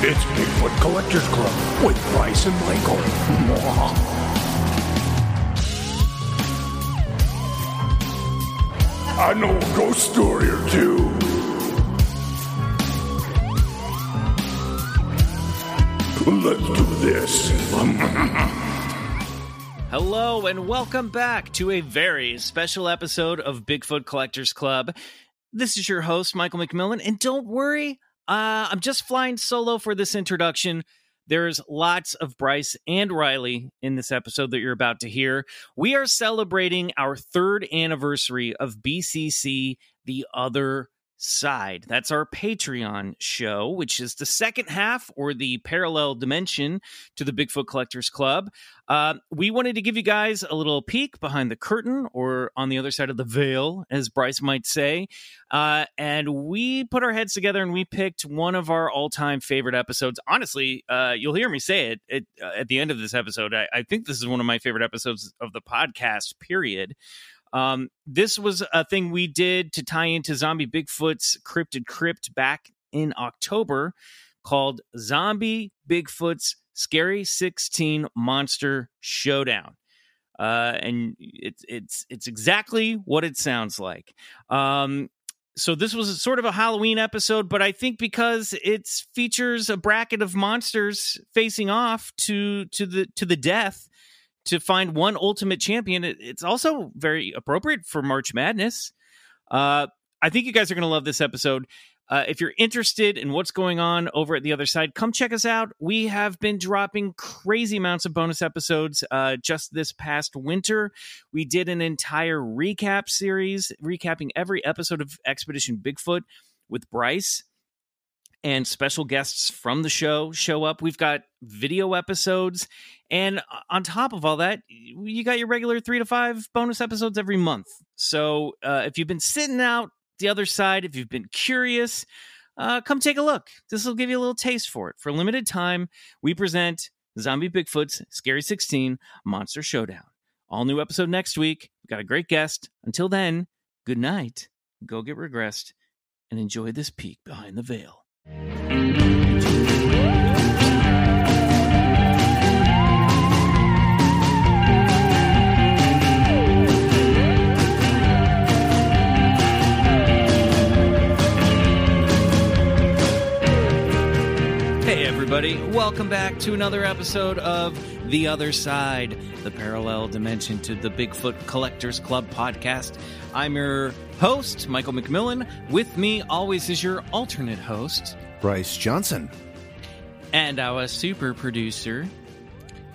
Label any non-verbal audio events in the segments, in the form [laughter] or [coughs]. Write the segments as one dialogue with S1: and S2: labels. S1: It's Bigfoot Collectors Club with Bryce and Michael. Mwah. I know a ghost story or two. Let's do this.
S2: Hello and welcome back to a very special episode of Bigfoot Collectors Club. This is your host, Michael McMillan, and don't worry, uh, I'm just flying solo for this introduction. There's lots of Bryce and Riley in this episode that you're about to hear. We are celebrating our third anniversary of BCC The Other Side. That's our Patreon show, which is the second half or the parallel dimension to the Bigfoot Collectors Club. Uh, we wanted to give you guys a little peek behind the curtain or on the other side of the veil, as Bryce might say. Uh, and we put our heads together and we picked one of our all time favorite episodes. Honestly, uh, you'll hear me say it, it uh, at the end of this episode. I, I think this is one of my favorite episodes of the podcast, period. Um, this was a thing we did to tie into Zombie Bigfoot's Cryptid Crypt back in October called Zombie Bigfoot's Scary 16 Monster Showdown. Uh, and it's it's it's exactly what it sounds like. Um, so this was sort of a Halloween episode, but I think because it features a bracket of monsters facing off to to the to the death to find one ultimate champion, it, it's also very appropriate for March Madness. Uh, I think you guys are going to love this episode. Uh, if you're interested in what's going on over at the other side, come check us out. We have been dropping crazy amounts of bonus episodes. Uh, just this past winter, we did an entire recap series, recapping every episode of Expedition Bigfoot with Bryce and special guests from the show show up. We've got video episodes. And uh, on top of all that, you got your regular three to five bonus episodes every month. So uh, if you've been sitting out the other side, if you've been curious, uh, come take a look. This will give you a little taste for it. For a limited time, we present Zombie Bigfoot's Scary 16 Monster Showdown. All new episode next week. We've got a great guest. Until then, good night. Go get regressed and enjoy this peek behind the veil. Hey, everybody, welcome back to another episode of The Other Side, the parallel dimension to the Bigfoot Collectors Club podcast. I'm your host, Michael McMillan. With me, always, is your alternate host
S3: Bryce Johnson.
S2: and our super producer.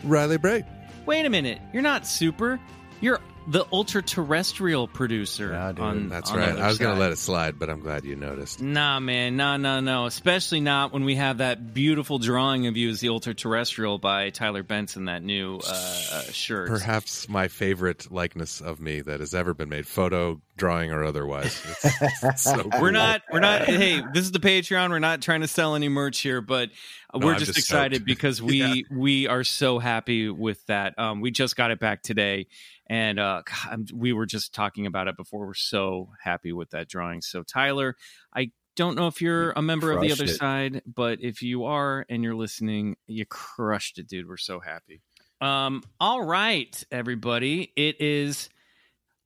S3: Riley Bray.
S2: Wait a minute, you're not super, you're the ultra terrestrial producer. on-
S4: That's
S2: on the
S4: right.
S2: other
S4: I was going
S2: side.
S4: to let it slide, but I'm glad you noticed.
S2: Nah, man, no, no, no. Especially not when we have that beautiful drawing of you as the Ultra Terrestrial by Tyler Benson, that new uh, uh, shirt.
S4: Perhaps my favorite likeness of me that has ever been made, photo, drawing, or otherwise. It's,
S3: [laughs]
S4: it's so cool.
S2: We're not, we're not. Hey, this is the Patreon. We're not trying to sell any merch here, but uh,
S4: No,
S2: we're
S4: I'm
S2: just,
S4: just
S2: excited
S4: [laughs] stoked.
S2: because we we are so happy with that. Um, we just got it back today, and uh, God, I'm- we were just talking about it before. We're so happy with that drawing. So Tyler, I don't know if you're a member of the
S3: crushed
S2: other
S3: it.
S2: side, but if you are and you're listening, you crushed it, dude. We're so happy. Um, all right, everybody, it is.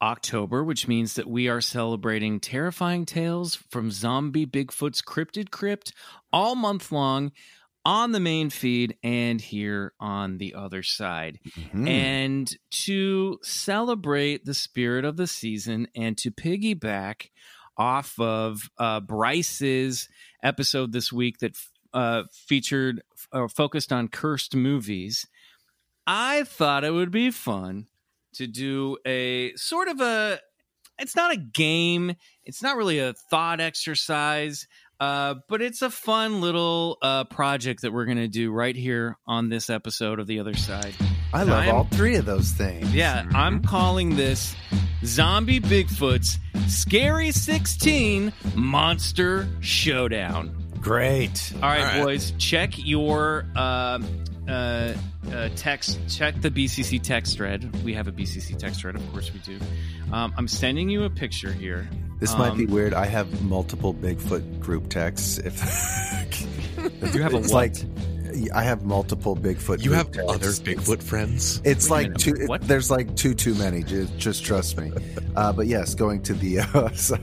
S2: October, which means that we are celebrating terrifying tales from zombie Bigfoot's cryptid crypt all month long on the main feed and here on the other side.
S3: Mm-hmm.
S2: And to celebrate the spirit of the season and to piggyback off of uh, Bryce's episode this week that uh, featured or focused on cursed movies, I thought it would be fun to do a sort of a it's not a game it's not really a thought exercise uh, but it's a fun little uh, project that we're going to do right here on this episode of the other side
S3: I love
S2: I'm-
S3: all three of those things.
S2: yeah i'm
S4: Mm-hmm.
S2: calling this zombie bigfoot's scary 16 monster showdown
S3: Great.
S2: all right,
S4: All right.
S2: boys, check your uh, uh, uh, text. Check the BCC text thread. We have a BCC text thread, of course we do. Um, I'm sending you a picture here.
S3: This
S2: Um, [laughs]
S3: might be weird. I have multiple Bigfoot group texts. If
S2: You have a what?
S3: It's like I have multiple Bigfoot.
S4: You have
S3: group
S4: other
S3: texts.
S4: Bigfoot friends?
S2: Wait
S3: It's
S2: a
S3: like
S2: minute,
S3: two.
S2: what?
S3: There's like two too many. Just, just trust
S2: [laughs]
S3: me. Uh, but yes, going to the. Uh, [laughs] so-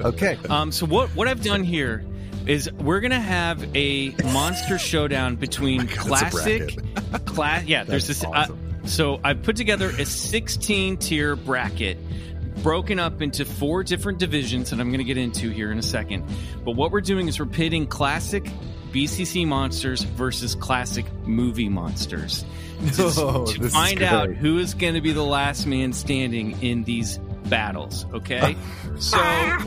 S3: okay.
S2: Um, so what what I've done here is we're gonna have a monster
S3: [laughs] Oh
S2: showdown between
S4: God, that's a
S2: classic, [laughs] class. Yeah, there's
S3: That's
S2: this.
S3: awesome.
S2: Uh, so I put together a 16 tier bracket. Broken up into four different divisions that I'm going to get into here in a second. But what we're doing is we're pitting classic BCC monsters versus classic movie monsters to,
S3: [laughs] Oh,
S2: to
S3: this is
S2: find out
S3: great.
S2: who is going to be the last man standing in these battles. Okay, so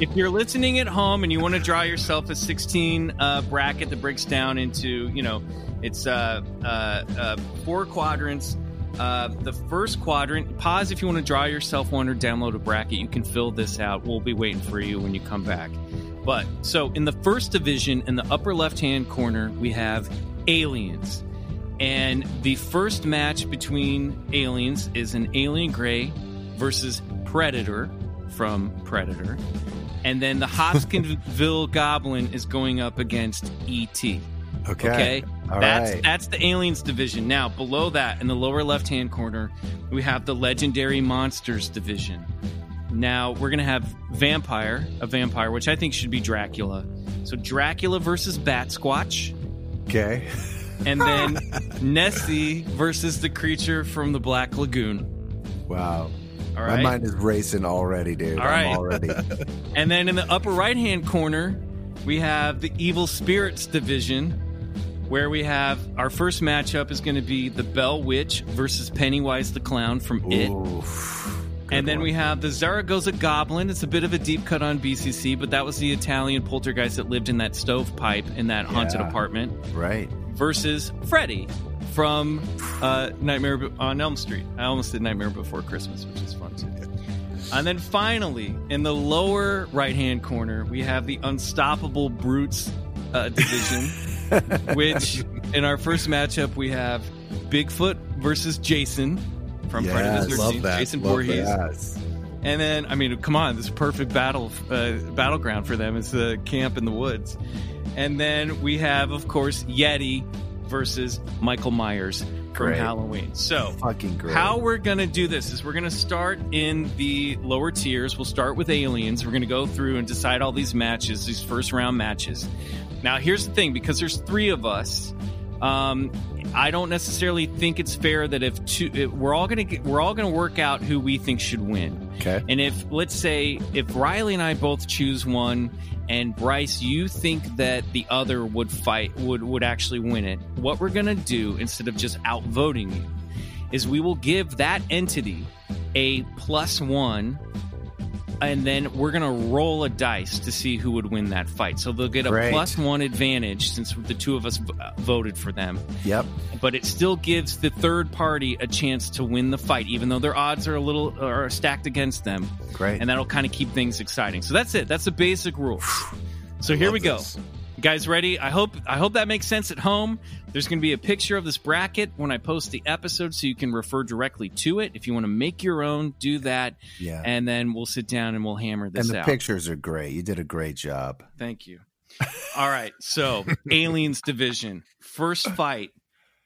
S2: if you're listening at home and you want to draw yourself a 16 uh, bracket that breaks down into, you know, it's uh, uh, uh, four quadrants. Uh, the first quadrant. Pause if you want to draw yourself one or download a bracket. You can fill this out. We'll be waiting for you when you come back. But so in the first division, in the upper left hand corner, we have aliens. And the first match between aliens is an alien gray versus Predator from Predator. And then the Hopkinsville [laughs] Goblin is going up against E.T.
S3: Okay.
S2: Okay.
S3: All
S2: that's
S3: right.
S2: that's the aliens division. Now, below that, in the lower left hand corner, we have the legendary monsters division. Now we're gonna have vampire, a vampire, which I think should be Dracula. So Dracula versus Bat Squatch,
S3: Okay.
S2: and then Nessie versus the creature from the Black Lagoon.
S3: Wow.
S2: All
S3: My
S2: right.
S3: mind is racing already, dude.
S2: All
S3: I'm
S2: right. [laughs]
S3: already.
S2: And then in the upper right hand corner, we have the Evil Spirits Division, where we have our first matchup is going to be the Bell Witch versus Pennywise the Clown from It.
S3: Oof.
S2: and then we have the Zaragoza Goblin. It's a bit of a deep cut on BCC, but that was the Italian poltergeist that lived in that stovepipe in that haunted
S3: Yeah.
S2: apartment
S3: Right.
S2: versus Freddy from uh, Nightmare Be- on Elm Street. I almost did Nightmare Before Christmas, which is fun too. And then finally, in the lower right hand corner, we have the Unstoppable Brutes uh,
S4: [laughs]
S2: division, which in our first matchup, we have Bigfoot versus Jason from
S3: Yes,
S2: Predator 13,
S4: love that,
S2: Jason
S4: love
S2: Voorhees.
S3: Yes.
S2: And then, I mean, come on, this is perfect battle uh, battleground for them is the camp in the woods. And then we have, of course, Yeti versus Michael Myers from
S3: Great.
S2: Halloween. So,
S3: Fucking great.
S2: how we're going to do this is we're going to start in the lower tiers. We'll start with aliens. We're going to go through and decide all these matches, these first round matches. Now, here's the thing because there's three of us. Um, I don't necessarily think it's fair that if two, it, we're all gonna get, we're all gonna work out who we think should win.
S3: Okay.
S2: And if let's say if Riley and I both choose one, and Bryce, you think that the other would fight would would actually win it. What we're gonna do instead of just outvoting you is we will give that entity a plus one. And then we're gonna roll a dice to see who would win that fight. So they'll get a
S3: Great.
S2: plus one advantage since the two of us v- uh, voted for them
S3: Yep.
S2: but it still gives the third party a chance to win the fight, even though their odds are a little are stacked against them,
S3: Great.
S2: and that'll kind of keep things exciting. So that's it. That's the basic rule. So here
S4: Love
S2: we go.
S4: this.
S2: You guys ready? I hope I hope that makes sense at home. There's going to be a picture of this bracket when I post the episode so you can refer directly to it. If you want to make your own, do that
S3: yeah. And,
S2: and then we'll sit down and we'll hammer this
S3: the
S2: out.
S3: pictures are great. You did a great job.
S2: Thank you. All right. So, aliens division. First fight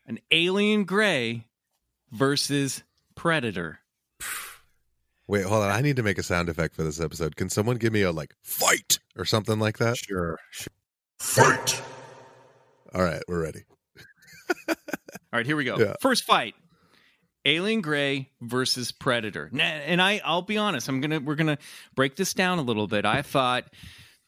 S2: an alien gray versus predator.
S4: Wait, hold on. I need to make a sound effect for this episode. Can someone give me a like fight or something like that?
S3: Sure.
S4: All right, we're ready.
S2: All right. Here we go.
S4: Yeah.
S2: First fight alien gray versus predator. Na- And I, I'll be honest, I'm going to, we're going to break this down a little bit. I thought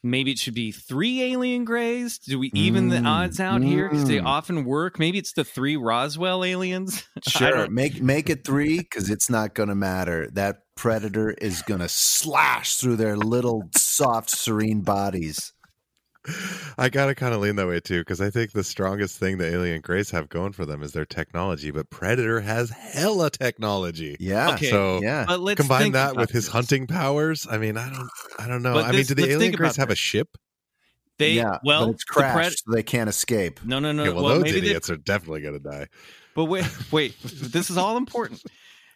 S2: maybe it should be three alien grays. Do we even the
S3: Mm,
S2: odds out here? Because they
S3: mm.
S2: often work. Maybe it's the three Roswell aliens. [laughs]
S3: Sure.
S2: don't-
S3: Make make it three because it's not going to matter. That predator is going to slash through their little soft, serene bodies.
S4: I gotta kind of lean that way too, because I think the strongest thing the alien grays have going for them is their technology. But Predator has hella technology.
S3: Yeah.
S2: Okay.
S4: So
S3: Yeah.
S2: But let's
S4: combine
S2: think
S4: that
S2: about
S4: with his
S2: this.
S4: hunting powers. I mean, I don't, I don't know.
S2: But
S4: I mean,
S2: this-
S4: do the
S2: let's
S4: alien
S2: think
S4: grays
S2: about
S4: have a
S2: this.
S4: ship?
S2: They,
S3: yeah.
S2: well,
S3: but it's
S2: the pred-
S3: crashed, so they can't escape.
S2: no, no, no.
S4: yeah, well,
S2: Uh, well
S4: those
S2: maybe they
S4: idiots are definitely gonna die.
S2: But wait, wait. this is all important.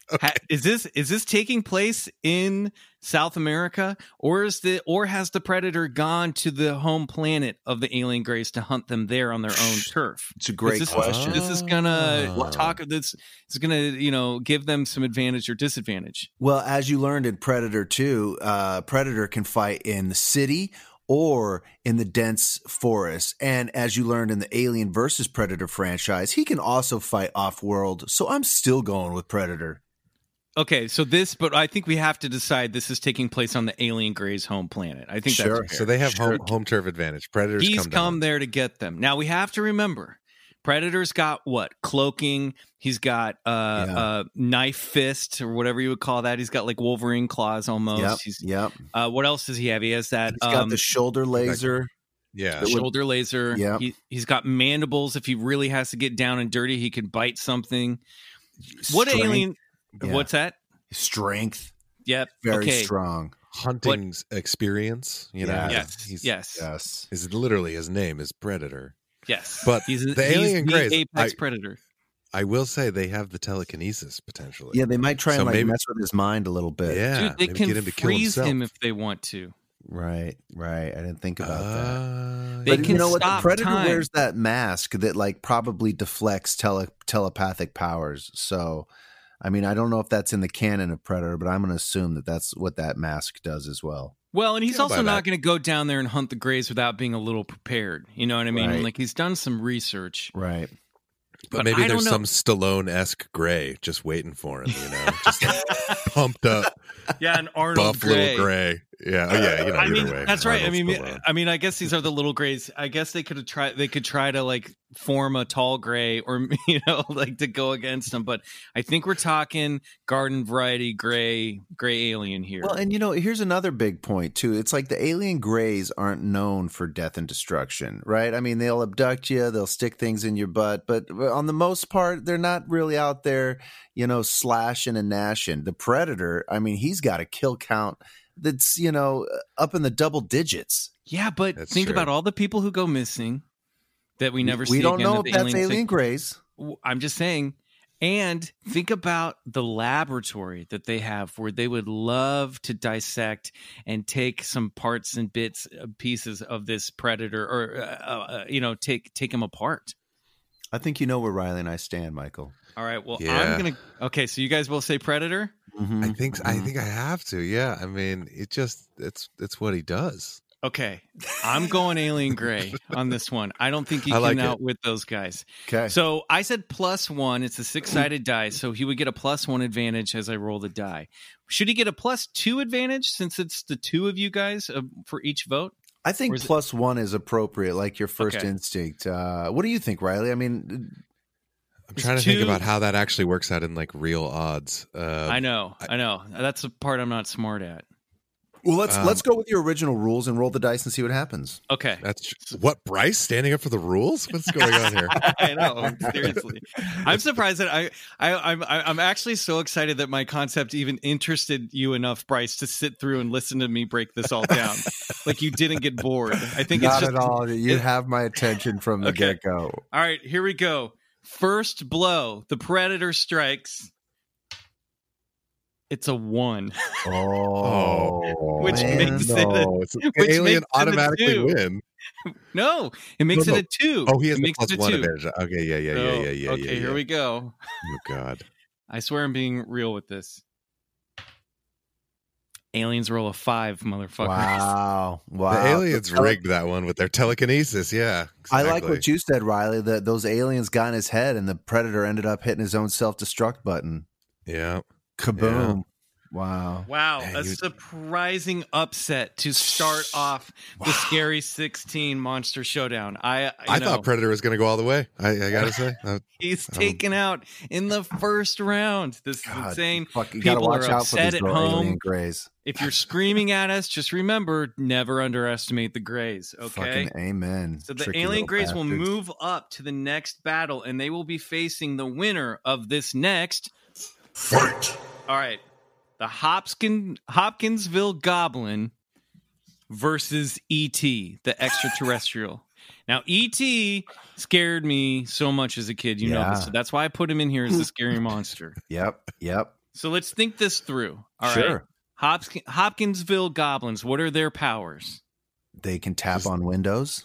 S2: Ha- is this is this taking place in South America, or is the or has the predator gone to the home planet of the alien grace to hunt them there on their own turf?
S3: It's a great
S2: this is-
S3: question.
S2: This is gonna
S4: Oh.
S2: talk of this. It's gonna you know give them some advantage or disadvantage.
S3: Well, as you learned in Predator 2, uh, Predator can fight in the city or in the dense forest. And as you learned in the Alien versus Predator franchise, he can also fight off world. So I'm still going with Predator.
S2: Okay, so this, but I think we have to decide this is taking place on the alien gray's home planet. I think
S3: Sure.
S2: that's fair.
S4: So they have
S2: Sure.
S4: home, home turf advantage. Predators
S2: He's
S4: come,
S2: come,
S4: down.
S2: there to get them. Now we have to remember, Predator's got what cloaking. He's got uh,
S3: Yeah.
S2: uh knife fist or whatever you would call that. He's got like Wolverine claws almost.
S3: yep.
S2: Oh, He's,
S3: Yep. He's
S2: uh, what else does he have? He has that
S3: got
S2: um,
S3: the shoulder laser.
S4: Yeah.
S3: that would-
S2: shoulder laser.
S3: Yep.
S2: He, he's got mandibles. If he really has to get down and dirty, he could bite something. What
S3: Strength.
S2: alien?
S3: Yeah.
S2: What's that?
S3: Strength.
S2: Yep.
S3: Very
S2: okay.
S3: strong.
S4: Hunting experience. You know.
S3: Yeah.
S2: Yes.
S4: He's,
S2: yes.
S3: Yes.
S4: Is literally his name is Predator.
S2: Yes.
S4: But
S2: he's
S4: the alien
S2: the
S4: grays,
S2: apex
S4: I-
S2: predator.
S4: I will say they have the telekinesis potentially.
S3: Yeah, they might try
S4: So
S3: and like
S4: maybe-
S3: mess with his mind a little bit.
S4: Yeah,
S2: Dude, they
S4: maybe
S2: can
S4: get him to kill
S2: freeze him
S4: himself.
S2: if they want to.
S3: Right, right. I didn't think about that.
S4: Ah,
S2: They
S3: but
S2: can
S3: you know what? The
S2: stop
S3: predator
S2: time.
S3: wears that mask that like probably deflects tele- telepathic powers. So, I mean, I don't know if that's in the canon of Predator, but I'm going to assume that that's what that mask does as well.
S2: Well, and he's
S4: Yeah,
S2: also
S4: by
S2: not
S4: that.
S2: going to go down there and hunt the Greys without being a little prepared. You know what I mean?
S3: Right.
S2: Like he's done some research.
S3: Right.
S4: but
S2: but
S4: maybe
S2: I
S4: there's
S2: don't
S4: some Stallone esque gray just waiting for him, you know, just
S2: [laughs]
S4: like pumped up
S2: Yeah, and Arnold
S4: buffalo
S2: Grey.
S4: gray. Yeah, oh, yeah, you know,
S2: I
S4: either
S2: mean,
S4: way,
S2: that's right. I
S4: Arnold
S2: mean,
S4: Stallone.
S2: I mean, I guess these are the little Greys. I guess they could try. They could try to like form a tall Gray, or [laughs] you know, like to go against them. But I think we're talking garden variety Gray, Gray alien here.
S3: Well, and you know, here's another big point too. It's like the alien greys aren't known for death and destruction, right? I mean, they'll abduct you, they'll stick things in your butt, but uh, on the most part, they're not really out there, you know, slashing and gnashing. The predator, I mean, he's got a kill count that's you know uh, up in the double digits.
S2: yeah, but
S4: That's
S2: think
S4: true.
S2: about all the people who go missing that we never see.
S3: We don't
S2: again,
S3: know
S2: that
S3: if
S2: the
S3: that's
S2: aliens
S3: alien
S2: take-
S3: greys.
S2: w- I'm just saying. And think about the laboratory that they have where they would love to dissect and take some parts and bits uh, pieces of this predator or uh, uh, you know take take him apart.
S3: I think you know where Riley and I stand, Michael.
S2: All right, well
S4: Yeah.
S2: I'm going to Okay, so you guys both say predator?
S3: Mm-hmm.
S4: I think
S2: mm-hmm.
S4: I think I have to. Yeah, I mean, it just it's it's what he does.
S2: Okay. I'm going alien
S4: [laughs]
S2: gray on this one. I don't think he
S4: I
S2: can
S4: like it.
S2: outwit those guys.
S3: okay.
S2: So I said plus one. It's a six sided die, so he would get a plus one advantage as I roll the die. Should he get a plus two advantage since it's the two of you guys uh, for each vote?
S3: I
S2: Or
S3: think
S2: is it-
S3: plus one is appropriate, like your first
S2: Okay.
S3: instinct. Uh, what do you think, Riley? I mean,
S4: I'm
S2: It's
S4: trying to think
S2: too-
S4: about how that actually works out in like real odds. Um,
S2: I know, I know. That's the part I'm not smart at.
S3: well, let's
S4: Um,
S3: let's go with your original rules and roll the dice and see what happens. [laughs]
S2: Okay,
S4: That's tr- what Bryce standing up for the rules. What's going on
S2: [laughs]
S4: here?
S2: I know. Seriously, I'm surprised that I, I, I'm, I- I'm actually so excited that my concept even interested you enough, Bryce, to sit through and listen to me break this all down.
S3: [laughs]
S2: like you didn't get bored. I think it's
S3: Not
S2: just
S3: at all. You
S2: it-
S3: have my attention from the
S2: Okay.
S3: get go.
S2: All right, here we go. First blow. The predator strikes. It's a one. [laughs]
S3: Oh,
S2: Which makes it a-
S4: no, it's- the
S2: [laughs] which
S4: alien
S2: makes it a
S4: automatically
S2: two.
S4: win.
S2: No, it makes
S4: No,
S2: it a two.
S4: Oh, he has
S2: it
S4: the
S2: makes
S4: plus
S2: it a
S4: one
S2: two.
S4: advantage. Okay, yeah, yeah, yeah,
S2: So,
S4: yeah, yeah.
S2: Okay,
S4: yeah,
S2: here
S4: yeah.
S2: we go.
S4: Oh God,
S2: I swear I'm being real with this. Aliens roll a five, motherfuckers.
S3: wow, wow.
S4: the aliens
S3: tele-
S4: rigged that one with their telekinesis. Yeah,
S3: I like what you said, Riley. That those aliens got in his head, and the predator ended up hitting his own self destruct button.
S4: Yeah,
S3: Kaboom! Wow.
S2: Wow,
S4: Man,
S2: a
S4: you-
S2: surprising upset to start off the scary 16 monster showdown. I
S4: I
S2: you know,
S4: thought Predator was going to go all the way. I, I
S2: [laughs]
S4: gotta say, Uh,
S2: he's taken out in the first round. This is
S3: God,
S2: insane.
S3: Fuck, you
S2: People
S3: gotta watch
S2: are
S3: out for
S2: upset
S3: these
S2: at
S3: little
S2: home.
S3: alien grays.
S2: if you're screaming at us, just remember never underestimate the Greys. Okay.
S3: Fucking amen.
S2: so the
S3: Tricky
S2: alien
S3: little
S2: Greys will
S3: bastards.
S2: move up to the next battle and they will be facing the winner of this next fight. All right. The Hopkins Hopkinsville Goblin versus ET, the extraterrestrial. Now ET scared me so much as a kid, you know.
S3: Yeah.
S2: this, So that's why I put him in here as a scary monster.
S3: Yep. Yep.
S2: So let's think this through. All right.
S3: Sure.
S2: Hopkins, Hopkinsville goblins, what are their powers?
S3: They can tap
S4: Just-
S3: on windows.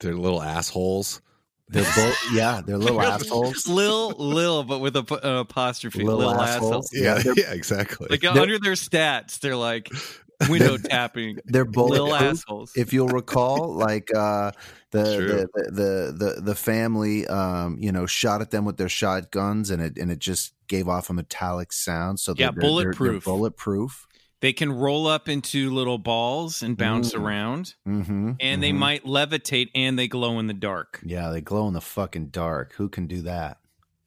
S4: They're little assholes.
S2: [laughs]
S3: They're both, yeah, they're little
S2: Really?
S3: assholes.
S2: Lil, Lil, but with a, p- an apostrophe.
S3: Little,
S2: Lil, asshole.
S3: assholes.
S4: Yeah,
S3: they're,
S4: [laughs] yeah, exactly.
S2: Like uh,
S3: They're-
S2: under their stats, they're like window
S3: [laughs]
S2: tapping.
S3: they're
S2: [laughs]
S3: both
S2: Lil
S3: poop.
S2: assholes.
S3: if you'll recall, like
S2: [laughs]
S3: uh, the,
S4: It's true.
S3: the, the the the family, um, you know, shot at them with their shotguns, and it and it just gave off a metallic sound. So
S2: Yeah,
S3: they're- they're- they're- they're
S2: bulletproof.
S3: bulletproof.
S2: they can roll up into little balls and bounce
S3: Mm.
S2: around,
S3: Mm-hmm,
S2: and they might levitate and they glow in the dark.
S3: Yeah, they glow in the fucking dark. Who can do that?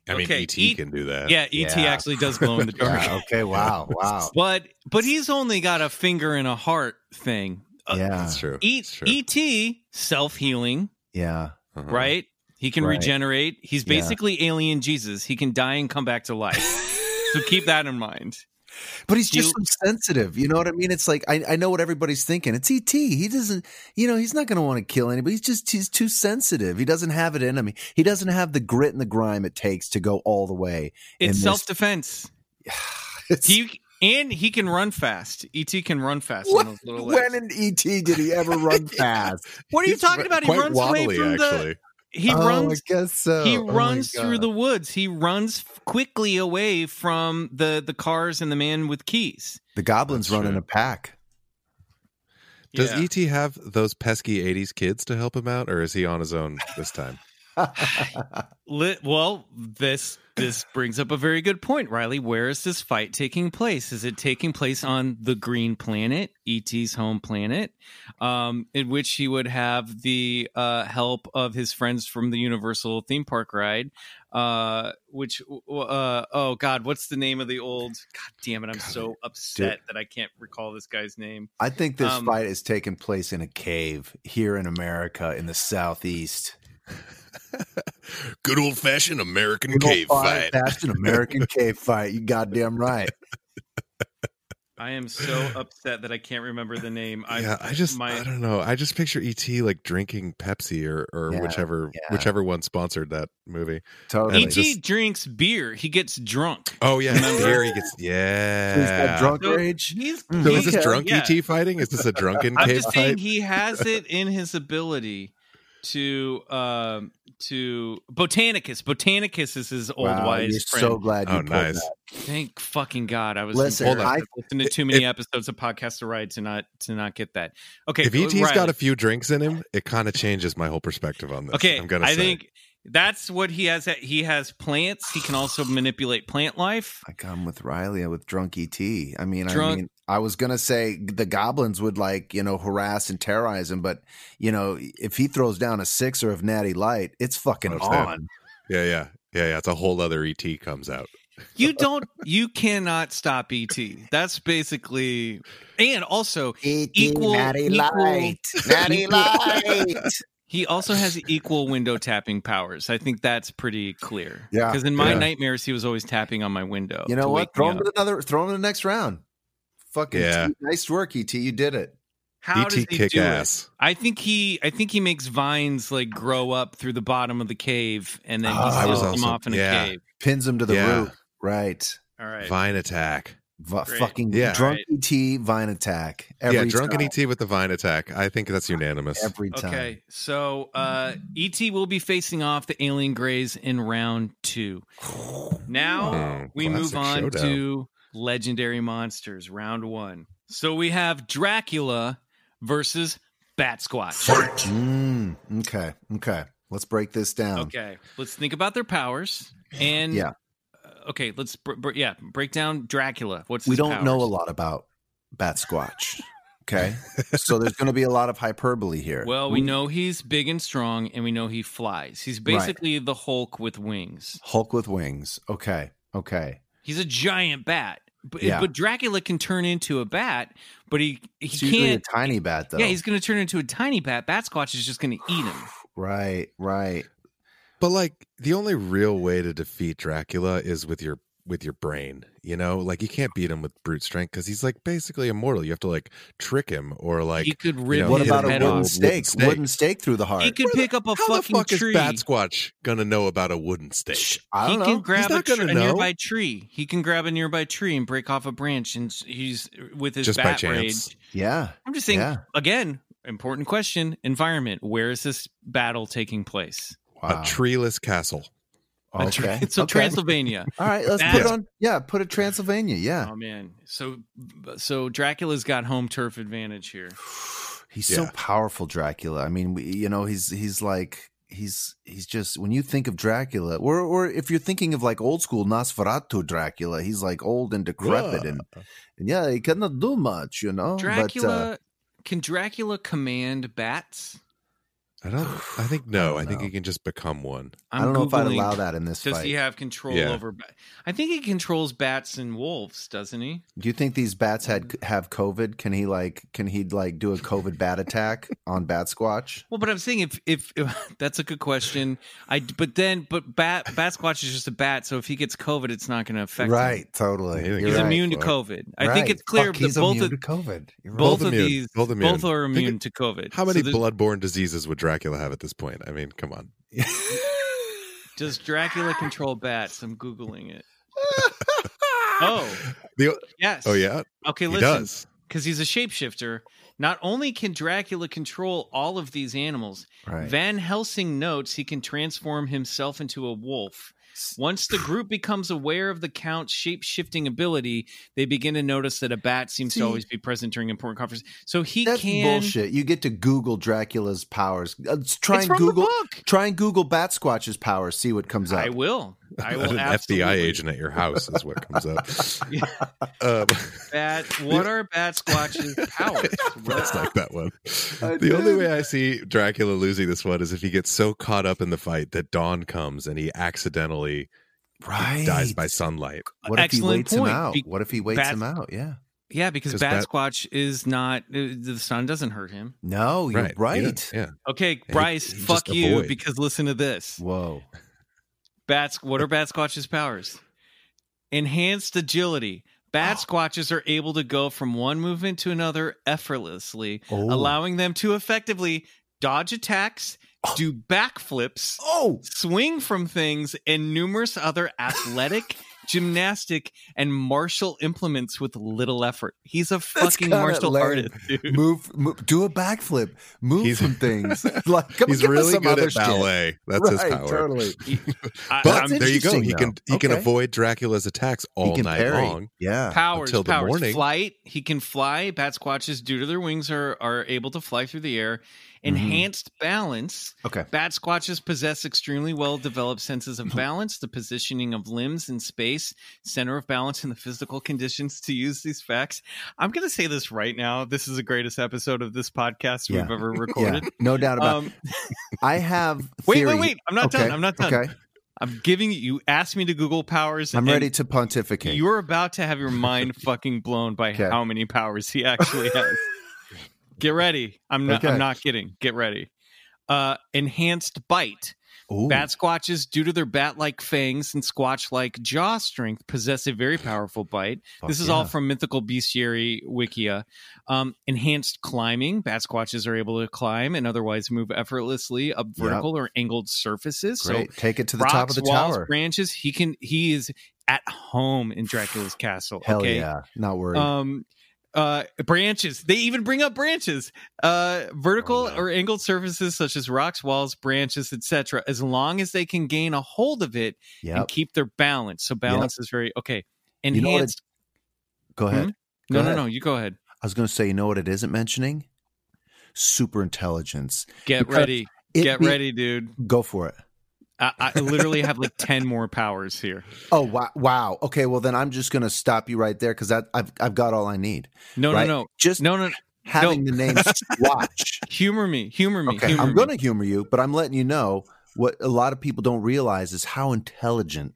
S4: I mean,
S2: Okay,
S4: ET
S2: eat-
S4: can do that.
S2: Yeah, ET
S3: Yeah.
S2: actually does glow in the dark.
S3: [laughs] Yeah,
S2: [laughs]
S3: okay. Wow. Wow.
S2: But but he's only got a finger and a heart thing. Uh,
S3: Yeah.
S4: that's Ah, true.
S2: E-
S4: That's true.
S2: ET self healing,
S3: Yeah.
S4: Uh-huh.
S2: right? He can
S3: Right.
S2: regenerate. He's
S3: Yeah.
S2: basically alien Jesus. He can die and come back to [laughs] life. so keep that in mind.
S3: But he's just
S2: You-
S3: so sensitive. You know what I mean? It's like I, I know what everybody's thinking. It's ET. He doesn't, you know, he's not going to want to kill anybody. He's just he's too sensitive. He doesn't have it in him. He doesn't have the grit and the grime it takes to go all the way. [laughs] in
S2: It's
S3: this-
S2: self defense.
S3: It's- [laughs]
S2: He and he can run fast. ET can run fast
S3: What-
S2: on those little legs.
S3: when in ET did he ever
S2: [laughs]
S3: run fast?
S2: what are you
S4: He's
S2: talking
S4: ru-
S2: about? He
S4: quite
S2: runs away
S4: waddly,
S2: from the-
S4: actually.
S2: He
S3: Oh,
S2: runs
S3: I guess so.
S2: he
S3: Oh my
S2: runs through
S3: God.
S2: the woods. He runs quickly away from the the cars and the man with keys.
S3: the goblins
S4: That's
S3: run in
S4: true.
S3: a pack.
S4: Does
S2: Yeah.
S4: ET have those pesky '80s kids to help him out, or is he on his own this time?
S2: Li- well, this this brings up a very good point, Riley. Where is this fight taking place? Is it taking place on the Green Planet, ET's home planet, um, in which he would have the uh, help of his friends from the Universal theme park ride? Uh, which uh, oh god, what's the name of the old? God damn it! I'm so upset that I can't recall this guy's name.
S3: I think this
S2: Um,
S3: fight is taking place in a cave here in America in the southeast.
S4: Good old fashioned American
S3: That's an American cave fight. You
S2: [laughs]
S3: goddamn right.
S2: I am so
S4: [sighs]
S2: upset that I can't remember the name. I'm,
S4: yeah, I just
S2: my-
S4: I don't know. I just picture ET like drinking Pepsi or or
S3: Yeah,
S4: whichever
S3: yeah.
S4: whichever one sponsored that movie.
S2: ET
S3: Totally.
S4: Really? Just-
S2: E drinks beer. He gets drunk.
S4: Oh yeah,
S2: Remember?
S4: there he gets yeah.
S3: He's got drunk
S2: So-
S3: rage.
S2: He's
S3: So
S4: Mm-hmm. So is
S2: he-
S4: this drunk
S2: Mm-hmm. yeah.
S4: ET fighting? Is this a drunken
S2: I'm
S4: cave
S2: just saying
S4: fight?
S2: he has it in his ability to um to Botanicus. Botanicus is his old
S3: Wow,
S2: wise
S3: you're
S2: friend.
S3: so glad you
S4: Oh,
S3: pulled
S4: nice.
S3: that.
S2: Thank fucking God. I was
S3: Listen,
S2: embarrassed.
S4: hold
S2: I
S4: on.
S2: listened to too many episodes of Podcast to Ride to not to not get that. Okay.
S4: if E ET's
S2: Riley.
S4: got a few drinks in him, it kind of changes my whole perspective on this.
S2: Okay,
S4: I'm gonna
S2: I
S4: say.
S2: think that's what he has he has plants. He can also manipulate plant life.
S3: Like I'm with Riley I'm with drunk ET. I mean, I
S2: Drunk-
S3: mean, I was gonna say the goblins would like you know harass and terrorize him, but you know if he throws down a sixer of Natty Light, it's fucking
S4: What's that?
S3: on.
S4: yeah, yeah, yeah, yeah. It's a whole other ET comes out.
S2: You don't you cannot stop ET. That's basically and also
S3: ET
S2: Equal- Natty equal- Light, [laughs]
S3: Natty
S2: equal-
S3: Light.
S2: He also has equal window tapping powers. I think that's pretty clear.
S3: Yeah.
S2: Because in my
S4: Yeah.
S2: nightmares, he was always tapping on my window.
S3: You
S2: to
S3: know
S2: wake me
S3: what? Throw him
S2: up.
S3: to another. Throw him to the next round. Fucking
S4: Yeah.
S3: ET, nice work, ET. You did it. E
S2: How
S4: ET
S2: does he
S4: E kick
S2: do it?
S4: ass.
S2: I think he, I think he makes vines like grow up through the bottom of the cave, and then he
S3: Ah, I was
S2: seals them
S4: also-
S2: off in
S4: yeah.
S2: a cave.
S3: Pins him to the
S4: Yeah.
S3: roof. Right.
S2: All right.
S4: Vine attack.
S3: V-
S2: Great.
S3: fucking
S4: Yeah.
S3: drunk ET vine attack. Every
S4: yeah, E drunken
S3: time,
S4: ET with the vine attack. I think that's unanimous.
S3: Every time.
S2: Okay, so uh, ET will be facing off the Alien Greys in round two. Now
S3: Hmm.
S4: Wow,
S3: [laughs]
S2: we
S4: Hmm, classic
S2: move on
S4: showdown.
S2: to Legendary Monsters, round one. So we have Dracula versus Bat Squatch.
S3: Mm, okay. Okay. Let's break this down.
S2: Okay, let's think about their powers and
S3: Yeah.
S2: Uh, okay, let's br- br- yeah break down Dracula. What's
S3: We
S2: his
S3: don't know a
S2: powers?
S3: lot about Bat Squatch.
S2: [laughs]
S3: Okay. so there's going to be a lot of hyperbole here.
S2: Well, we know he's big and strong, and we know he flies. He's
S3: Right.
S2: basically the Hulk with wings.
S3: Hulk with wings. Okay. Okay.
S2: He's a giant bat. But,
S3: Yeah.
S2: but Dracula can turn into a bat, but he he
S3: It's usually a
S2: can't.
S3: tiny bat, though.
S2: Yeah, he's going to turn into a tiny bat. Bat Squatch is just going to eat him.
S3: right. Right.
S4: But like the only real way to defeat Dracula is with your with your brain, you know? Like you can't beat him with brute strength because he's like basically immortal. You have to like trick him or like
S2: he could rip
S4: know,
S3: What
S4: hit
S2: his
S3: about a
S2: head
S3: wooden
S2: off.
S3: stake?
S4: Wooden stake.
S3: Wooden stake through the heart.
S2: He could
S4: Where the-
S2: pick up a
S4: how
S2: fucking
S4: the fuck
S2: tree.
S4: is Bat Squatch gonna know about a wooden stake?
S2: Shh. he
S3: I don't
S2: can
S3: know.
S4: He's
S2: grab a,
S4: not
S2: tr-
S4: gonna
S2: a
S4: know.
S2: nearby tree. He can grab a nearby tree and break off a branch, and s- he's with his
S4: Just by
S2: bat
S4: chance.
S2: rage.
S3: yeah.
S2: I'm just saying
S3: Yeah.
S2: again. Important question: Environment. Where is this battle taking place? [laughs]
S3: Wow.
S4: A treeless castle.
S2: A
S3: okay.
S2: tr- [laughs] so
S3: okay.
S2: Transylvania.
S3: All right, let's
S2: Yeah.
S3: put it on. Yeah, put a Transylvania. Yeah,
S2: Oh man. So so Dracula's got home turf advantage here.
S3: he's so
S4: Yeah.
S3: powerful, Dracula. I mean, we, you know, he's he's like he's he's just when you think of Dracula, or or if you're thinking of like old school Nosferatu Dracula, he's like old and decrepit, and, and yeah, he cannot do much, you know.
S2: Dracula
S3: But, uh,
S2: can Dracula command bats?
S4: I don't [sighs] I think no. I,
S3: don't
S4: think
S3: know.
S4: he can just become one.
S2: I'm
S3: I don't know if I'd
S2: Googling.
S3: allow that in this
S2: Does
S3: fight.
S2: he have control
S4: Yeah.
S2: over? Ba- I think he controls bats and wolves, doesn't he?
S3: do you think these bats
S2: Mm.
S3: had have COVID? Can he like can he like do a COVID bat attack on Bat Squatch?
S2: Well, but I'm saying if if, [laughs] if that's a good question. I but then but bat bat squatch is just a bat, so if he gets COVID, it's not going to affect him.
S3: totally.
S4: He's
S3: You're
S2: He's
S3: right.
S2: immune to
S4: Fuck.
S2: COVID. I think
S3: Mm, Right.
S2: it's clear
S3: Fuck,
S2: that
S3: he's
S2: both
S3: immune
S2: of,
S3: to COVID. You're
S2: both,
S4: Both
S2: of
S4: immune.
S2: these
S4: Both immune.
S2: both are
S4: Think-
S2: immune to COVID.
S4: How many
S2: So there's-
S4: bloodborne diseases would Dracula have at this point? I mean, come on.
S3: [laughs]
S2: Does Dracula control bats? I'm googling
S4: [laughs]
S2: it. Oh
S4: The-
S2: yes.
S4: oh yeah,
S2: Okay,
S4: he
S2: listen.
S4: does.
S2: Because he's a shapeshifter. Not only can Dracula control all of these animals,
S3: Right.
S2: Van Helsing notes he can transform himself into a wolf. Once
S4: [sighs]
S2: the group becomes aware of the count's shape shifting ability, they begin to notice that a bat seems
S3: See-
S2: to always be present during important conferences. So he
S3: That's
S2: can.
S3: bullshit. You get to Google Dracula's powers. Uh, s- try
S2: It's
S3: and
S2: from
S3: Google.
S2: the book.
S3: Try and Google Bat Squatch's powers. See what comes up.
S2: I will. I will.
S4: [laughs] an
S2: absolutely.
S4: FBI agent [laughs] at your house is what comes [laughs] up.
S2: Yeah.
S4: um,
S2: Bat. What are Bat
S4: [laughs]
S2: Squatch's powers?
S4: that's not that one.
S3: I
S4: the only
S3: did.
S4: way I see Dracula losing this one is if he gets so caught up in the fight that dawn comes and he accidentally
S3: right.
S4: dies by sunlight.
S3: what if he
S2: Excellent
S3: waits
S2: point.
S3: him out?
S2: Be-
S3: what if he waits
S2: Bat-
S3: him out? Yeah.
S2: yeah, because
S4: 'Cause
S2: Bat
S4: Bat-
S2: Squatch is not. uh, The sun doesn't hurt him.
S3: No, you're right.
S4: Right. Yeah. yeah.
S2: Okay,
S4: he-
S2: Bryce,
S4: he just
S2: fuck you
S4: avoid.
S2: because listen to this.
S3: Whoa.
S2: Bats what are Bat Squatch's powers? Enhanced agility. Bat
S3: Oh.
S2: Squatches are able to go from one movement to another effortlessly,
S3: Oh.
S2: allowing them to effectively dodge attacks, do backflips,
S3: Oh.
S2: swing from things, and numerous
S3: [laughs]
S2: other athletic, gymnastic, and martial implements with little effort. He's a fucking
S3: kinda
S2: martial
S3: lame.
S2: artist, dude.
S3: Move, move, do a backflip, move
S4: He's-
S3: some things. Like, come
S4: He's
S3: give us
S4: really
S3: some
S4: good
S3: other
S4: at
S3: shit.
S4: ballet. That's his
S3: Right,
S4: power.
S3: Totally.
S2: I-
S4: But
S2: I'm-
S3: That's
S4: there you go.
S3: interesting,
S4: He can
S3: though.
S4: he can
S3: Okay.
S4: avoid Dracula's attacks all
S3: he can
S4: night
S3: parry.
S4: long.
S3: Yeah.
S2: powers,
S4: until the
S2: powers,
S4: morning.
S2: flight. He can fly. Bat squatches, due to their wings, are are able to fly through the air.
S3: Mm-hmm.
S2: Enhanced balance.
S3: Okay.
S2: Bat squatches possess extremely well developed senses
S3: [laughs]
S2: of balance, the positioning of limbs in space, center of balance, and the physical conditions to use these facts. I'm going to say this right now. This is the greatest episode of this podcast
S3: [laughs] Yeah.
S2: we've ever
S3: Yeah.
S2: recorded.
S3: No doubt about. it.
S2: Um,
S3: I have.
S2: [laughs] wait, wait,
S3: theory-
S2: wait! I'm not
S3: okay.
S2: done. I'm not done.
S3: Okay.
S2: I'm giving you. You asked me to Google powers.
S3: I'm
S2: and
S3: ready to pontificate.
S2: You're about to have your
S3: [laughs]
S2: mind fucking blown by
S3: Okay.
S2: how many powers he
S3: [laughs]
S2: actually has. Get ready. I'm not I'm
S3: Okay.
S2: not kidding. Get ready. Uh enhanced bite.
S3: Ooh.
S2: Bat squatches, due to their bat-like fangs and squatch-like jaw strength, possess a very powerful bite.
S3: Fuck
S2: this is
S3: yeah.
S2: all from Mythical Bestiary Wikia. Um, enhanced climbing. Bat squatches are able to climb and otherwise move effortlessly up
S3: Yep.
S2: vertical or angled surfaces. So
S3: Great. Take it to the top of
S2: rocks,
S3: the
S2: walls,
S3: tower.
S2: branches. He can. He is at home in Dracula's castle.
S3: Hell
S2: okay.
S3: yeah. Not worried.
S2: Um, uh, branches. They even bring up branches. Uh, vertical
S4: Oh, no.
S2: or angled surfaces such as rocks, walls, branches, etc. As long as they can gain a hold of it and
S3: yep.
S2: keep their balance. So balance is very okay.
S3: know what
S2: Enhanced.
S3: Go ahead.
S2: no, no,
S3: go ahead.
S2: no. You go ahead.
S3: I was going to say, you know what it isn't mentioning? Super intelligence.
S2: Get
S3: Because
S2: ready.
S3: It
S2: Get
S3: be-
S2: ready, dude.
S3: Go for it.
S2: I, I literally have like ten more powers here.
S3: Oh wow! Wow. Okay. Well, then I'm just going to stop you right there because I've I've got all I need.
S2: No,
S3: right?
S2: no,
S3: Just
S2: no, no, no.
S3: having the [laughs] name Watch.
S2: Humor me. Humor me.
S3: Okay.
S2: humor
S3: I'm
S2: me.
S3: going to humor you, but I'm letting you know what a lot of people don't realize is how intelligent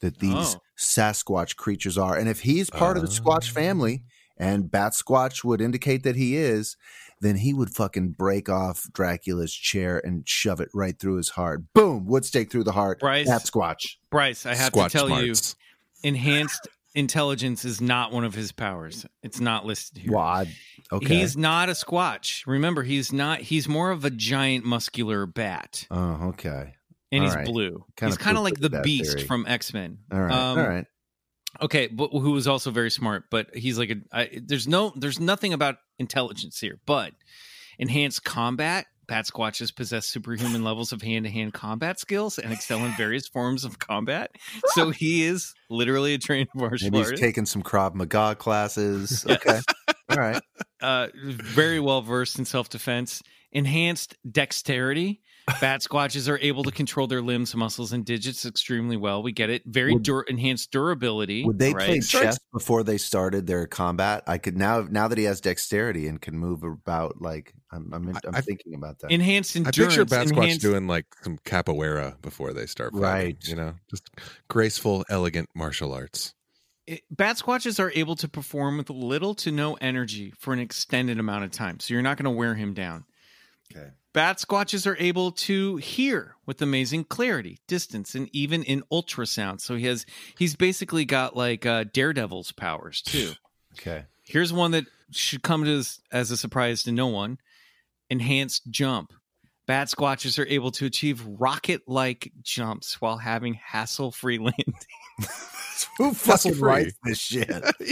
S3: that these
S2: Oh.
S3: Sasquatch creatures are. And if he's part of the Squatch family,
S2: Oh.
S3: and Bat Squatch would indicate that he is, then he would fucking break off Dracula's chair and shove it right through his heart. Boom! Wood stake through the heart.
S2: Bryce.
S3: Bat Squatch.
S2: Bryce, I have to
S4: Squatch
S2: tell
S4: smarts.
S2: you, enhanced intelligence is not one of his powers. It's not listed here.
S3: Well, I- okay.
S2: He's not a squatch. Remember, he's not. He's more of a giant muscular bat,
S3: oh, okay.
S2: and
S3: All
S2: he's
S3: right.
S2: blue.
S3: Kinda
S2: he's kind of
S3: poo-pooed
S2: like the
S3: that
S2: Beast
S3: theory.
S2: from X Men.
S3: All right.
S2: Um,
S3: All right.
S2: Okay, but who was also very smart, but he's like a I, there's no there's nothing about intelligence here, but enhanced combat. Bat squatches possess superhuman levels of hand-to-hand combat skills and excel in various forms of combat. So he is literally a trained martial
S3: Maybe he's
S2: artist,
S3: taking some Krav Maga
S2: [laughs]
S3: classes. Okay. All right.
S2: uh, very well versed in self-defense. Enhanced dexterity. Bat squatches are able to control their limbs, muscles, and digits extremely well. We get it. Very
S3: Would-
S2: dur- enhanced durability.
S3: Would they
S2: right?
S3: play chess before they started their combat? I could now now that he has dexterity and can move about. Like I'm I'm,
S4: I-
S3: I'm
S4: I-
S3: thinking about that.
S2: Enhanced
S4: I
S2: endurance.
S4: picture Bat Squatch
S2: enhanced-
S4: doing like some capoeira before they start fighting.
S3: Right.
S4: You know, just graceful, elegant martial
S3: [laughs]
S4: arts.
S2: it, bat squatches are able to perform with little to no energy for an extended amount of time, so you're not going to wear him down.
S3: okay.
S2: Bat squatches are able to hear with amazing clarity, distance, and even in ultrasound. So he has he's basically got like uh, Daredevil's powers too.
S3: Okay.
S2: Here's one that should come to as, as a surprise to no one: enhanced jump. Bat squatches are able to achieve rocket-like jumps while having hassle-free land. [laughs]
S3: Who fucking
S4: free.
S3: writes this shit?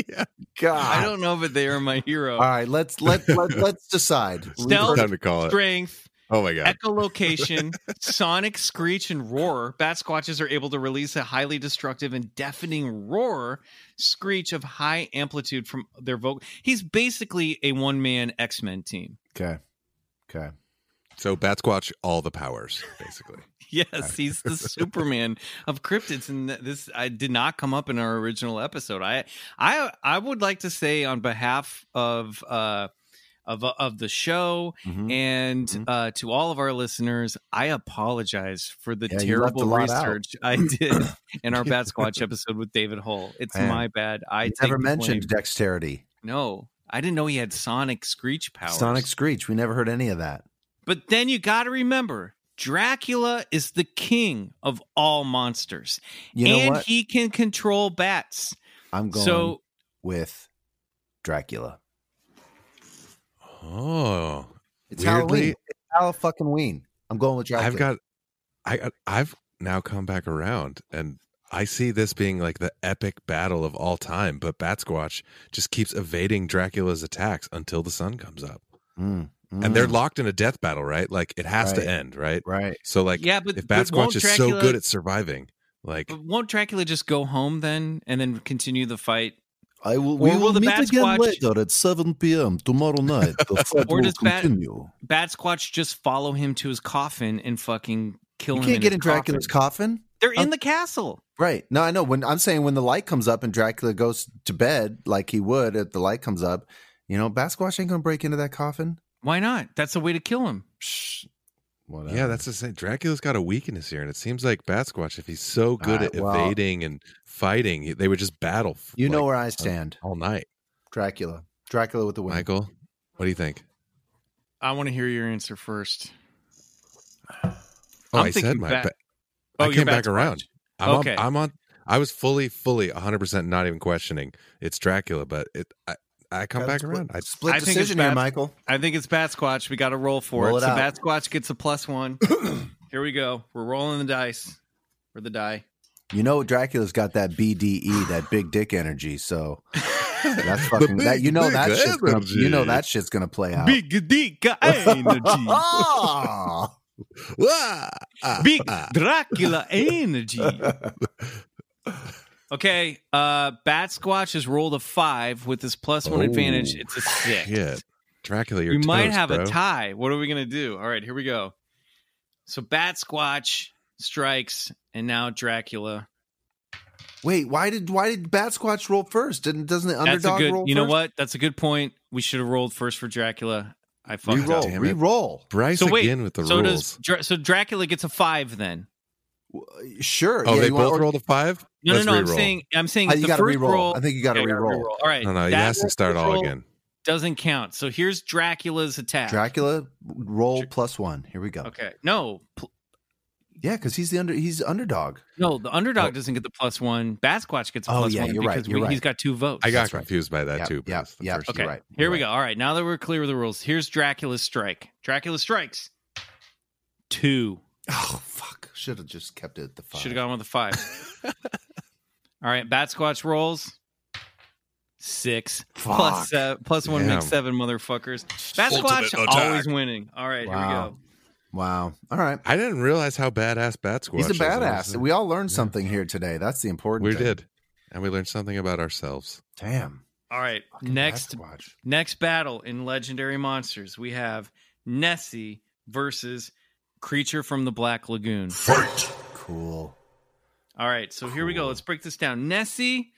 S4: yeah.
S3: God.
S2: I don't know, but they are my hero.
S3: All right. Let's
S2: [laughs]
S3: let let let's decide.
S2: Stealth,
S4: Time to call it.
S2: Strength,
S4: Oh my god.
S2: echolocation, sonic screech, and roar. Bat squatches are able to release a highly destructive and deafening roar, screech of high amplitude from their vocal. He's basically a one man X Men team.
S3: Okay. Okay.
S4: So Bat Squatch, all the powers, basically.
S2: [laughs] Yes, he's the Superman of cryptids, and th- this I did not come up in our original episode. I, I, I would like to say on behalf of uh, of of the show
S3: Mhm.
S2: And
S3: Mhm.
S2: uh, to all of our listeners, I apologize for the
S3: Yeah, you left a
S2: terrible
S3: lot out.
S2: research I did
S3: [clears throat]
S2: in our
S3: [laughs]
S2: Bat Squatch episode with David Hull. It's
S3: Man.
S2: my bad. I
S3: I
S2: take
S3: never
S2: the blame.
S3: mentioned dexterity.
S2: No, I didn't know he had sonic screech powers.
S3: Sonic Screech. We never heard any of that.
S2: But then you got to remember, Dracula is the king of all monsters,
S3: You know
S2: and
S3: what?
S2: he can control bats.
S3: I'm going
S2: So
S3: with Dracula.
S4: Oh,
S3: It's
S4: Weirdly-
S3: Halloween. It's Halloween fucking ween. I'm going with Dracula.
S4: I've got, I got- I've now come back around, and I see this being like the epic battle of all time. But Bat Squatch just keeps evading Dracula's attacks until the sun comes up,
S3: Mm, mm.
S4: and they're locked in a death battle, right? Like it has
S3: Right.
S4: to end, right?
S3: right.
S4: So like,
S2: yeah, but
S4: if Bat
S2: but won't
S4: Squatch is so
S2: Dracula-
S4: good at surviving, like
S2: but won't Dracula just go home then and then continue the fight
S3: I will.
S2: we Or will will the meet Bat again Squatch-
S3: later at 7 p.m. tomorrow night. The
S2: [laughs]
S3: fight
S2: Or will does Bat- Bat Squatch just follow him to his coffin and fucking kill
S3: You
S2: him.
S3: can't get
S2: his
S3: in Dracula's
S2: coffin.
S3: coffin.
S2: They're in the castle.
S3: Right. No, I know. When I'm saying when the light comes up and Dracula goes to bed, like he would if the light comes up, you know, Bat Squatch ain't gonna break into that coffin.
S2: Why not? That's the way to kill him.
S3: Shh.
S2: Oh,
S3: Whatever.
S4: Yeah, that's the same. Dracula's got a weakness here, and it seems like Bat Squatch, if he's so good
S3: Uh,
S4: at
S3: well-
S4: evading and fighting, he- they would just battle. f-
S3: you know
S4: like,
S3: where I stand.
S4: all night.
S3: Dracula. Dracula with the wing.
S4: Michael, what do you think?
S2: I want to hear your answer first.
S4: Oh,
S2: I'm
S4: i said
S2: thinking
S4: my.
S2: Bat-
S4: Bat-
S2: Oh,
S4: I
S2: you're
S4: came
S2: Bat
S4: back around. I'm
S2: Okay.
S4: on, I'm on. I was fully, fully, 100, percent not even questioning. It's Dracula, but it. I, I come
S3: Got a
S4: back
S3: split-
S4: around. I,
S3: Split
S2: I think it's
S3: decision here,
S2: Bat-
S3: Michael.
S2: I think it's Bat Squatch. We got to roll for
S3: Roll
S2: it.
S3: it
S2: so
S3: out.
S2: Bat Squatch gets a plus
S3: [coughs]
S2: one. Here we go. We're rolling the dice. We're the die.
S3: You know Dracula's got that BDE, that big dick energy. So
S2: [laughs]
S3: that's fucking that. You know
S4: big
S3: that shit's gonna, you know
S4: energy.
S3: that shit's gonna play out.
S2: Big dick
S3: [laughs]
S2: energy.
S3: Ah!
S4: Wah! Ah,
S2: Big
S4: ah.
S2: Dracula energy. [laughs] Okay, uh Bat Squatch has rolled a five with his plus one
S4: Oh,
S2: advantage. It's a six.
S4: shit. Dracula,
S2: we
S4: you're
S2: might
S4: toast,
S2: have
S4: bro.
S2: a tie. What are we gonna do? All right, here we go. So Bat Squatch strikes, and now Dracula.
S3: Wait, why did why did Bat Squatch roll first? Didn't doesn't the
S2: That's a
S3: underdog
S2: good.
S3: roll?
S2: You know
S3: first?
S2: what? That's a good point. We should have rolled first for Dracula. I fucked
S4: Reroll.
S2: up.
S3: Reroll,
S4: Damn it.
S3: reroll.
S4: Bryce
S2: So wait.
S4: again with the
S2: so
S4: rules.
S2: does Dra- so Dracula gets a five then?
S3: W- Sure.
S4: oh,
S3: yeah,
S4: they
S3: you want-
S4: both rolled a five.
S2: No,
S4: Let's
S2: no, no. I'm
S4: re-roll.
S2: saying I'm saying
S3: I-
S2: the
S3: Uh, you got to
S2: first
S3: reroll.
S2: roll.
S3: I think you got to
S2: Yeah, I gotta
S3: reroll.
S2: re-roll. All right.
S4: Oh, No, no, he
S2: that
S4: has to
S2: roll-
S4: start all
S2: roll
S4: again.
S2: Doesn't count. So here's Dracula's attack.
S3: Dracula roll
S2: Sure.
S3: plus one. Here we go.
S2: Okay. No. pl-
S3: Yeah, because he's the under he's underdog.
S2: No, the underdog
S3: Oh.
S2: doesn't get the plus one. Basquatch gets a
S3: Oh,
S2: plus
S3: yeah,
S2: one
S3: you're right,
S2: because
S3: you're
S2: we-
S3: right.
S2: he's got two votes.
S4: I got
S3: That's right.
S4: confused by that
S3: Yep,
S4: too. but
S3: yep,
S4: it's the
S3: yep.
S4: first
S2: Okay,
S3: You're right,
S2: here
S3: you're
S2: we
S3: right.
S2: go. All right, now that we're clear with the rules, here's Dracula's strike. Dracula strikes two.
S3: Oh fuck! Should have just kept it at the five.
S2: Should have gone with the
S3: [laughs]
S2: five. All right, Bat Squatch rolls. Six
S3: Fuck.
S2: plus uh, plus one
S4: Damn.
S2: makes seven, motherfuckers. Bat
S4: Ultimate
S2: Squatch always winning. All right, here we
S3: Wow.
S2: go.
S3: Wow. All right.
S4: I didn't realize how badass Bat Squatch
S3: He's a
S4: is,
S3: badass.
S4: honestly.
S3: We all learned something here today. That's the important.
S4: we
S3: thing.
S4: did, and we learned something about ourselves.
S3: Damn.
S2: All right,
S3: Fucking
S2: next
S3: Sasquatch.
S2: next battle in Legendary Monsters, we have Nessie versus Creature from the Black Lagoon.
S3: Cool.
S2: All right, so here we go. Let's break this down. Nessie,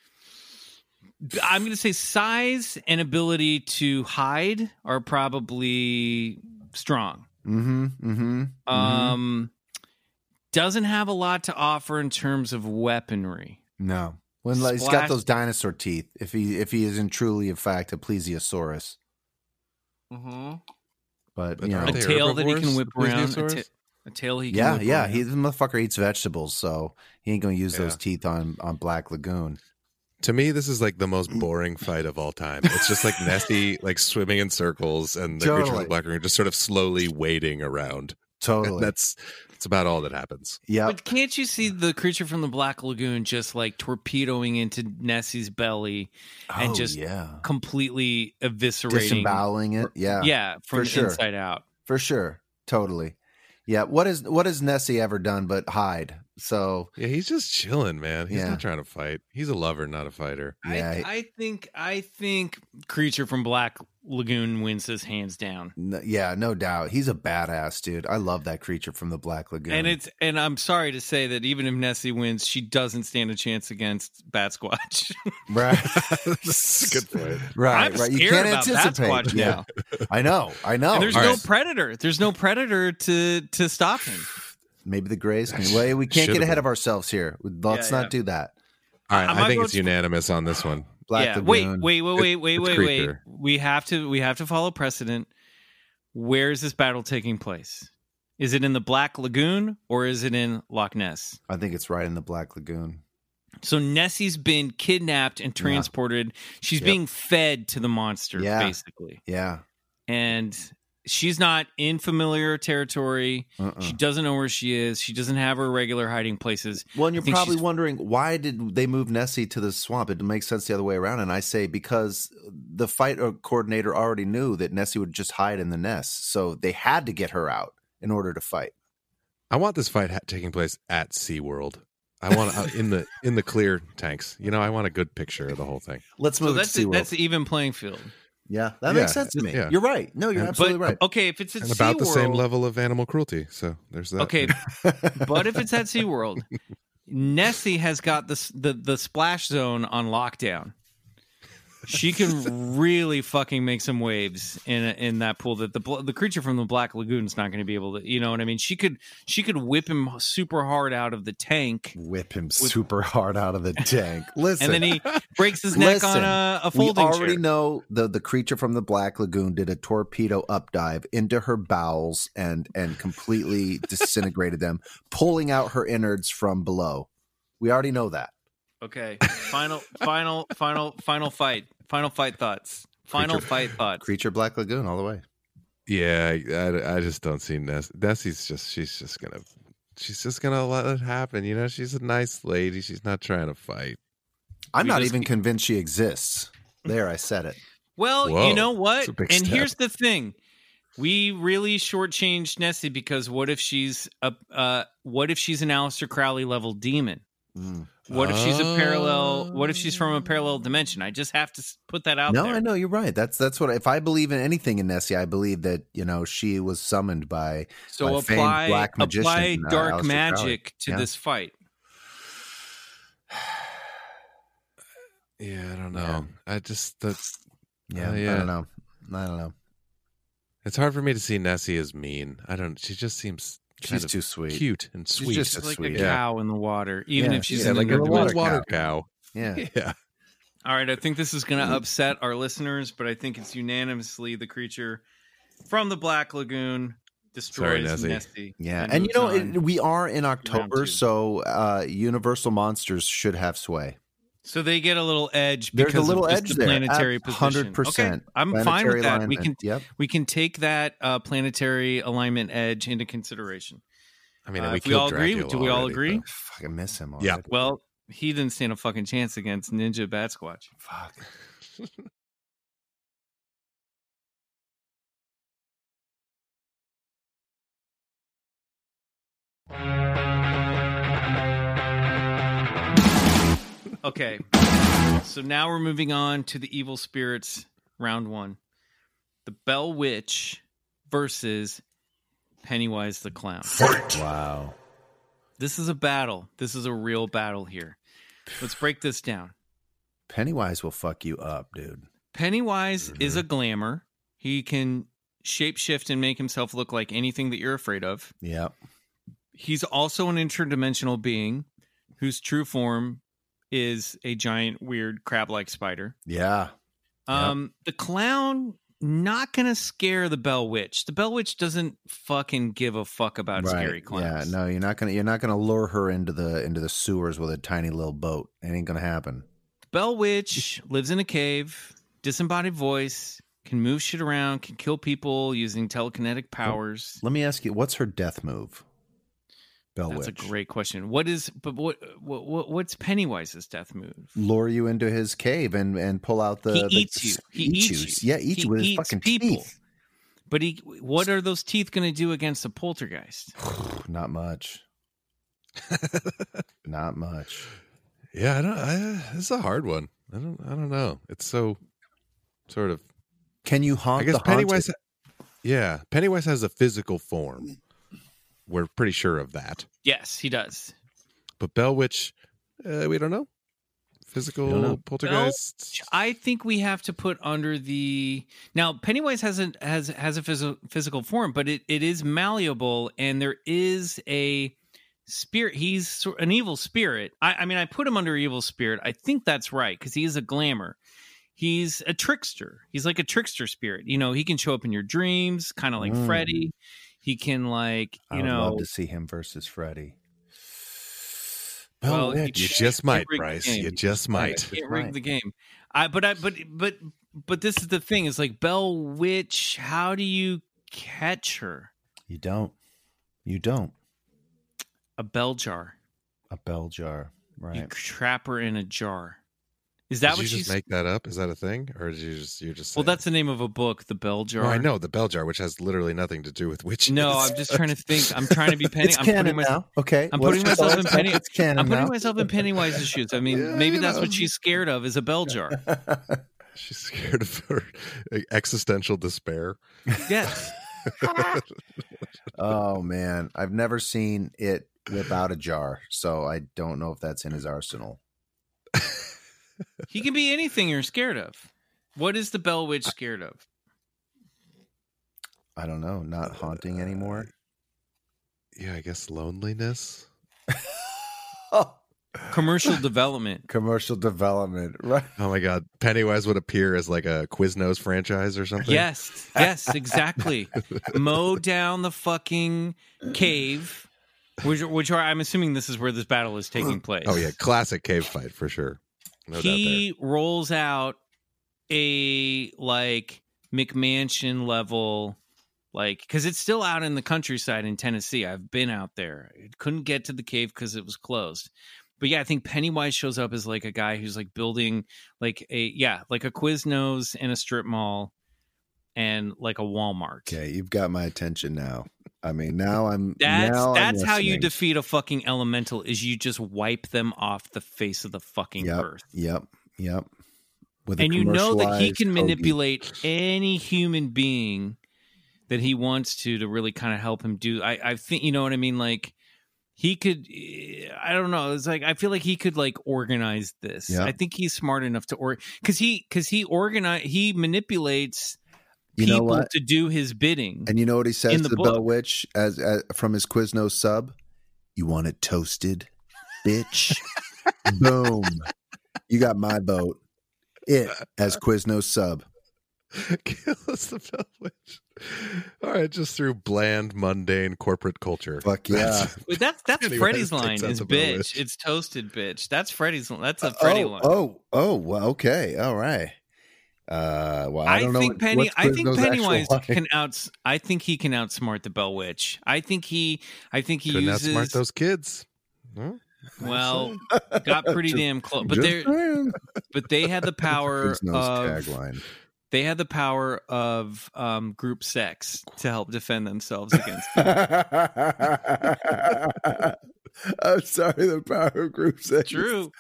S2: I'm going to say size and ability to hide are probably strong.
S3: Mm-hmm. Mm-hmm.
S2: Um, doesn't have a lot to offer in terms of weaponry.
S3: no. When like, he's got
S2: Splash-
S3: those dinosaur teeth, if he if he isn't truly in fact a plesiosaurus, Mm-hmm. but,
S4: But
S3: you know,
S4: aren't
S2: A
S4: they
S2: tail that he can
S4: herbivores,
S2: whip
S4: the
S2: around. A,
S4: plesiosaurs?
S2: ta- a tail he can
S3: yeah,
S2: whip
S3: yeah,
S2: around.
S3: he this motherfucker eats vegetables, so he ain't gonna use those
S4: Yeah.
S3: teeth on on Black Lagoon.
S4: To me, this is like the
S3: [clears throat]
S4: most boring fight of all time. It's just like
S3: [laughs]
S4: Nessie like swimming in circles, and the creature from
S3: Totally.
S4: the black room just sort of slowly wading around. [laughs]
S3: Totally.
S4: That's that's about all that happens.
S3: yeah.
S2: But can't you see the creature from the Black Lagoon just like torpedoing into Nessie's belly, and just
S3: Oh, yeah,
S2: completely eviscerating?
S3: disemboweling it. Yeah,
S2: yeah, from
S3: for sure.
S2: inside out.
S3: for sure, totally. Yeah. What is what has Nessie ever done but hide? So
S4: Yeah, he's just chilling, man. He's
S3: Yeah.
S4: not trying to fight. He's a lover, not a
S3: [laughs]
S4: fighter. [laughs]
S3: Yeah,
S2: I,
S3: I-
S2: I think I think creature from Black Lagoon wins this hands down.
S3: n- yeah, no doubt, he's a badass dude. I love that creature from the Black Lagoon.
S2: And it's and I'm sorry to say that even if Nessie wins, she doesn't stand a chance against Bat Squatch. [laughs]
S3: right, [laughs]
S4: that's a good point.
S3: right,
S2: I'm
S3: right. You
S2: scared
S3: can't
S2: about
S3: anticipate.
S2: Bat Squatch
S3: yeah,
S2: now.
S3: I know, I know.
S2: and there's
S4: all
S2: no
S4: right.
S2: predator. There's no predator to to stop him.
S3: Maybe the Grays. Can,
S2: [laughs]
S3: well, we can't get
S4: Should've
S3: ahead
S4: been.
S3: of ourselves here. Let's
S2: Yeah,
S3: not
S2: yeah.
S3: do that.
S4: All right,
S2: Uh,
S4: I,
S2: my
S4: think
S2: vote's
S4: it's
S2: for-
S4: unanimous on this one.
S3: Black
S2: yeah. Wait,
S3: Lagoon.
S2: wait, wait, wait, wait,
S4: it's
S2: wait, wait.
S4: creature.
S2: We have to we have to follow precedent. Where is this battle taking place? Is it in the Black Lagoon or is it in Loch Ness?
S3: I think it's right in the Black Lagoon.
S2: So Nessie's been kidnapped and transported. She's
S3: Yep.
S2: being fed to the monster,
S3: Yeah.
S2: basically.
S3: Yeah.
S2: And she's not in familiar territory.
S3: Uh-uh.
S2: She doesn't know where she is. She doesn't have her regular hiding places.
S3: Well, and you're
S2: I think
S3: probably
S2: she's-
S3: wondering why did they move Nessie to the swamp? It makes sense the other way around. And I say because the fight coordinator already knew that Nessie would just hide in the nest, so they had to get her out in order to fight.
S4: I want this fight ha- taking place at SeaWorld. I want uh, in the in the clear tanks. You know, I want a good picture of the whole thing.
S3: Let's
S2: So
S3: move
S2: that's
S3: to SeaWorld.
S2: that's the even playing field.
S3: yeah, that
S4: Yeah,
S3: makes sense to me.
S4: yeah.
S3: You're right. No, you're
S4: And-
S3: absolutely
S2: but oh,
S3: right.
S2: okay, if it's at
S4: And about the same
S2: SeaWorld-
S4: level of animal cruelty. So there's that.
S3: [laughs]
S2: Okay, but if it's at SeaWorld, Nessie has got the, s- the the splash zone on lockdown. She can really fucking make some waves in in that pool that the bl- the creature from the Black Lagoon is not going to be able to. You know what I mean? She could she could whip him super hard out of the tank,
S3: Whip him super hard out
S2: [laughs]
S3: of the tank. Listen,
S2: and then he breaks his neck on
S3: Listen,
S2: a, a
S3: we
S2: folding
S3: already
S2: chair.
S3: know the the creature from the Black Lagoon did a torpedo updive into her bowels and and completely disintegrated them, pulling out her innards from below. We already know that.
S2: Okay, final final final final fight. Final fight thoughts. Final
S4: Creature-
S2: fight thoughts.
S3: Creature Black Lagoon all the way.
S4: Yeah, I, I just don't see Ness. Nessie's just she's just gonna she's just gonna let it happen. You know, she's a nice lady. She's not trying to fight.
S3: I'm
S2: We
S3: not
S2: just-
S3: even convinced she exists. There, I said it.
S2: Well,
S4: Whoa,
S2: you know what?
S4: that's a big
S2: And
S4: step.
S2: here's the thing: we really shortchanged Nessie because what if she's a uh, what if she's an Aleister Crowley level demon?
S3: Mm.
S2: What if she's a parallel? What if she's from a
S4: Oh.
S2: parallel dimension? I just have to s- put that out
S3: No,
S2: there.
S3: I know you're right. That's that's what. If I believe in anything in Nessie, I believe that you know she was summoned by.
S2: So
S3: My famed
S2: apply
S3: black magician,
S2: apply
S3: uh,
S2: dark
S3: Aleister
S2: magic
S3: Crowley.
S2: to
S3: Yeah.
S2: this fight.
S4: Yeah, I don't know.
S3: Yeah.
S4: I just that's
S3: Yeah,
S4: Oh,
S3: I
S4: yeah.
S3: don't know. I don't know.
S4: it's hard for me to see Nessie as mean. I don't. She just seems kind
S3: She's
S4: of
S3: too sweet.
S4: cute and
S3: She's
S4: sweet.
S3: just
S2: It's
S3: a
S2: like
S3: sweet.
S2: a
S4: Yeah.
S2: cow in the water, even
S3: Yeah,
S2: if she's
S3: yeah,
S4: yeah,
S2: in
S4: like a
S2: the
S3: little
S4: water,
S3: water
S4: water cow.
S2: [laughs]
S3: Yeah.
S4: Yeah.
S2: All right, I think this is going to upset our listeners, but I think it's unanimously the creature from the Black Lagoon destroys
S4: Sorry, Nessie.
S2: Nessie.
S3: Yeah, and, you
S2: moves
S3: know
S2: on.
S3: it, we are in October,
S2: two.
S3: so uh, Universal Monsters should have sway.
S2: so they get a little edge
S3: There's
S2: because
S3: a little
S2: of just
S3: edge
S2: the
S3: there.
S2: planetary position.
S3: 100%.
S2: Okay, I'm fine
S3: Planetary
S2: with that. We
S3: alignment.
S2: can
S3: Yep.
S2: we can take that uh, planetary alignment edge into consideration.
S4: I mean,
S2: Uh,
S4: we
S2: if we
S4: killed
S2: all agree,
S4: Dracula
S2: do we all
S4: already,
S2: agree?
S4: but-
S3: Fuck, I miss him.
S4: Yeah.
S3: Already.
S2: Well, he didn't stand a fucking chance against Ninja Bat Squatch.
S3: Fuck.
S2: [laughs] Okay, so now we're moving on to the evil spirits round one, the Bell Witch versus Pennywise the Clown.
S3: Wow.
S2: This is a battle. This is a real battle here. Let's break this down.
S3: Pennywise will fuck you up, dude.
S2: Pennywise is a glamour. He can shapeshift and make himself look like anything that you're afraid of.
S3: Yep.
S2: He's also an interdimensional being whose true form is a giant, weird crab like spider.
S3: Yeah.
S2: Um, the clown not gonna scare the bell witch. The bell witch doesn't fucking give a fuck about scary clowns.
S3: Yeah. No, you're not gonna you're not gonna lure her into the into the sewers with a tiny little boat. It ain't gonna happen.
S2: Bell Witch lives in a cave, disembodied voice, can move shit around, can kill people using telekinetic powers.
S3: Let me ask you, what's her death move? Bell
S2: That's
S3: Witch.
S2: a great question. What is but what, what what what's Pennywise's death move?
S3: lure you into his cave and and pull out the
S2: he
S3: the-
S2: eats you. He
S3: eat
S2: eats you.
S3: Yeah, eat
S2: He
S3: you with his
S2: eats
S3: fucking
S2: people.
S3: teeth.
S2: But he what are those teeth going to do against a poltergeist?
S3: Not much. [laughs] Not much.
S4: Yeah, I don't. I, this is a hard one. I don't. I don't know. It's so sort of.
S3: Can you haunt
S4: I guess
S3: the haunted?
S4: Pennywise. Yeah, Pennywise has a physical form. We're pretty sure of that.
S2: Yes, he does.
S4: But Bell Witch, uh, we don't know. Physical
S3: We don't know.
S4: poltergeist.
S2: I think we have to put under the now Pennywise has a has has a phys- physical form, but it, it is malleable and there is a spirit. He's sor- an evil spirit. I, I mean, I put him under evil spirit. I think that's right because he is a glamour. He's a trickster. He's like a trickster spirit. You know, he can show up in your dreams, kind of like
S3: Mm.
S2: Freddy. He can like
S3: I
S2: you
S3: would
S2: know
S3: love to see him versus Freddy.
S2: Well,
S3: Bell
S2: you
S3: Witch.
S4: you just might,
S2: rigged the
S4: Bryce.
S2: game.
S4: You just might.
S2: can't
S3: Right.
S2: rig the game. I but I but but but this is the thing is like Bell Witch, how do you catch her?
S3: You don't. You don't.
S2: A bell jar.
S3: A bell jar. Right.
S2: You trap her in a jar. Is that
S4: did
S2: what
S4: you just
S2: she's
S4: make that up? Is that a thing, or did you just you just?
S2: Well,
S4: saying-
S2: that's the name of a book, The Bell Jar.
S4: Well, I know the bell jar, which has literally nothing to do with
S2: [laughs]
S4: witches.
S2: No, I'm just trying to think. I'm trying to be Penny.
S3: [laughs] it's
S2: I'm putting
S3: canon
S2: my-
S3: now. Okay.
S2: I'm
S3: Well,
S2: putting
S3: it's-
S2: myself in Penny-
S3: It's canon
S2: I'm putting
S3: now.
S2: myself in Pennywise's shoes. I mean,
S4: Yeah,
S2: maybe
S4: you
S2: that's
S4: know.
S2: what she's scared of is a bell jar.
S3: [laughs]
S2: [laughs]
S4: [laughs] She's scared of her existential despair.
S2: Yes.
S3: oh man, I've never seen it without a jar, so I don't know if that's in his arsenal.
S2: He can be anything you're scared of. What is the Bell Witch scared of?
S3: I don't know. Not haunting anymore.
S4: Yeah, I guess loneliness.
S3: Oh,
S4: [laughs]
S2: Commercial development.
S3: commercial
S2: [laughs]
S3: development, right?
S4: Oh my God, Pennywise would appear as like a Quiznos franchise or something.
S2: Yes, yes,
S4: [laughs]
S2: exactly. Mow down the fucking cave, which, which are I'm assuming this is where this battle is
S4: [gasps]
S2: taking place.
S4: Oh yeah, classic cave fight for sure. No [laughs]
S2: he rolls out a like McMansion level, like because it's still out in the countryside in Tennessee. I've been out there. It couldn't get to the cave because it was closed. But yeah, I think Pennywise shows up as like a guy who's like building like a yeah like a Quiznos and a strip mall and like a Walmart.
S3: Okay, you've got my attention now. I mean, now I'm
S2: That's
S3: now I'm
S2: that's how you
S3: listening.
S2: defeat a fucking elemental is you just wipe them off the face of the fucking
S3: Yep,
S2: earth.
S3: yep, yep. With a
S2: And you know that he
S3: commercialized
S2: can
S3: hoagie.
S2: manipulate any human being that he wants to to really kind of help him do. I I think you know what I mean like he could I don't know. It's like I feel like he could like organize this.
S3: Yeah.
S2: I think he's smart enough to or cuz he cuz he organize he manipulates
S3: You know
S2: people
S3: what?
S2: to do his bidding.
S3: And you know what he says
S2: in
S3: to
S2: the
S3: the Bell
S2: book.
S3: Witch as, as from his Quiznos sub? You want it toasted,
S2: [laughs]
S3: bitch?
S2: [laughs]
S3: Boom! You got my vote. It as Quiznos sub.
S4: Kills the Bell Witch. All right, just through bland, mundane corporate culture.
S3: Fuck yeah.
S4: [laughs] That's-
S2: Wait, that's
S3: [laughs]
S2: that's
S4: Anyway,
S2: Freddy's
S4: it's-
S2: line
S4: it's- it's
S2: is
S4: a Bell
S2: bitch.
S4: Witch.
S2: It's toasted bitch. That's Freddy's. line. That's a Freddy
S3: oh,
S2: one.
S3: oh, oh, well, okay, all right. Uh, well, I
S2: I,
S3: don't know.
S2: think
S3: what-
S2: Penny.
S3: what's
S2: I think
S3: Quiznos' actual
S2: Pennywise
S3: line.
S2: can outs. I think he can outsmart the Bell Witch. I think he. I think he
S4: Couldn't
S2: uses.
S4: outsmart those kids. Huh?
S3: [laughs]
S2: Well, got pretty damn close. But
S3: Just
S2: they are
S3: saying.
S2: but they had the power
S3: Quiznos
S2: of
S3: tagline.
S2: they had the power of um, group sex to help defend themselves
S3: [laughs]
S2: against.
S3: I'm sorry, the power of group sex.
S2: true.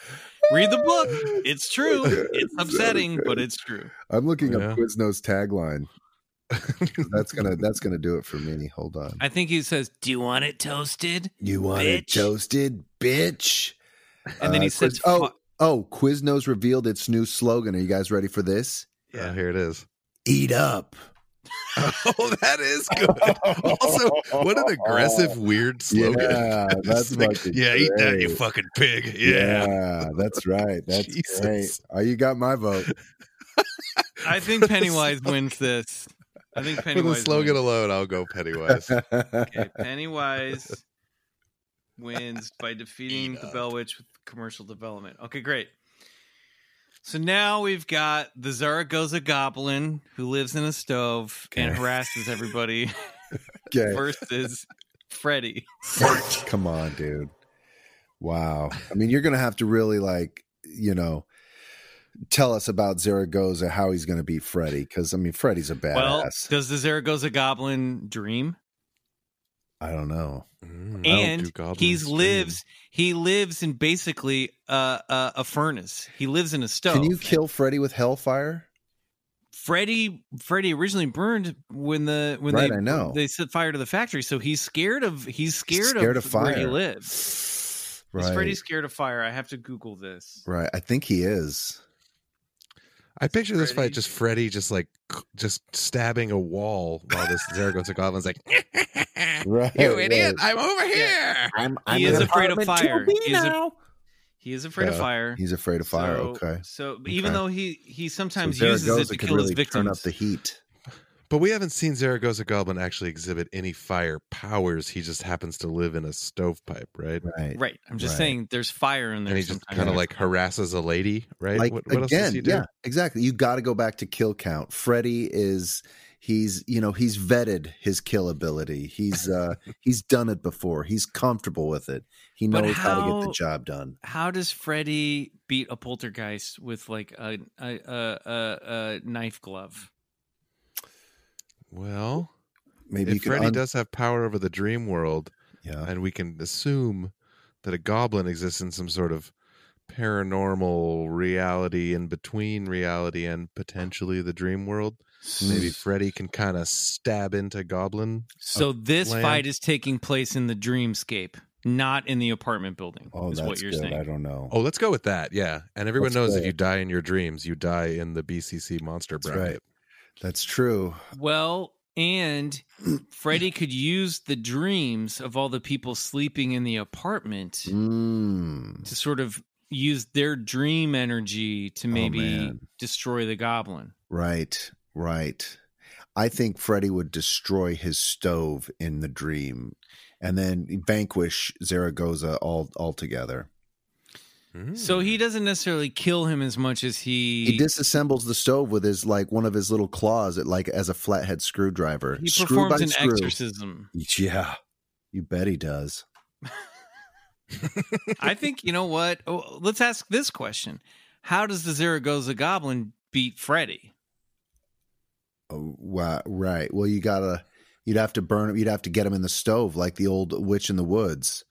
S2: Read the book. It's true. It's upsetting, but it's true.
S3: I'm looking
S4: Yeah.
S3: up Quiznos tagline. That's gonna that's gonna do it for me. Hold on.
S2: I think he says, "Do you want it toasted?"
S3: You want it
S2: Bitch.
S3: toasted, bitch?
S2: And then
S3: Uh,
S2: he says,
S3: Quiz- "Oh,
S2: "Fuck."
S3: oh!" Quiznos revealed its new slogan. Are you guys ready for this?
S4: [laughs] Yeah, here it is.
S3: Eat up.
S4: [laughs]
S3: [laughs]
S4: Oh, that is good. [laughs] Also, what an aggressive, weird slogan.
S3: [laughs] Yeah,
S4: [laughs]
S3: [laughs]
S4: It's
S3: that's
S4: like,
S3: fucking
S4: yeah, eat that, you
S3: great.
S4: fucking pig. [laughs]
S3: [laughs]
S4: Yeah.
S3: Yeah, that's right.
S4: [laughs]
S3: That's
S4: Jesus.
S3: great. Oh, you got my vote. [laughs]
S2: "I think Pennywise wins this." I think
S4: For the
S2: Pennywise
S4: slogan
S2: wins.
S4: alone, I'll go [laughs] Pennywise. Mm,
S2: Okay, Pennywise wins by defeating the Bell Witch with commercial development. Okay, great. So now we've got the Zaragoza goblin who lives in a stove and
S3: Okay.
S2: harasses everybody
S3: [laughs] Okay.
S2: versus Freddy.
S3: Come on, dude. Wow. I mean, you're going to have to really, like, you know, tell us about Zaragoza, how he's going to beat Freddy. Because, I mean, Freddy's a badass.
S2: Well, does the Zaragoza goblin dream?
S3: I don't know.
S4: Mm, I don't
S2: And
S4: do goblins.
S2: he
S4: Mm.
S2: lives he lives in basically uh, a a furnace. He lives in a stove.
S3: Can you kill Freddy with hellfire?
S2: Freddy Freddy originally burned when the when
S3: Right,
S2: they
S3: I know.
S2: they set fire to the factory, so he's scared of he's scared,
S3: scared
S2: of,
S3: of
S2: where he
S3: fire.
S2: lives. Is
S3: Right.
S2: Freddy scared of fire? I have to Google this.
S3: right. I think he is.
S4: I picture this
S2: Freddy.
S4: fight just Freddy just like c- just stabbing a wall while this Zaragoza goblin's like, [laughs]
S2: [laughs]
S3: Right.
S4: "You idiot!
S3: right.
S4: I'm over here."
S3: I'm,
S2: He is afraid of fire. He is, a- he is afraid of
S4: Yeah.
S2: fire.
S3: He's afraid of fire.
S2: So-
S3: okay.
S2: So but even
S4: Okay.
S2: though he he
S3: So
S2: sometimes uses it
S3: Zaragoza
S2: to
S3: could
S2: kill his victims,
S3: turn up the heat.
S4: But we haven't seen Zaragoza Goblin actually exhibit any fire powers. He just happens to live in a stovepipe, right?
S3: Right.
S2: right? I'm just
S3: Right.
S2: saying, there's fire in there.
S4: And he just
S2: sometimes.
S4: kind of like harasses a lady, right?
S3: Like
S4: what what
S3: again,
S4: else does he do?
S3: yeah, exactly. You got to go back to kill count. Freddy is he's you know he's vetted his kill ability.
S4: [laughs]
S3: He's uh he's done it before. He's comfortable with it. He
S2: But
S3: knows how, to get
S2: how-
S3: the job done.
S2: How does Freddy beat a poltergeist with like a a a, a, a knife glove?
S4: Well,
S3: Maybe you
S4: if
S3: can
S4: Freddy
S3: un-
S4: does have power over the dream world,
S3: yeah.
S4: and we can assume that a goblin exists in some sort of paranormal reality in between reality and potentially the dream world. Maybe Freddy can kind of stab into Goblin.
S2: So this
S4: land.
S2: fight is taking place in the dreamscape, not in the apartment building.
S3: Oh,
S2: is
S3: that's
S2: what you're
S3: good. I
S2: saying.
S3: don't know.
S4: Oh, let's go with that. Yeah. And everyone
S3: Let's
S4: knows
S3: go.
S4: if you die in your dreams, you die in the BCC monster
S3: That's
S4: bracket.
S3: That's true.
S2: Well,
S3: [clears throat]
S2: and Freddy could use the dreams of all the people sleeping in the apartment
S3: Mm.
S2: to sort of use their dream energy to maybe
S3: Oh, man.
S2: destroy the goblin.
S3: Right. Right. I think Freddy would destroy his stove in the dream, and then vanquish Zaragoza all altogether.
S4: Mm.
S2: So he doesn't necessarily kill him as much as he
S3: Hmm. he disassembles the stove with his like one of his little claws at, like as a flathead screwdriver
S2: he
S3: Screw
S2: performs
S3: by
S2: an
S3: screw. [laughs]
S2: exorcism.
S3: yeah you bet he does
S2: I think you know what. Oh, let's ask this question: How does the Zaragoza Goblin beat Freddy?
S3: oh, wow, right well you gotta you'd have to burn him you'd have to get him in the stove like the old witch in the woods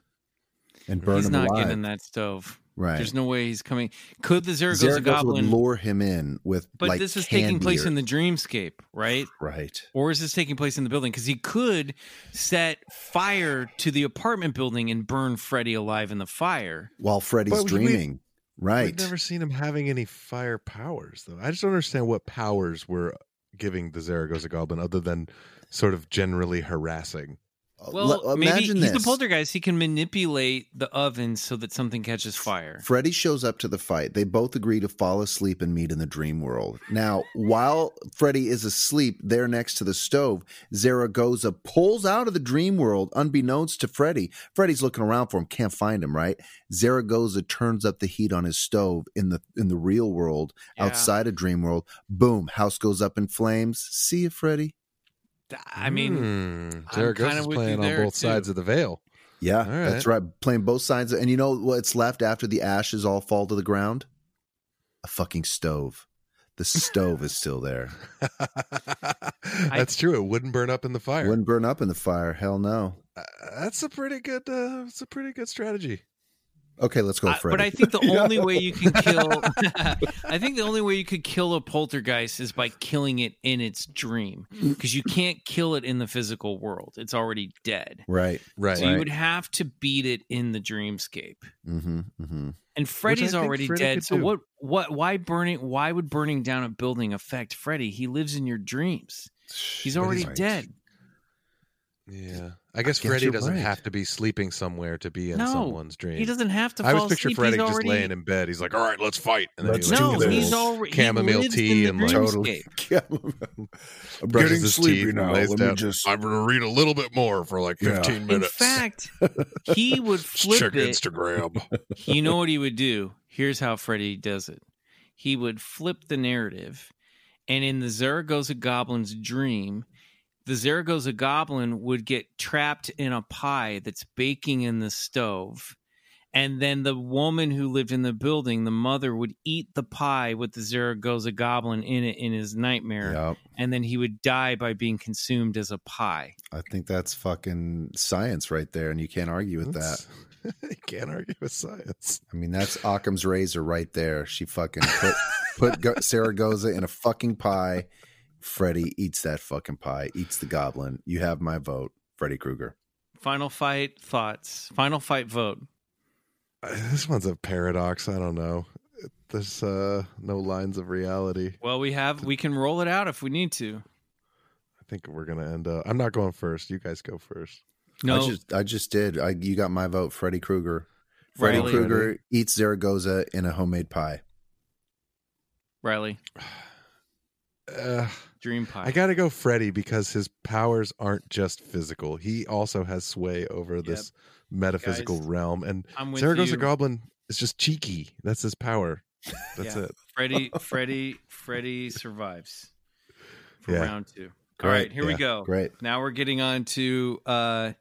S3: and burn
S2: He's
S3: him
S2: not
S3: alive
S2: getting in that stove.
S3: right
S2: There's no way he's coming. Could the Zaragoza,
S3: Zaragoza would
S2: Goblin?
S3: lure him in with
S2: but
S3: like,
S2: this is
S3: candy
S2: taking place
S3: or-
S2: in the dreamscape, right?
S3: right
S2: Or is this taking place in the building? Because he could set fire to the apartment building and burn Freddy alive in the fire.
S3: while Freddy's
S4: But we-
S3: dreaming
S4: I've
S3: right
S4: never seen him having any fire powers, though. I just don't understand what powers we're giving the Zaragoza Goblin other than sort of generally harassing.
S2: Well,
S3: Uh, Le-
S2: maybe
S3: imagine
S2: he's
S3: this.
S2: the poltergeist. He can manipulate the oven so that something catches fire.
S3: Freddy shows up to the fight. They both agree to fall asleep and meet in the dream world. Now, while Freddy is asleep there next to the stove, Zaragoza pulls out of the dream world unbeknownst to Freddy. Freddy's looking around for him, can't find him, right? Zaragoza turns up the heat on his stove in the in the real world,
S2: Yeah.
S3: outside of dream world. Boom, house goes up in flames. See you, Freddy.
S2: I mean,
S4: mm,
S2: I'm kinda
S4: Zaragoza's
S2: with you
S4: playing on
S2: there,
S4: both sides
S2: too.
S4: of
S2: [laughs]
S4: the veil.
S3: Yeah,
S4: All right.
S3: that's right. Playing both sides. And you know what's left after the ashes all fall to the ground? A fucking stove. The stove is still there.
S4: That's true. It wouldn't burn up in the fire.
S3: Wouldn't burn up in the fire. Hell no.
S4: Uh, That's a pretty good. Uh, that's a pretty good strategy.
S3: Okay, let's go,
S2: I-
S3: Freddy.
S2: but I
S4: [laughs]
S2: think the only way you can kill, I think the only way you could kill a poltergeist is by killing it in its dream,
S4: Mm.
S2: because you can't kill it in the physical world. It's already dead.
S3: right.
S4: Right.
S2: So you would have to beat it in the dreamscape.
S3: Mm-hmm, mm-hmm.
S2: And Freddy's
S4: think
S2: already
S4: Freddy
S2: dead.
S4: could
S2: So
S4: do.
S2: what? What? Why burning? Why would burning down a building affect Freddy? He lives in your dreams. He's
S4: But he's
S2: already
S4: right.
S2: dead.
S4: yeah. I guess,
S3: guess
S4: Freddy
S3: you're
S4: doesn't
S3: right.
S4: have to be sleeping somewhere to be in
S2: No,
S4: someone's dream.
S2: He doesn't have to. Fall
S4: I was picture
S2: asleep.
S4: Freddy
S2: He's
S4: just
S2: already...
S4: laying in bed. He's like, "All right, let's fight." And
S3: Let's
S4: he, like,
S3: do
S2: No,
S4: takes a
S3: this.
S2: he's
S4: little
S2: already he
S4: chamomile
S2: lives
S4: tea
S2: in
S4: and,
S2: the
S4: like,
S2: dreamscape.
S3: [laughs] Yeah. I'm
S4: brushes
S1: getting
S4: his
S1: sleepy
S4: teeth and
S1: now.
S4: lays
S1: Let me
S4: down.
S1: just-
S4: I'm gonna read a little bit more for like
S1: Yeah.
S4: 15
S2: In
S4: minutes.
S2: fact, he would
S4: Just check
S2: flip it.
S4: Instagram.
S2: You know what he would do? Here's how Freddy does it. He would flip the narrative, and in the Zaragoza Goblin's dream, the Zaragoza Goblin would get trapped in a pie that's baking in the stove. And then the woman who lived in the building, the mother, would eat the pie with the Zaragoza Goblin in it in his nightmare.
S3: Yep.
S2: And then he would die by being consumed as a pie.
S3: I think that's fucking science right there, and you can't argue with that.
S4: That's- [laughs] you can't argue with science.
S3: I mean, that's Occam's razor right there. She fucking put put Go- Saragoza in a fucking pie. Freddy eats that fucking pie. Eats the goblin. You have my vote, Freddy Krueger.
S2: Final fight thoughts. Final fight vote.
S4: Uh, [laughs] This one's a paradox. I don't know. There's uh, no lines of reality.
S2: Well, we have we can roll it out if we need to.
S4: I think we're gonna end up. I'm not going first. You guys go first.
S2: No,
S3: I just I just did. I you got my vote, Freddy Krueger. Freddy
S2: Riley.
S3: Krueger eats Zaragoza in a homemade pie.
S2: Riley,
S4: Uh,
S2: dream pie.
S4: I got to go Freddy because his powers aren't just physical. He also has sway over this metaphysical
S2: Guys,
S4: realm. And
S2: I'm with
S4: Zaragoza
S2: you.
S4: Goblin is just cheeky. That's his power. That's
S2: Yeah.
S4: it.
S3: [laughs]
S2: Freddy, Freddy, Freddy survives for
S4: Yeah.
S2: round two. All right, here we
S3: Yeah,
S2: go.
S3: Great.
S2: Now we're getting on to uh,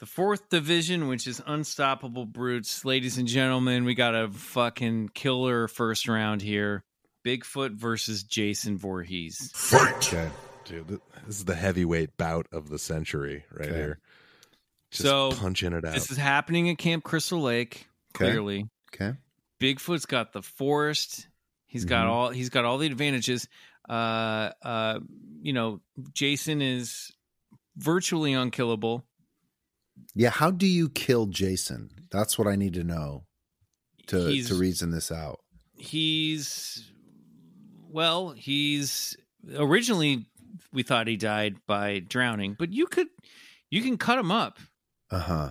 S2: the fourth division, which is unstoppable brutes. Ladies and gentlemen, we got a fucking killer first round here. Bigfoot versus Jason Voorhees.
S3: Okay.
S4: Dude, th- this is the heavyweight bout of the century right
S3: Okay.
S4: here. Just
S2: So,
S4: punching it out.
S2: This is happening at Camp Crystal Lake.
S3: Okay.
S2: Clearly,
S3: Okay.
S2: Bigfoot's got the forest. He's got
S3: Mhm.
S2: all he's got all the advantages. Uh uh you know, Jason is virtually unkillable.
S3: Yeah. How do you kill Jason? That's what I need to know to
S2: he's
S3: to reason this out.
S2: he's well, he's originally we thought he died by drowning, but you could you can cut him up.
S3: Uh huh.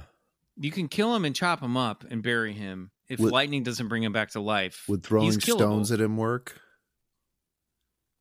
S2: You can kill him and chop him up and bury him if
S3: Would-
S2: lightning doesn't bring him back to life.
S3: Would throwing
S2: killable.
S3: stones at him work?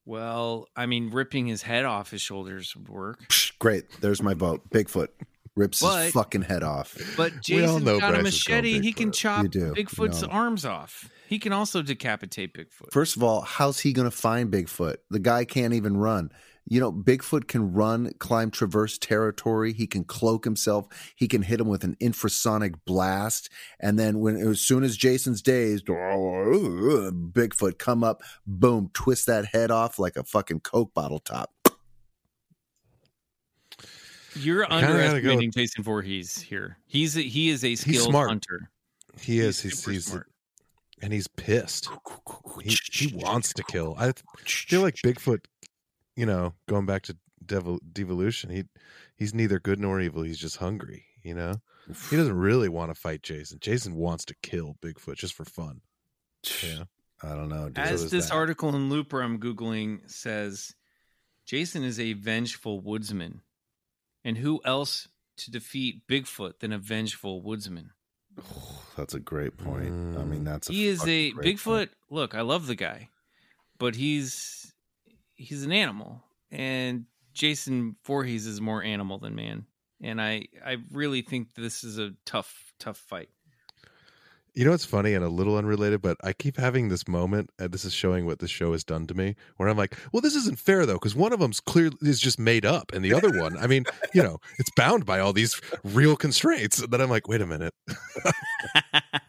S2: well, I mean ripping his head off his shoulders would work.
S3: Psh, great. There's my vote. Bigfoot rips
S2: But-
S3: his fucking head off.
S2: But
S4: We all
S2: Jason's
S4: know
S2: got a
S4: Bryce is called
S2: machete. He can
S4: Bigfoot.
S2: chop
S3: You do.
S2: Bigfoot's
S3: No.
S2: arms off. He can also decapitate Bigfoot.
S3: First of all, how's he going to find Bigfoot? The guy can't even run. You know, Bigfoot can run, climb, traverse territory. He can cloak himself. He can hit him with an infrasonic blast. And then, when as soon as Jason's dazed, Bigfoot come up, boom, twist that head off like a fucking Coke bottle top.
S2: You're
S4: I kinda gotta go
S2: underestimating Jason Voorhees here. He's a, he is a skilled
S4: smart.
S2: hunter.
S4: he is. He's,
S2: super
S4: he's,
S2: smart.
S4: and he's pissed. He, he wants to kill. I feel like Bigfoot, you know, going back to devil devolution, he he's neither good nor evil. He's just hungry, you know. He doesn't really want to fight Jason. Jason wants to kill Bigfoot just for fun. Yeah.
S3: I don't know. Dude.
S2: As
S4: is
S2: this
S4: that.
S2: article in Looper I'm googling says, Jason is a vengeful woodsman. And who else to defeat Bigfoot than a vengeful woodsman?
S3: That's a great point. I mean, that's a
S2: he is
S3: fucking
S2: a
S3: great
S2: Bigfoot.
S3: point.
S2: Look, I love the guy, but he's he's an animal, and Jason Voorhees is more animal than man. And I I really think this is a tough tough fight.
S4: You know what's funny and a little unrelated, but I keep having this moment, and this is showing what the show has done to me, where I'm like, well, this isn't fair though, because one of them's clear is just made up, and the other one, I mean, you know, it's bound by all these real constraints. And then I'm like, wait a minute, [laughs]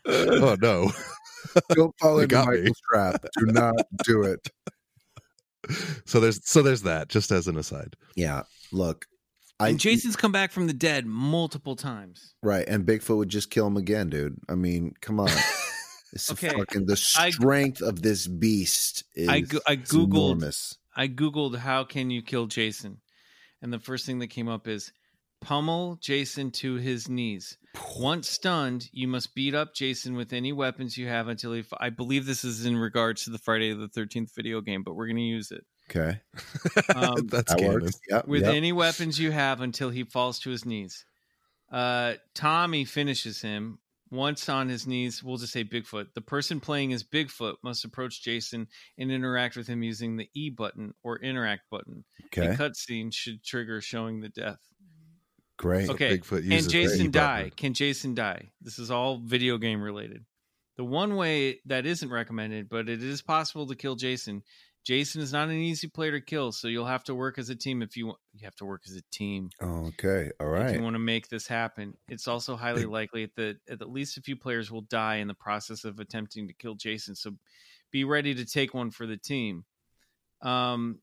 S4: oh no, [laughs]
S5: Don't fall
S4: You
S5: into
S4: got
S5: Michael's
S4: me.
S5: trap. Do not do it.
S4: so there's so there's that. Just as an aside,
S3: [laughs]
S4: [laughs]
S3: Yeah. Look, I
S2: And Jason's come back from the dead multiple times.
S3: right, and Bigfoot would just kill him again, dude. I mean,
S2: [laughs]
S3: come on. It's
S2: Okay.
S3: fucking the
S2: I-
S3: strength of this beast is
S2: I go- I
S3: is
S2: Googled-
S3: enormous.
S2: I googled how can you kill Jason, and the first thing that came up is pummel Jason to his knees. Once stunned, you must beat up Jason with any weapons you have until he. F- I believe this is in regards to the Friday the Thirteenth video game, but we're going to use it.
S3: Okay.
S2: Um,
S4: that's
S3: That
S4: canon.
S3: works. Yep.
S2: With
S3: yep.
S2: any weapons you have until he falls to his knees. Uh, Tommy finishes him. Once on his knees, we'll just say Bigfoot. The person playing as Bigfoot must approach Jason and interact with him using the E button or interact button.
S3: okay.
S2: A cutscene should trigger showing the death.
S3: Great.
S2: Okay.
S4: Bigfoot
S2: And
S4: uses the
S2: Jason
S4: E button.
S2: die? Can Jason die? This is all video game related. The one way that isn't recommended, but it is possible to kill Jason. Jason is not an easy player to kill, so you'll have to work as a team if you want. You have to work as a team
S3: Okay. All
S2: if
S3: right.
S2: you want to make this happen. It's also highly likely that at the least a few players will die in the process of attempting to kill Jason. So be ready to take one for the team. Um,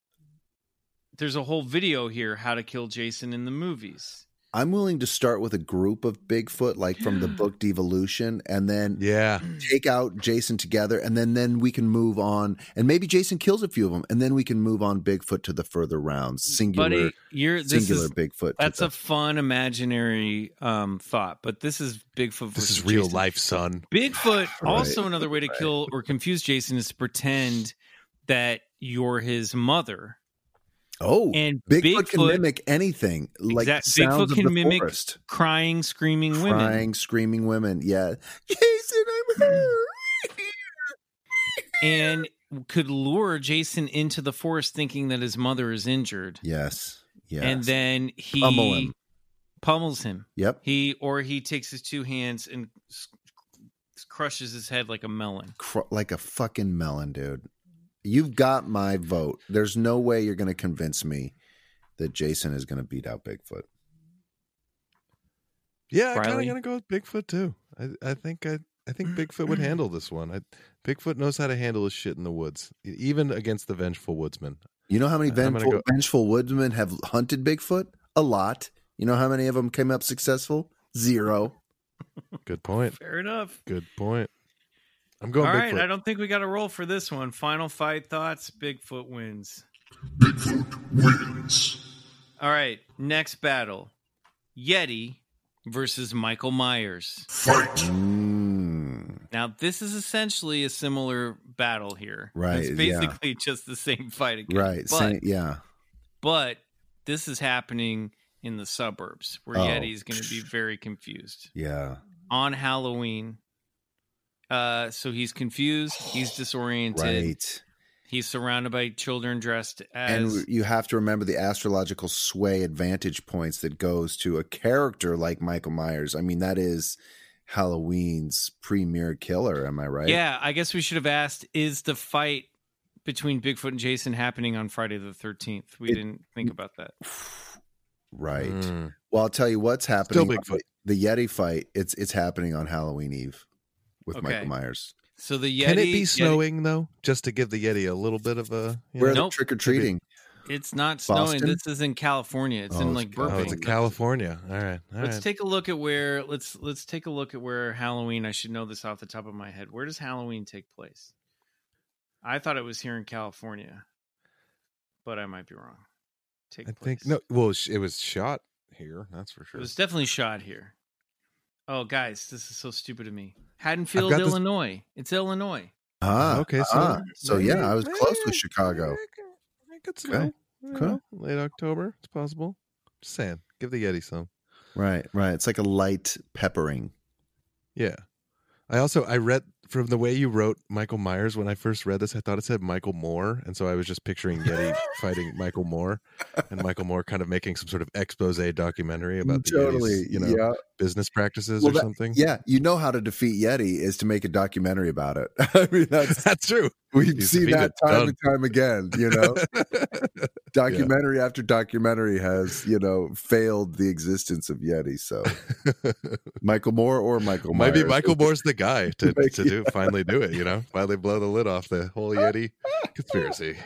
S2: there's a whole video here how to kill Jason in the movies.
S3: I'm willing to start with a group of Bigfoot,
S2: [gasps]
S3: like from the book Devolution, and then
S4: Yeah,
S3: take out Jason together, and then then we can move on, and maybe Jason kills a few of them, and then we can move on Bigfoot to the further rounds. Singular,
S2: Mm, Buddy, you're this
S3: singular
S2: is
S3: Bigfoot. to
S2: that's
S3: the-
S2: a fun imaginary um thought, but this is Bigfoot.
S4: this
S2: versus
S4: is real
S2: Jason.
S4: life, son.
S2: Bigfoot. Also, another way to kill or confuse Jason is to pretend that you're his mother.
S3: oh,
S2: And
S3: Bigfoot,
S2: Bigfoot,
S3: can mimic anything. Like
S2: Exact-
S3: the sounds
S2: Bigfoot
S3: of
S2: can
S3: the
S2: mimic
S3: forest.
S2: crying, screaming women,
S3: crying, screaming women. Yeah, Jason, I'm here.
S2: and could lure Jason into the forest, thinking that his mother is injured,
S3: Yes, yes.
S2: and then he
S3: Pummel him.
S2: pummels him.
S3: yep,
S2: He or he takes his two hands and s- crushes his head like a melon.
S3: Cr- like a fucking melon, dude. You've got my vote. There's no way you're going to convince me that Jason is going to beat out Bigfoot.
S4: Yeah, I'm kind
S2: Riley? Mm,
S4: of gonna go with Bigfoot too. I, I think I, I think Bigfoot would handle this one. I, Bigfoot knows how to handle his shit in the woods, e- even against the vengeful woodsman.
S3: You know how many
S4: I'm gonna
S3: vengeful,
S4: go-
S3: vengeful woodsmen have hunted Bigfoot? A lot. You know how many of them came up successful? Zero.
S4: Good point.
S2: Fair enough.
S4: Good point. I'm going
S2: All right,
S4: Bigfoot.
S2: I don't think we got a roll for this one. Final fight thoughts. Bigfoot wins.
S1: Bigfoot wins.
S2: All right, next battle: Yeti versus Michael Myers.
S1: Fight.
S3: Mm.
S2: Now, this is essentially a similar battle here.
S3: Right,
S2: It's
S3: yeah.
S2: basically [laughs] just the same fight again.
S3: Right.
S2: But,
S3: Same- yeah.
S2: but this is happening in the suburbs where
S3: Oh.
S2: Yeti's going to be very confused
S3: Yeah.
S2: on Halloween. Uh, so he's confused.
S3: [sighs]
S2: He's disoriented.
S3: Right.
S2: He's surrounded by children dressed as.
S3: And you have to remember the astrological sway advantage points that goes to a character like Michael Myers. I mean, that is Halloween's premier killer. Am I right?
S2: Yeah, I guess we should have asked: Is the fight between Bigfoot and Jason happening on Friday the Thirteenth? We
S3: It-
S2: didn't think about that.
S3: Right.
S4: Mm.
S3: Well, I'll tell you what's happening.
S4: Still Bigfoot.
S3: The Yeti fight. It's it's happening on Halloween Eve with
S2: Okay.
S3: Michael Myers.
S2: So the Yeti
S4: Can it be
S2: Yeti-
S4: snowing though? Just to give the Yeti a little bit of a. You
S3: Where
S4: know,
S3: are
S2: Nope.
S3: they trick or treating?
S2: It's not snowing.
S3: Boston?
S2: This is in California. It's
S3: Oh,
S2: in
S3: it's
S2: like
S3: Cal-
S4: oh,
S2: Burbank.
S4: it's a California. All right. All
S2: Let's
S4: right.
S2: take a look at where let's let's take a look at where Halloween. I should know this off the top of my head. Where does Halloween take place? I thought it was here in California, but I might be wrong. Take
S4: I
S2: place.
S4: think no. Well, sh- it was shot here. That's for
S2: It
S4: sure.
S2: was definitely shot here. Oh, guys, this is so stupid of me.
S4: I've
S2: Haddonfield,
S4: got this-
S2: Illinois. It's Illinois.
S3: Ah,
S4: Okay, so-
S3: ah. so yeah, I was close
S4: Yeah.
S3: with Chicago.
S4: I could
S3: Okay.
S4: smell. you
S3: Okay.
S4: know, Late October. It's possible. Just saying, give the Yeti some.
S6: Right, right. It's like a light peppering.
S4: Yeah. I also I read from the way you wrote Michael Myers when I first read this, I thought it said Michael Moore, and so I was just picturing Yeti
S3: [laughs]
S4: fighting Michael Moore, and Michael Moore kind of making some sort of expose documentary about the
S3: Mm, totally.
S4: Yeti's, you know
S3: yeah.
S4: business practices
S3: Well,
S4: or
S3: that-
S4: something. [laughs]
S3: Yeah. You know how to defeat Yeti is to make a documentary about it. [laughs] I mean, that's
S4: that's true.
S3: we
S4: You
S3: see
S4: defeat
S3: that
S4: it.
S3: time and time again.
S4: [laughs]
S3: You know, documentary after documentary has you know failed the existence of
S4: [laughs]
S3: Yeti. So Michael Moore or Michael Myers.
S4: Maybe Michael Moore's the
S3: [laughs]
S4: guy to,
S3: Like,
S4: to do finally do it. You know, finally blow the lid off the
S3: [laughs]
S4: whole Yeti conspiracy.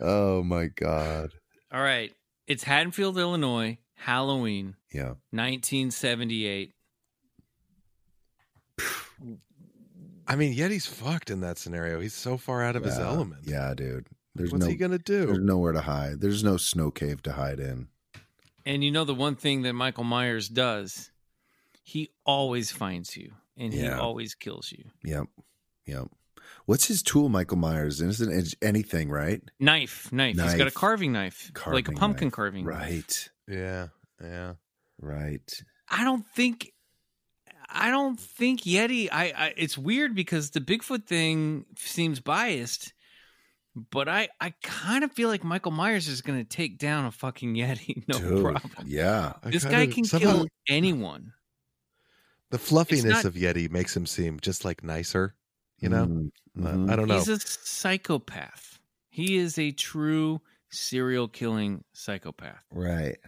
S3: Oh my God.
S2: All right. It's Haddonfield, Illinois, Halloween,
S3: Yeah.
S2: 1978.
S4: I mean, Yeti's fucked in that scenario. He's so far out of his
S3: Yeah.
S4: element.
S3: Yeah, dude. There's
S4: What's
S3: no.
S4: he gonna
S3: there's
S4: do?
S3: nowhere to hide. There's no snow cave to hide in.
S2: And you know the one thing that Michael Myers does? He always finds you and he
S3: Yeah.
S2: always kills you.
S3: Yep. Yep. What's his tool, Michael Myers? Isn't it anything, right?
S2: Knife, knife. He's got a
S3: Knife.
S2: carving knife, like a
S3: Carving
S2: pumpkin
S3: knife.
S2: carving. knife.
S3: Right.
S4: Yeah, yeah.
S3: Right.
S2: I don't think I don't think Yeti I, I it's weird because the Bigfoot thing seems biased, but I I kind of feel like Michael Myers is going to take down a fucking Yeti [laughs] no
S3: Dude,
S2: problem.
S3: Yeah.
S4: I
S2: This
S4: kind
S2: guy
S4: of-
S2: can
S4: somehow
S2: kill anyone.
S4: The fluffiness
S2: not-
S4: of Yeti makes him seem just like nicer. You know,
S3: Mm,
S4: Uh,
S3: mhm.
S4: I don't know.
S2: He's a psychopath. He is a true serial killing psychopath.
S3: right.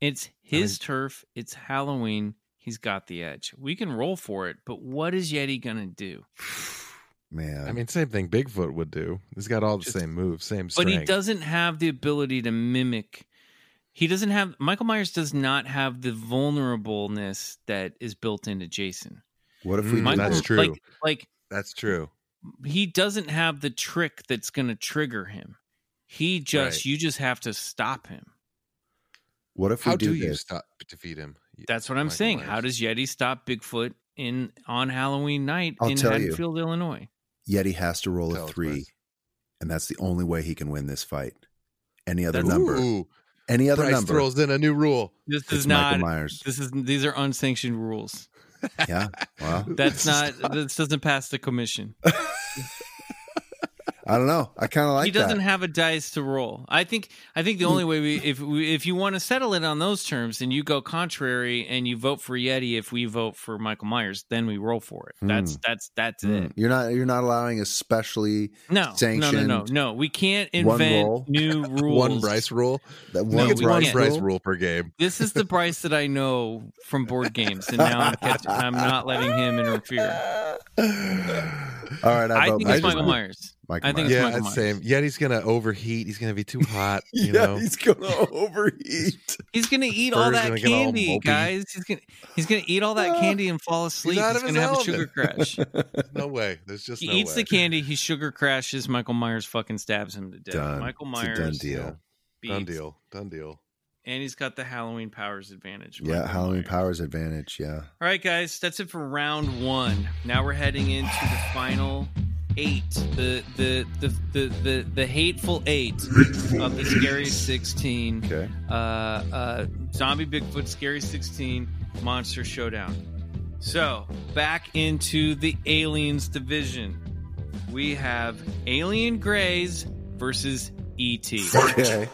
S2: It's
S4: I mean-
S2: his turf. It's Halloween. He's got the edge. We can roll for it, but what is Yeti going to do?
S3: Man.
S4: I mean, same thing Bigfoot would do. He's got all the
S2: Just-
S4: same moves, same
S2: But
S4: strength.
S2: he doesn't have the ability to mimic. He doesn't have Michael Myers does not have the vulnerableness that is built into Jason.
S3: what if we
S4: Mm,
S3: did
S2: Michael,
S4: that's
S3: this?
S4: true.
S2: Like, like
S4: That's true.
S2: he doesn't have the trick that's going to trigger him. He just
S4: Right.
S2: you just have to stop him.
S3: What if we
S4: How do,
S3: do,
S4: you
S3: this?
S4: stop defeat him? Y-
S2: That's what I'm
S4: Michael
S2: saying. How
S4: Myers.
S2: does Yeti stop Bigfoot in on Halloween night
S3: I'll
S2: in
S3: tell you.
S2: Haddonfield, Illinois?
S3: Yeti has to roll
S4: Tell
S3: a
S4: us,
S3: three,
S4: Bryce.
S3: and that's the only way he can win this fight. Any other
S2: That's-
S3: number?
S4: Ooh,
S3: Any other
S4: Bryce
S3: number?
S4: throws in a new rule.
S2: This
S3: It's
S2: is not.
S3: Michael
S4: [laughs]
S3: Myers.
S2: This is these are unsanctioned
S3: [laughs]
S2: rules.
S3: yeah. Wow.
S2: That's not. This doesn't pass the commission.
S3: I don't know. I kind of like
S2: he doesn't
S3: that.
S2: have a dice to roll. I think. I think the only way we, if we, if you want to settle it on those terms, and you go contrary and you vote for Yeti, if we vote for Michael Myers, then we roll for it. That's that's that's
S3: Mm.
S2: it.
S3: You're not. You're not allowing a specially
S2: No, no, no, no,
S3: Sanctioned.
S2: no. We can't
S3: [laughs] One
S2: invent
S3: roll.
S2: new rules.
S4: One Bryce rule.
S3: that
S2: No,
S3: one
S4: He gets
S2: we
S4: one
S2: can't.
S4: Bryce rule per game. [sighs]
S2: This is the Bryce that I know from board games, and now I'm, catching, I'm not letting him interfere.
S3: All right. I,
S2: I
S3: vote
S2: think it's
S3: Michael
S2: Michael Myers.
S3: Michael
S2: I think
S3: Myers.
S2: it's
S4: Yeah,
S2: Michael
S4: that's same. Yeti's gonna overheat. He's gonna be too
S3: [laughs]
S4: hot. You
S3: yeah,
S4: know, [laughs]
S3: he's gonna overheat.
S2: He's gonna eat all
S4: Fur's
S2: that
S4: gonna get all
S2: candy,
S4: mopey.
S2: guys. He's gonna he's gonna eat all that candy and fall asleep. He's,
S4: out of his
S2: gonna have a sugar
S4: element.
S2: crash.
S4: no way. There's just
S2: He
S4: no
S2: eats
S4: way.
S2: the candy, he sugar crashes. Michael Myers fucking stabs him to death.
S3: Done.
S2: Michael
S3: It's a done
S2: Myers
S3: deal.
S4: Yeah.
S2: beats,
S4: Done deal. Done deal.
S2: and he's got the Halloween powers advantage.
S3: Yeah,
S2: Michael
S3: Halloween
S2: Myers.
S3: powers advantage. Yeah.
S2: All right, guys, that's it for round one. Now we're heading into the final eight, the the the the the, the hateful eight of the scary sixteen,
S3: Okay.
S2: uh, uh, zombie Bigfoot, scary sixteen, monster showdown. So back into the aliens division, we have Alien Greys versus E ET.
S3: Okay. [laughs]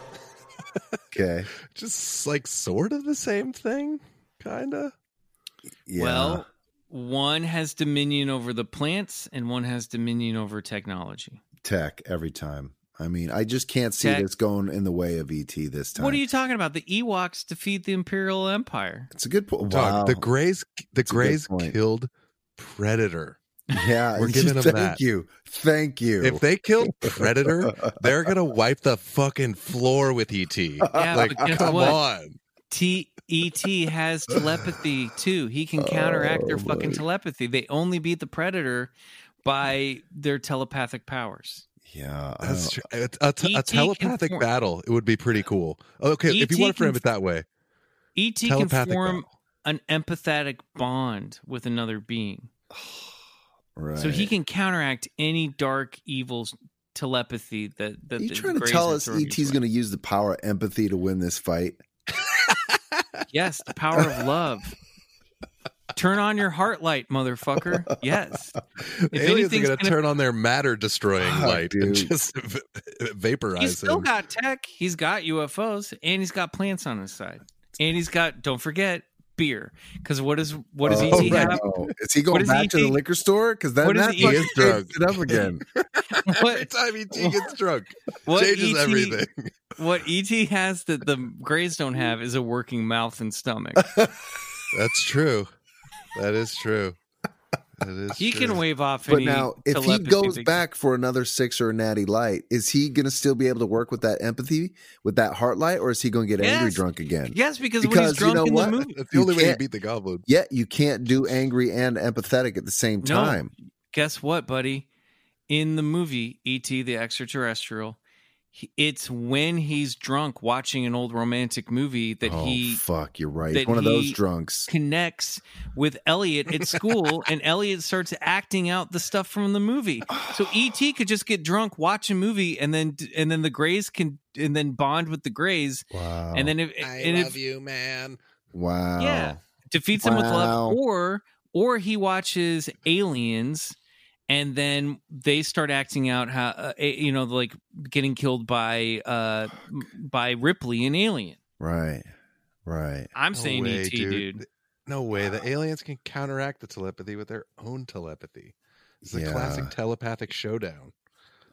S3: okay.
S4: Just like sort of the same thing, kinda.
S3: Yeah.
S2: Well, one has dominion over the plants, and one has dominion over technology.
S3: tech every time. I mean, I just can't see
S2: Tech.
S3: this going in the way of ET this time.
S2: What are you talking about? The Ewoks defeat the Imperial Empire.
S3: It's a good point. Wow.
S4: Dog, the Greys, the
S3: a good
S4: Greys
S3: point.
S4: killed Predator.
S3: yeah,
S4: We're
S3: you-
S4: giving 'em
S3: thank
S4: that.
S3: you, thank you.
S4: If they
S3: [laughs]
S4: killed Predator, they're gonna wipe the fucking floor with ET. [laughs]
S3: Uh,
S2: Yeah,
S4: like,
S2: but guess
S4: come
S2: what?
S4: on.
S2: T E T has telepathy too. He can counteract their
S3: Oh,
S2: fucking
S3: boy.
S2: telepathy. They only beat the Predator by their telepathic powers.
S3: yeah, I
S4: That's
S3: don't-
S4: true. A, a E t- E a
S2: ET can
S4: telepathic
S2: form-
S4: battle. It would be pretty cool. Okay, if you
S2: ET
S4: want to frame
S2: can
S4: it that way,
S2: ET E can
S4: telepathic
S2: form
S4: battle.
S2: an empathetic bond with another being.
S3: right.
S2: So he can counteract any dark evil telepathy that that
S3: Are you
S2: the
S3: trying to
S2: Greys
S3: tell
S2: are
S3: us E
S2: throwing his
S3: ET's
S2: way.
S3: going to use the power of empathy to win this fight?
S2: Yes, the power of
S3: [laughs]
S2: love. Turn on your heart light, motherfucker. Yes. If
S4: Aliens are
S2: anything's
S4: going to
S2: gonna-
S4: turn on their matter destroying
S3: Ah,
S4: light and
S3: dude.
S4: just [laughs] v- vaporize
S2: He's still
S4: him.
S2: got tech. He's got UFOs and he's got plants on his side. And he's got, don't forget, beer. Because what is what does
S3: Oh,
S2: ET
S3: right.
S2: have? [laughs]
S3: No. Is he
S2: What
S3: going
S2: does
S3: back
S2: ET
S3: to the liquor store? Because then
S2: What does E ET
S3: that fucking
S4: He is drunk.
S3: changes it
S2: [laughs]
S3: up again.
S4: Every
S2: What,
S4: time he [laughs] gets drunk,
S2: what
S4: changes
S2: ET
S4: everything.
S2: What ET has that the Greys don't have is a working mouth and stomach.
S4: That's true. That is true. That is
S2: He
S4: true.
S2: can wave off.
S3: But
S2: any
S3: now, if he
S2: telepathy
S3: goes
S2: big-
S3: back for another six or a natty light, is he going to still be able to work with that empathy, with that heart light, or is he going to get angry
S2: Yes.
S3: drunk again?
S2: yes, because, when he's
S3: Because you
S2: drunk
S3: know
S2: in
S3: what?
S2: the movie,
S4: That's the
S3: You
S4: only way to
S3: can't-
S4: beat the goblin.
S3: Yet you can't do angry and empathetic at the same
S2: No.
S3: time.
S2: guess what, buddy? In the movie ET, the extraterrestrial, he- it's when he's drunk watching an old romantic movie that
S3: oh,
S2: he
S3: fuck, you're right.
S2: that
S3: One of those
S2: he-
S3: drunks.
S2: connects with Elliot at school, and Elliot starts acting out the stuff from the movie. So ET could just get drunk, watch a movie, and then and then the Greys can and then bond with the Greys,
S3: Wow.
S4: Oh,
S2: and then if, and if
S4: you, man.
S3: wow.
S2: Yeah. defeats him with love,
S3: Wow.
S2: or or he watches Aliens, and then they start acting out how uh, eh, you know like getting killed by uh by Ripley in Alien.
S3: Right. Right.
S2: I'm
S4: No
S2: saying
S4: way,
S2: ET, dude.
S4: No way. The aliens can counteract the telepathy with their own telepathy. It's the
S3: Yeah.
S4: classic telepathic showdown.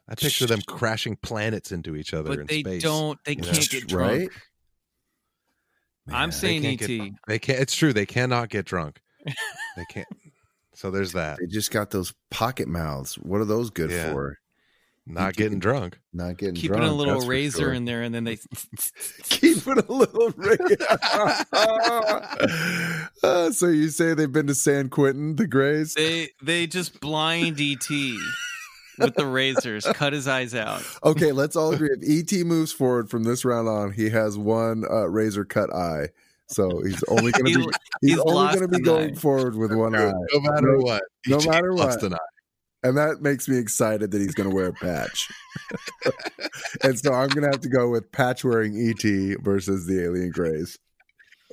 S4: I picture them crashing planets into each other in
S2: But they
S4: space.
S2: don't. They
S4: you know?
S2: can't get drunk.
S3: Right?
S2: I'm
S3: Man.
S2: saying E
S4: can't
S2: ET.
S4: get They can't. It's true. They cannot get drunk. They can't. So
S3: [laughs]
S4: there's that.
S3: They just got those pocket mouths. What are those good
S4: Yeah.
S3: for?
S4: Not
S3: can- [laughs]
S4: getting drunk.
S3: Not getting
S2: keeping
S3: drunk,
S2: a little
S3: that's for
S2: razor
S3: sure. [laughs]
S2: in there and then they [laughs]
S3: keeping a little ring.
S2: [laughs]
S3: [laughs] Uh, so you say they've been to San Quentin, the Grays?
S2: they they just blind et with the razors cut his eyes out
S3: Okay, let's all agree. If ET moves forward from this round on, he has one uh, razor cut eye, so he's only going
S2: [laughs] He-
S3: to be he's,
S2: he's
S3: only
S2: lost
S3: going to be
S2: an
S3: going
S2: eye.
S3: forward with one eye,
S4: No matter
S3: No-
S4: what.
S3: no
S4: He
S3: matter
S4: lost
S3: what.
S4: an eye.
S3: and that makes me excited that he's going to wear a patch. [laughs] and so I'm going to have to go with patch wearing ET versus the alien Grays.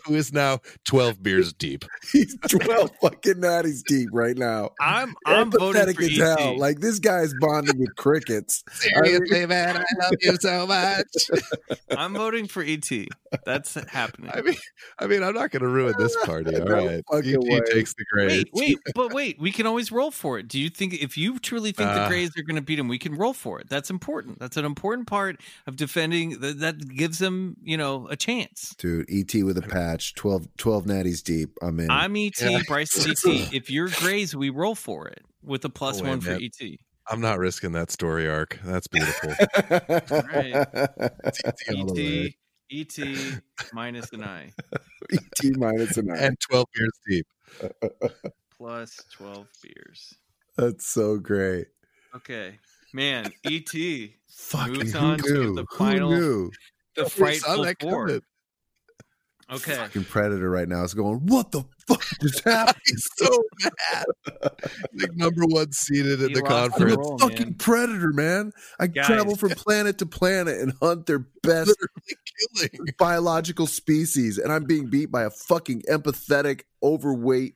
S4: Who is now 12 beers deep.
S3: [laughs] He's
S2: [laughs]
S3: twelve fucking natties deep right now. [laughs]
S2: i'm i'm voting
S3: Empathetic
S2: for E
S3: as
S2: et
S3: hell. Like [laughs] this guy's bonding with crickets. [laughs]
S4: Seriously, man, I love you so much.
S2: i'm voting for et that's happening
S4: I mean, I mean, I'm not going to ruin this party. All
S3: No
S4: right,
S3: fucking
S4: ET
S3: way.
S4: takes the grade.
S2: wait wait but wait we can always roll for it do you think if you truly think the
S4: Uh.
S2: grays are going to beat him we can roll for it that's important that's an important part of defending that, that gives them you know a chance
S3: Dude, ET with a patch, 12, 12 natties deep. I'm in. [laughs]
S2: i'm et
S4: Yeah.
S2: bryce et if you're grays we roll for it with a plus
S4: Oh,
S2: one
S4: wait a
S2: for E
S4: minute.
S2: et
S4: I'm not risking that story arc. That's beautiful.
S3: all the
S2: ET,
S3: way.
S2: ET E minus an eye
S3: ET E minus an eye.
S4: and 12 beers deep.
S2: plus 12 beers.
S3: That's so great.
S2: Okay. Man, E ET,
S3: Fucking
S2: Moves
S3: who
S2: on to
S3: knew?
S2: the
S3: who
S2: final-
S3: knew?
S2: the
S4: We saw
S2: frightful
S4: that
S2: four.
S4: coming.
S2: Okay.
S3: Fucking predator right now is going, what the fuck just happened?
S4: [laughs] He's so mad. like number one seated in
S2: He
S4: the
S2: lost the
S3: I'm
S4: conference.
S3: a
S2: roll,
S3: fucking
S2: man.
S3: predator, man. I
S2: Guys.
S3: travel from planet to planet and hunt their
S4: [laughs]
S3: best
S4: Literally
S3: [laughs]
S4: killing.
S3: biological species, and I'm being beat by a fucking empathetic, overweight,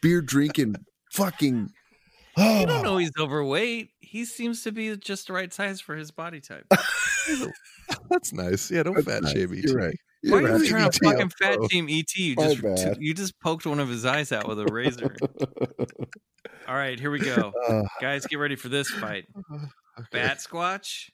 S3: beer drinking [laughs] fucking.
S2: You don't know he's overweight. He seems to be just the right size for his body type.
S4: That's nice. Yeah, don't
S3: That's
S4: fat
S3: nice.
S4: shame ET.
S3: You're right.
S2: Why
S3: [laughs]
S2: are
S3: You're
S2: you
S3: right. E
S2: trying to
S4: ET,
S2: fucking fat
S4: bro.
S2: team ET? You
S3: My
S2: just
S3: bad.
S2: you just poked one of his eyes out with a
S3: [laughs]
S2: razor. All right, here we go.
S3: Uh,
S2: Guys, get ready for this fight.
S4: Okay.
S2: Bat Squatch.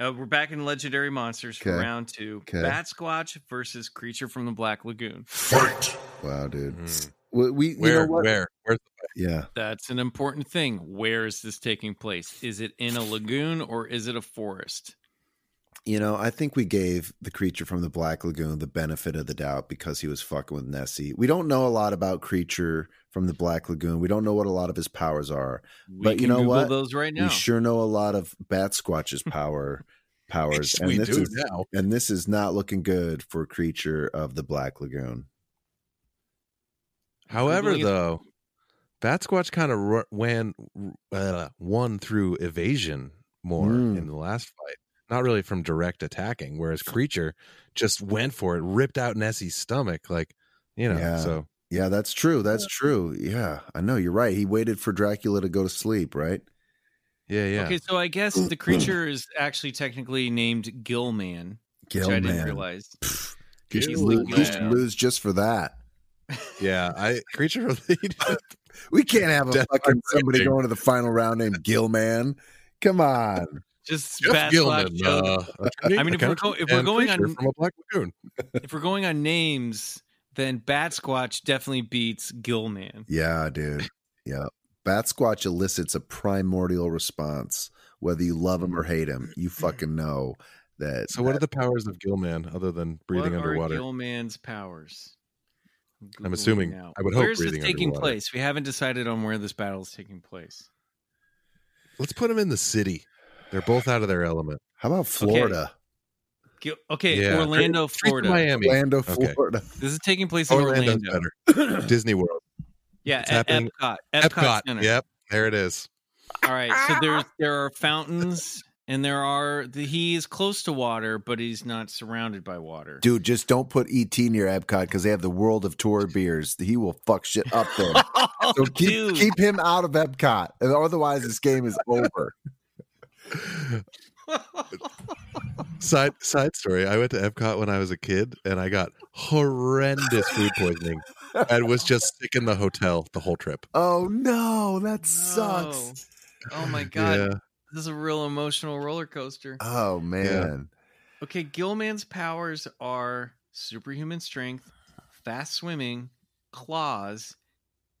S2: Uh, we're back in Legendary Monsters for
S3: Okay.
S2: round two.
S3: Okay.
S2: Bat Squatch versus Creature from the Black Lagoon.
S1: Fight!
S3: [laughs] wow, dude.
S4: Mm.
S3: We, we you
S4: Where?
S3: know what?
S4: where? Where's
S3: Yeah.
S2: That's an important thing. Where is this taking place? Is it in a lagoon or is it a forest?
S3: You know, I think we gave the creature from the Black Lagoon the benefit of the doubt because he was fucking with Nessie. We don't know a lot about creature from the Black Lagoon. We don't know what a lot of his powers are.
S2: We
S3: But you
S2: can
S3: know
S2: Google
S3: what?
S2: Those right
S3: We
S2: now.
S3: sure know a lot of Bat Squatch's power powers.
S4: Yes, we
S3: this
S4: do
S3: is,
S4: now.
S3: and this is not looking good for creature of the Black Lagoon.
S4: However,
S2: Googling it.
S4: though, Bat Squatch kind of ru- ran uh, won through evasion more
S3: Mm.
S4: in the last fight. not really from direct attacking, whereas Creature just went for it, ripped out Nessie's stomach, like you know.
S3: Yeah.
S4: So
S3: Yeah, that's true. That's true. Yeah, I know. You're right. He waited for Dracula to go to sleep, right?
S4: yeah, yeah.
S2: Okay, so I guess the creature is actually technically named Gillman, which I didn't
S3: Gilman.
S2: realize.
S3: You should,
S4: Gilman.
S3: lose, you [laughs] should lose just for that.
S4: Yeah, I [laughs] creature
S2: [laughs]
S4: related.
S3: We can't have a
S4: Death
S3: fucking somebody
S4: branding.
S3: going to the final round named Gilman. Come [laughs] on.
S2: Just
S4: Jeff
S2: bad luck.
S4: Gilman.
S2: joke.
S4: Uh, attorney,
S2: I mean, if we're go- if we're
S4: and
S2: going on-
S4: creature from a black lagoon,
S2: if we're going on names, then Bat Squatch definitely beats Gillman.
S3: Yeah, dude. Yeah. Bat Squatch elicits a primordial response, whether you love him or hate him. You fucking know that.
S4: so what are the powers of Gillman other than breathing
S2: what
S4: underwater?
S2: Are Gillman's powers.
S4: I'm assuming-
S2: Googling now.
S4: I would hope
S2: Where's this
S4: breathing
S2: taking
S4: underwater.
S2: place? We haven't decided on where this battle is taking place.
S4: Let's put them in the city. They're both out of their element.
S3: How about Florida?
S2: Gil- okay,
S4: Yeah.
S2: Orlando,
S4: Straight to
S2: Florida.
S4: Miami,
S3: Orlando,
S4: Okay.
S3: Florida.
S2: This is taking place in
S4: uh, Orlando's
S2: Orlando. [clears throat]
S4: better. Disney World,
S2: Yeah,
S4: It's
S2: at
S4: happening-
S2: Epcot. Epcot,
S4: Epcot.
S2: Center.
S4: Yep, there it is.
S2: All right. So there's there are fountains and there are the, he is close to water, but he's not surrounded by water. [laughs]
S3: Dude, just don't put ET near Epcot because they have the World of Tour beers. He will fuck shit up there. [laughs] So keep,
S2: Oh, Dude.
S3: keep him out of Epcot. and Otherwise, this game is over.
S4: Side side story. I went to Epcot when I was a kid, and I got horrendous food poisoning, and was just sick in the hotel the whole trip.
S3: [laughs] Oh, no. That
S2: No.
S3: sucks.
S2: Oh my god.
S4: Yeah.
S2: This is a real emotional roller coaster.
S3: Oh, man.
S2: Okay, Gilman's powers are superhuman strength, fast swimming, claws,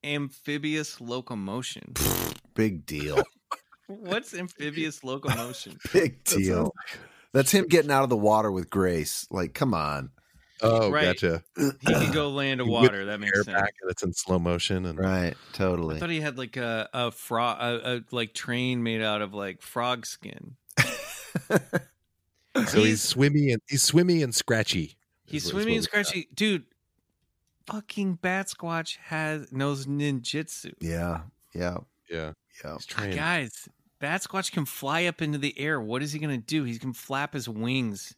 S2: amphibious locomotion.
S3: Big deal.
S2: What's
S4: [laughs]
S2: amphibious locomotion?
S3: Big deal. That's him getting out of the water with grace. Like, come on.
S4: Oh,
S2: Right.
S4: gotcha.
S2: He can go land to
S4: With
S2: water. That makes
S4: Air
S2: sense.
S4: back, and it's in slow motion, and
S3: Right.
S2: I
S3: Totally.
S2: thought he had like a a frog, a, a like train made out of like frog
S4: [laughs]
S2: skin.
S4: so he's swimmy and he's swimmy and scratchy.
S2: He's
S4: is what- is
S2: swimming and
S4: what we got.
S2: scratchy, dude. Fucking Bat Squatch has knows ninjutsu.
S3: Yeah. Yeah.
S4: Yeah,
S3: Yeah.
S4: he's trained.
S2: Guys, Bat Squatch can fly up into the air. What is he gonna do? He can flap his wings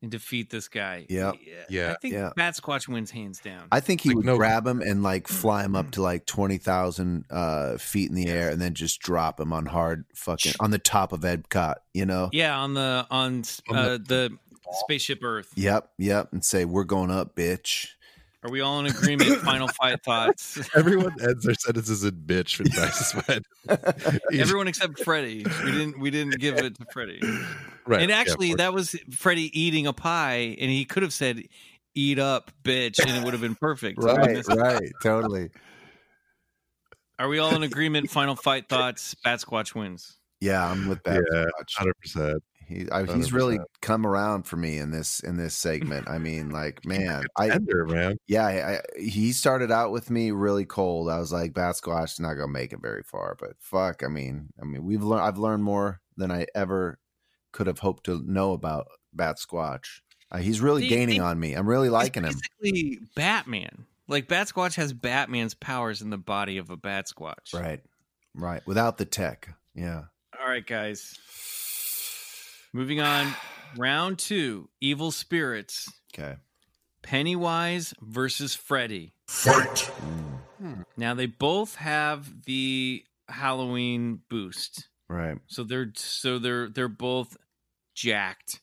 S2: and defeat this guy.
S3: Yep.
S4: Yeah,
S2: I think
S3: yeah.
S2: Bat Squatch wins hands down.
S3: I think he
S4: Like,
S3: would
S4: no- Mm-hmm.
S3: grab him and like fly him up to like 20,000 uh, feet in the air and then just drop him on hard fucking on the top of Epcot, you know?
S2: yeah, on the on
S4: On
S2: uh, the spaceship Earth.
S3: Yep. Yep. And say, we're going up, bitch.
S2: Are we all in
S3: [laughs]
S2: agreement? Final fight thoughts. [laughs]
S4: Everyone ends their sentences in bitch when [laughs] Dice
S2: [laughs]
S4: is mad. He's-
S2: Everyone except Freddy. We didn't we didn't give it to Freddy.
S4: right,
S2: and
S4: yeah,
S2: actually,
S4: of course.
S2: that was Freddy eating a pie, and he could have said, "Eat up, bitch," and it would have been perfect. So we
S3: [laughs] Right.
S2: missed-
S3: right. Totally.
S2: Are we all in agreement? Final fight thoughts. Bat Squatch wins.
S3: Yeah. I'm with that.
S4: Yeah.
S3: much.
S4: 100%.
S3: He, I, he's
S4: 100%.
S3: really come around for me in this in this segment. I mean, like, man, I
S4: Ender, man.
S3: yeah, I, I, he started out with me really cold. I was like, Bat Squatch is not gonna make it very far, but fuck, I mean, I mean, we've learned I've learned more than I ever could have hoped to know about Bat Squatch. Uh, he's really
S2: See,
S3: gaining
S2: see,
S3: on me. I'm really liking him.
S2: He's Basically, Batman. Like Bat Squatch has Batman's powers in the body of a Bat Squatch.
S3: Right, right. Without the tech, yeah.
S2: All right, guys. Moving on. Round two. Evil spirits.
S3: Okay.
S2: Pennywise versus Freddy.
S1: Fight!
S3: Mm,
S2: Now they both have the Halloween boost.
S3: Right.
S2: So they're so they're they're both jacked.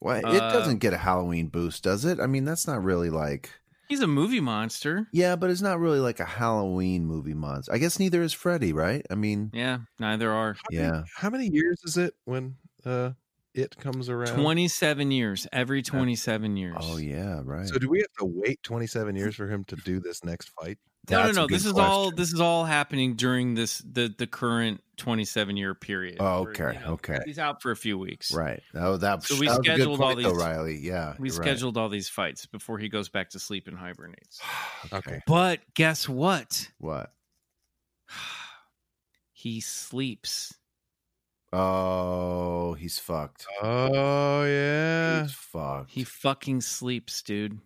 S3: Well, it
S2: Uh,
S3: doesn't get a Halloween boost, does it? I mean, that's not really like.
S2: He's a movie monster.
S3: Yeah, but it's not really like a Halloween movie monster. I guess neither is Freddy, right? I mean,
S2: Yeah, neither are.
S4: How many-
S3: yeah.
S4: How many years is it when uh, it comes around?
S2: 27 years, every 27 years.
S3: Oh yeah, right.
S4: So do we have to wait 27 years for him to do this next fight?
S2: No, no,
S3: That's a
S2: no.
S3: good
S2: This is all
S3: question.
S2: this is all happening during this the the current 27 year period.
S3: Oh,
S2: Where,
S3: okay,
S2: you know,
S3: okay.
S2: He's out for a few weeks.
S3: Right. Oh, that,
S2: So we
S3: that was a good
S2: scheduled all
S3: point,
S2: these-
S3: O'Reilly. Yeah,
S2: We
S3: you're right.
S2: scheduled all these fights before he goes back to sleep and
S3: [sighs]
S2: hibernates.
S4: Okay.
S2: But guess what? [sighs]
S3: What?
S2: He sleeps.
S3: Oh, he's fucked.
S4: Oh yeah.
S3: He's fucked.
S2: Uh, He fucking sleeps, dude.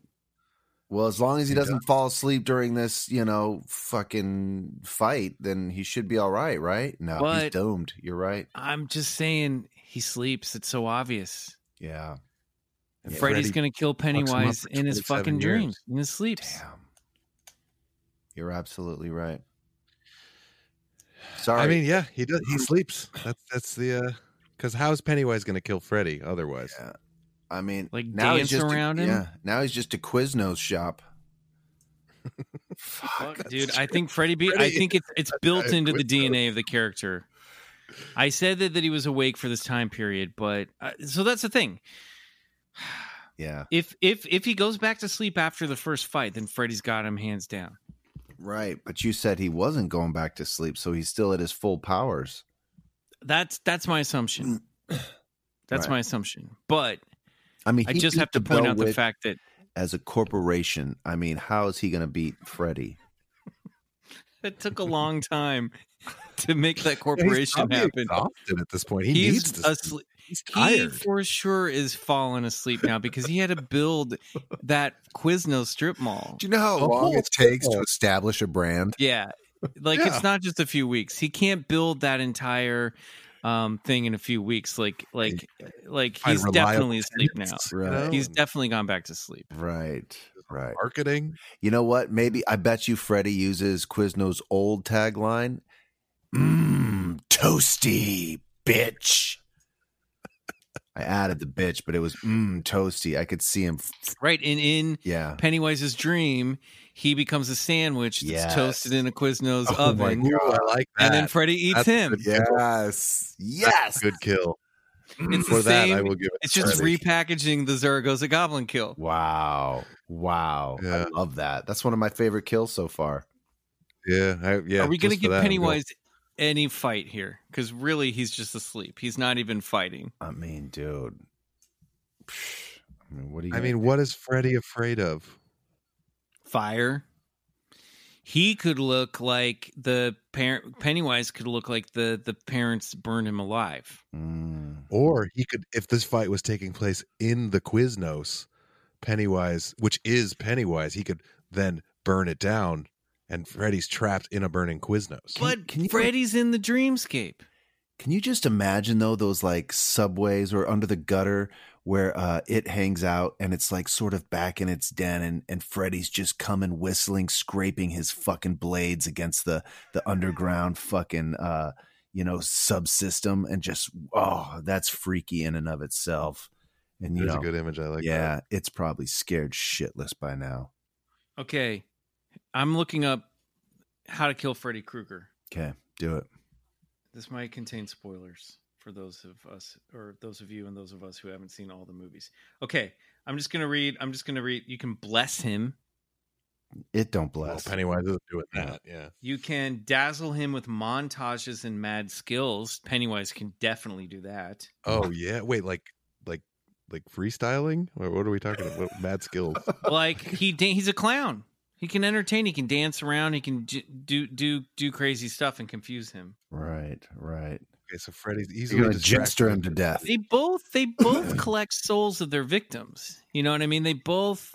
S3: well, as long as he
S4: He
S3: doesn't fall asleep during this, you know, fucking fight, then he should be all right, right? No, he's
S2: But-
S3: doomed. You're right.
S2: I'm just saying He sleeps. It's so obvious.
S3: Yeah.
S4: And
S2: Freddy's
S4: Freddy-
S2: gonna kill Pennywise
S4: for
S2: in his
S4: 27
S2: fucking
S4: years.
S2: dreams, in his sleeps.
S3: Damn. You're absolutely right. Sorry.
S4: I mean, yeah, he does. He sleeps. That's that's the uh because how's Pennywise gonna kill Freddy otherwise?
S3: Yeah. I mean,
S2: Like,
S3: now
S2: dance
S3: he's just a-
S2: around him?
S3: Yeah. Now he's just a Quiznos shop. Fuck,
S2: Fuck,
S4: [laughs]
S2: dude, I think Freddy beat. I
S4: Freddy-
S2: think it's it's built into the DNA of the character. I said that that he was awake for this time period, but uh, so that's the thing.
S3: Yeah.
S2: If if if he goes back to sleep after the first fight, then Freddy's got him hands down.
S3: Right. But you said he wasn't going back to sleep, so he's still at his full powers.
S2: That's that's my assumption. That's
S3: Right.
S2: my assumption. But
S3: I mean,
S2: I
S3: he
S2: just
S3: beat
S2: have to
S3: the
S2: point
S3: Bell
S2: out the
S3: Witch
S2: fact that
S3: as a corporation. I mean, how is he going to beat Freddy?
S2: it took a long time to make that
S4: Yeah, he's
S2: corporation
S4: probably
S2: happen.
S4: Exhausted at this point. He needs
S2: He's
S4: to. sleep.
S2: asleep.
S4: He's
S2: He
S4: tired.
S2: for sure is falling asleep now because he had to build that Quiznos strip mall.
S3: Do you know how
S4: Oh,
S3: long it takes to
S4: oh.
S3: establish a brand?
S2: Yeah. Like
S4: Yeah.
S2: it's not just a few weeks. He can't build that entire um thing in a few weeks. Like like like
S4: Find
S2: he's
S4: reliable
S2: definitely asleep now.
S4: tenants, Oh.
S3: Right.
S2: He's
S4: and
S2: definitely gone back to sleep.
S3: Right. Right.
S4: marketing.
S3: You know what? Maybe I bet you Freddy uses Quiznos' old tagline. Mmm, toasty, bitch. I added the bitch, but it was mmm toasty. I could see him. f-
S2: Right. And in
S3: Yeah.
S2: Pennywise's dream, he becomes a sandwich that's
S3: Yes.
S2: toasted in a Quiznos
S3: Oh my
S2: oven.
S3: God.
S4: Ooh, I like that.
S2: And then Freddy eats
S4: That's
S2: him.
S4: good.
S3: Yes. Yes.
S4: Good
S2: [laughs]
S4: kill.
S2: It's
S4: For
S2: the
S4: that,
S2: same.
S4: I will give it.
S2: it's just
S4: Freddy.
S2: repackaging the Zaragoza Goblin kill.
S3: Wow. Wow.
S4: Yeah.
S3: I love that. That's one of my favorite kills so far.
S4: Yeah, I, yeah.
S2: Are we
S4: going to
S2: give
S4: that, I'm going-
S2: Pennywise any fight here? Because really, he's just asleep. He's not even fighting.
S3: I mean, dude. I mean, what do you
S4: I mean, what is Freddy afraid of?
S2: fire. He could look like the parent Pennywise could look like the the parents burned him alive.
S3: Mm.
S4: Or he could, if this fight was taking place in the Quiznos, Pennywise, which is Pennywise, he could then burn it down, and Freddy's trapped in a burning Quiznos.
S2: But
S3: can you-
S2: Freddy's in the dreamscape.
S3: Can you just imagine though those like subways or under the gutter where uh, it hangs out and it's like sort of back in its den and and Freddy's just coming whistling, scraping his fucking blades against the the underground fucking uh, you know subsystem and just oh that's freaky in and of itself. And you
S4: There's
S3: know,
S4: a good image. I like.
S3: yeah,
S4: that.
S3: it's probably scared shitless by now.
S2: Okay. I'm looking up how to kill Freddy Krueger.
S3: Okay, do it.
S2: This might contain spoilers for those of us or those of you and those of us who haven't seen all the movies. Okay. I'm just gonna read I'm just gonna read you can bless him.
S3: It don't
S4: Well,
S3: bless.
S4: Pennywise isn't doing that. Yeah.
S2: You can dazzle him with montages and mad skills. Pennywise can definitely do
S3: [laughs]
S2: that.
S4: Oh yeah. Wait, like, like, like freestyling? Or what are we talking about? What, mad
S3: [laughs]
S4: skills.
S2: like he da- he's a clown. He can entertain. He can dance around. He can j- do do do crazy stuff and confuse him.
S3: Right, right.
S4: Okay, so Freddy's
S3: You're
S4: easily
S3: gonna
S4: distracted.
S3: jester him
S4: [laughs]
S3: to death.
S2: They both they
S3: [clears throat]
S2: both collect souls of their victims. You know what I mean? They both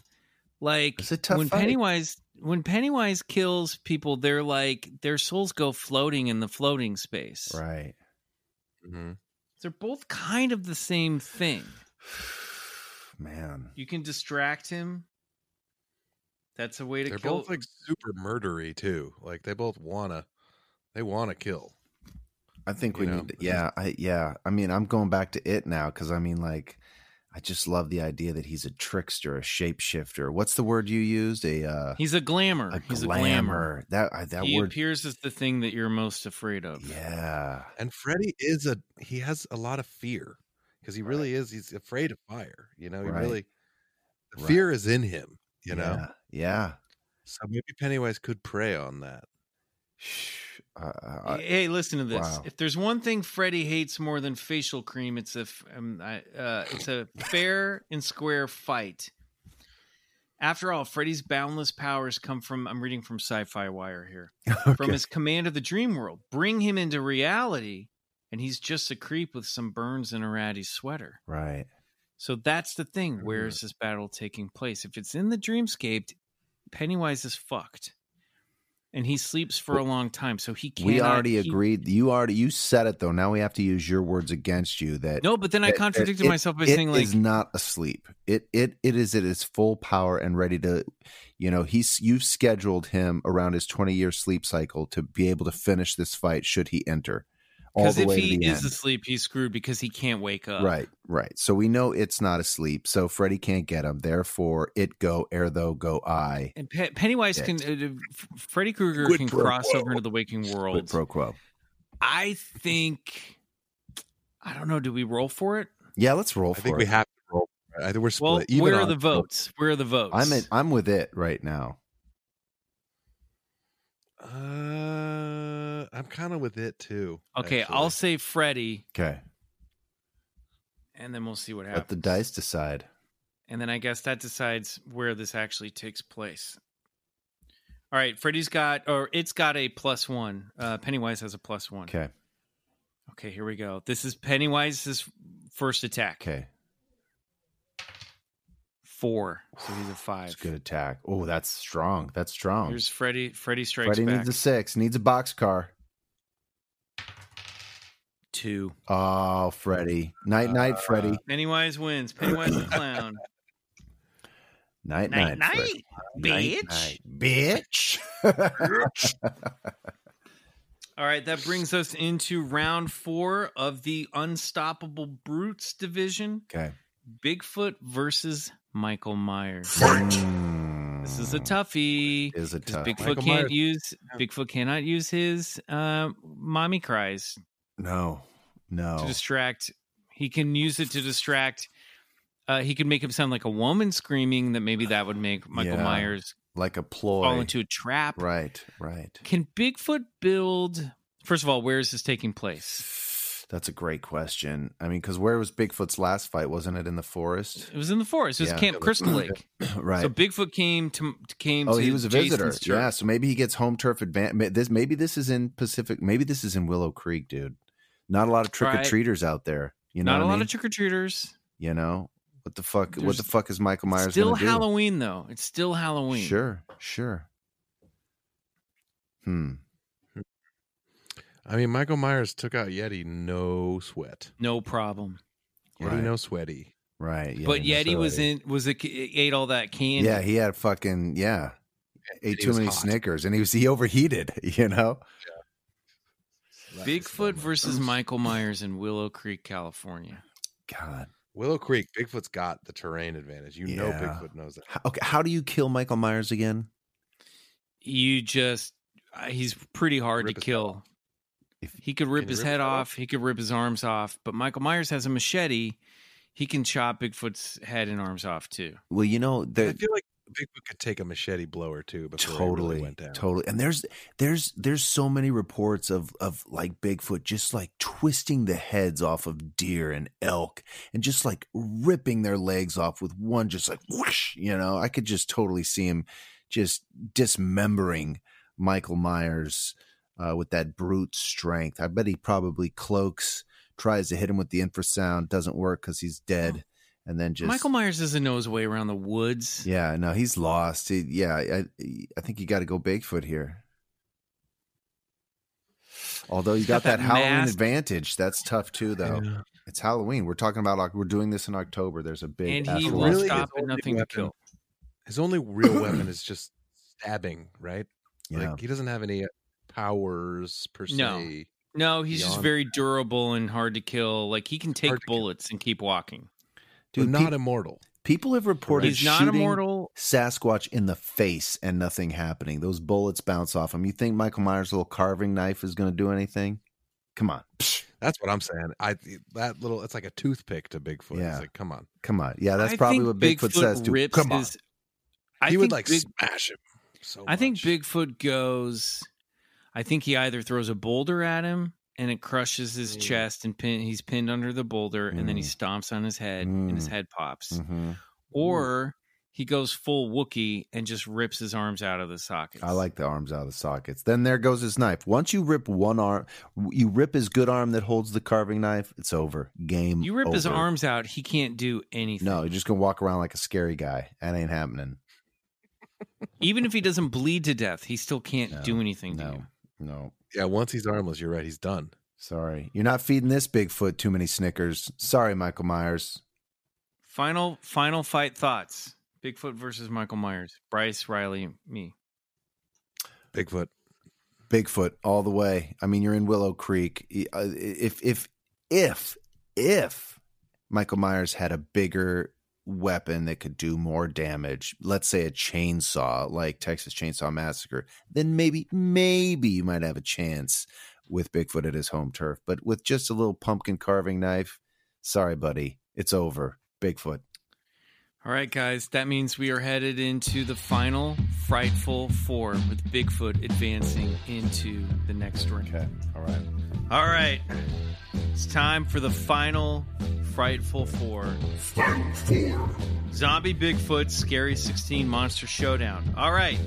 S2: like
S3: It's a tough
S2: when
S3: fight.
S2: Pennywise when Pennywise kills people, they're like their souls go floating in the floating space.
S3: Right. [sighs]
S4: Mhm.
S2: They're both kind of the same thing.
S3: Man.
S2: You can distract him. That's a way to
S4: They're
S2: kill.
S4: both like super murdery too. Like they both wanna, they wanna kill.
S3: I think
S4: you
S3: we
S4: know?
S3: need. To, yeah, I yeah. I mean, I'm going back to it now because I mean, like, I just love the idea that he's a trickster, a shapeshifter. What's the word you used? A uh,
S2: [laughs] he's a glamour.
S3: a,
S2: he's a
S3: glamour.
S2: glamour.
S3: That I, that
S2: he
S3: word.
S2: appears as the thing that you're most afraid of.
S3: yeah.
S4: And Freddy is a he has a lot of fear because he really is. He's afraid of fire. You know, he
S3: Right.
S4: really the
S3: Right.
S4: fear is in him. You know,
S3: Yeah. yeah.
S4: so maybe Pennywise could prey on that.
S3: Shh. Uh, uh,
S2: hey, listen to this.
S3: wow.
S2: If there's one thing Freddie hates more than facial cream, it's a f- um, I, uh, it's
S3: [laughs]
S2: a fair and square fight. After all, Freddy's boundless powers come from I'm reading from Sci-Fi Wire here.
S3: [laughs]
S2: From
S3: okay.
S2: his command of the dream world. Bring him into reality and he's just a creep with some burns and a ratty sweater.
S3: right.
S2: So that's the thing.
S3: Mm-hmm.
S2: Where is this battle taking place? If it's in the dreamscape, Pennywise is fucked. and he sleeps for a long time, so he can't.
S3: we already agreed. You already you said it though. Now we have to use your words against you. That
S2: No, but then I
S3: that- that
S2: contradicted
S3: it-
S2: myself by
S3: it
S2: saying like
S3: is not asleep. It it it is at its full power and ready to. You know he's you've scheduled him around his twenty year sleep cycle to be able to finish this fight should he enter. All
S2: because
S3: the
S2: if
S3: way
S2: he
S3: to the
S2: is
S3: end.
S2: asleep, uh, he's screwed because he can't wake up.
S3: Right, right. So we know it's not asleep. So Freddy can't get him. Therefore, it go ere though go I.
S2: And Pe- Pennywise
S3: Yeah.
S2: can, uh, F- Freddy Krueger
S7: Quid
S2: can
S7: pro
S2: cross
S7: quo.
S2: over into the waking
S3: Quid
S2: world.
S3: pro quo.
S2: I think, I don't know. Do we roll for it?
S3: Yeah, let's roll
S4: I
S3: for
S4: think
S3: it.
S4: we have to roll. I think we're split.
S2: Well,
S4: even
S2: where are
S4: on-
S2: the votes? Where are the votes?
S3: I'm in, I'm with it right now.
S4: [laughs] Uh, I'm kind of with it too.
S2: Okay,
S4: actually.
S2: I'll say Freddy,
S3: Okay,
S2: and then we'll see what happens.
S3: let the dice decide.
S2: And then I guess that decides where this actually takes place. All right, Freddy's got, or it's got a plus one. Uh, Pennywise has a plus one.
S3: Okay,
S2: Okay, here we go. This is Pennywise's first attack.
S3: okay,
S2: Four. So he's a five.
S3: it's a good attack. Oh, that's strong. That's strong.
S2: Here's Freddy. Freddy strikes
S3: Freddy
S2: back.
S3: needs a six. Needs a box car.
S2: Two.
S3: Oh, Freddy.
S2: Uh,
S3: Night, night, Freddy.
S2: Pennywise wins. Pennywise the
S3: [laughs]
S2: clown.
S3: Night, night, Freddy.
S2: bitch.
S3: night, bitch.
S2: All right, that brings us into round four of the Unstoppable Brutes division.
S3: okay.
S2: Bigfoot versus Michael Myers.
S3: Mm,
S2: This is a toughie.
S3: Is a
S2: Because
S3: tough.
S2: Bigfoot
S4: Michael
S2: can't
S4: Myers.
S2: use Bigfoot cannot use his uh, mommy cries
S3: No, no.
S2: to distract. He can use it to distract. Uh, he can make him sound like a woman screaming. That maybe that would make Michael
S3: Yeah.
S2: Myers
S3: like a ploy.
S2: fall into a trap.
S3: right, right.
S2: Can Bigfoot build? First of all, where is this taking place?
S3: That's a great question. I mean, because where was Bigfoot's last fight? Wasn't it in the forest?
S2: It was in the forest. It was
S3: Yeah.
S2: Camp
S3: [coughs]
S2: Crystal Lake.
S3: right.
S2: So Bigfoot came to came.
S3: oh,
S2: to
S3: he was a visitor.
S2: Jason's church.
S3: Yeah. So maybe he gets home turf advantage. This maybe this is in Pacific. Maybe this is in Willow Creek, dude. Not a lot of trick
S2: Right.
S3: or treaters out there. You know,
S2: Not a
S3: what I
S2: lot
S3: mean?
S2: of trick or treaters.
S3: you know what the fuck?
S2: There's
S3: what the fuck is Michael Myers
S2: Still
S3: gonna do?
S2: Halloween though. It's still Halloween.
S3: Sure, sure. Hmm.
S4: I mean, Michael Myers took out Yeti, no sweat.
S2: No problem.
S4: Yeti,
S3: Right.
S4: no sweaty.
S3: Right. Yeah,
S2: but
S3: no
S2: Yeti was
S3: sweaty.
S2: in was a, ate all that candy.
S3: Yeah, he had a fucking yeah.
S4: And
S3: Ate
S4: he
S3: too
S4: was
S3: many
S4: hot.
S3: Snickers, and he was he overheated. [laughs] You know.
S2: Bigfoot versus Michael Myers in Willow Creek, California.
S3: God.
S4: Willow Creek, Bigfoot's got the terrain advantage. You know,
S3: Yeah.
S4: Bigfoot knows that.
S3: How, okay, how do you kill Michael Myers again?
S2: You just uh, he's pretty hard
S4: Rip
S2: to
S4: his
S2: kill.
S3: If-
S2: he could rip
S4: Can you
S2: his
S4: rip
S2: head
S4: that
S2: off,
S4: off?
S2: he could rip his arms off, but Michael Myers has a machete. He can chop Bigfoot's head and arms off too.
S3: Well, you know,
S4: I
S3: the,
S4: feel like Bigfoot could take a machete blow or two before totally,
S3: totally,
S4: went down.
S3: totally. And there's there's there's so many reports of of like Bigfoot just like twisting the heads off of deer and elk and just like ripping their legs off with one just like whoosh, you know. I could just totally see him just dismembering Michael Myers uh, with that brute strength. I bet he probably cloaks, tries to hit him with the infrasound, doesn't work because he's dead, and then just
S2: Michael Myers doesn't know his way around the woods.
S3: Yeah, no, he's lost. He, yeah, I, I think you got to go Bigfoot here. Although you
S2: got
S3: got, that,
S2: that
S3: Halloween
S2: mask.
S3: advantage, that's tough too, though.
S4: Yeah.
S3: It's Halloween. We're talking about Oc- we're doing this in October. There's a big
S2: And he
S3: actual-
S2: will
S4: Really?
S2: stop
S4: His
S2: at
S4: only
S2: nothing to
S4: weapon-
S2: kill.
S4: His only real weapon is just stabbing, right?
S3: Yeah.
S4: Like he doesn't have any uh, powers per se.
S2: No. No, he's just
S4: Beyond
S2: very durable and hard to kill. Like he can take
S4: Hard to kill.
S2: bullets and keep walking.
S4: Dude,
S3: Dude,
S4: not
S3: pe-
S4: immortal.
S3: people have reported
S2: He's not
S3: shooting
S2: immortal.
S3: Sasquatch in the face and nothing happening. Those bullets bounce off him. You think Michael Myers' little carving knife is going to do anything? Come on,
S4: That's what I'm saying. I that little it's like a toothpick to Bigfoot.
S3: Yeah.
S4: It's like, come on.
S3: come on. Yeah, that's
S2: I
S3: probably
S2: think
S3: what Bigfoot, says. To him.
S2: rips
S3: come on,
S2: his- I
S4: he
S2: think
S4: would like
S2: Big-
S4: smash him. So
S2: I think
S4: much.
S2: Bigfoot goes. I think he either throws a boulder at him and it crushes his
S4: Mm.
S2: chest and pin, he's pinned under the boulder and then he stomps on his head and his
S3: Mm.
S2: head pops,
S3: Mhm.
S2: or he goes full Wookiee and just rips his arms out of the sockets.
S3: I like the arms out of the sockets. Then there goes his knife. Once you rip one arm, you rip his good arm that holds the carving knife. It's over. Game.
S2: You rip his
S3: over.
S2: arms out, he can't do anything.
S3: No, you're just gonna walk around like a scary guy. That ain't happening.
S2: Even if he doesn't bleed to death, he still can't do anything to
S3: No,
S2: you.
S3: no.
S4: Yeah, once he's armless, you're right. He's done.
S3: Sorry, you're not feeding this Bigfoot too many Snickers. Sorry, Michael Myers.
S2: Final final fight thoughts. Bigfoot versus Michael Myers. Bryce Riley, me.
S4: Bigfoot.
S3: Bigfoot all the way. I mean, you're in Willow Creek. E- uh, If if if if Michael Myers had a bigger weapon that could do more damage, let's say a chainsaw like Texas Chainsaw Massacre, then maybe maybe you might have a chance with Bigfoot at his home turf. But with just a little pumpkin carving knife, sorry, buddy, it's over. Bigfoot.
S2: All right, guys, that means we are headed into the final frightful four with Bigfoot advancing into the next round.
S3: Okay. All right.
S2: All right, it's time for the final frightful four. Final four. Zombie Bigfoot Scary 16 Monster Showdown. All right,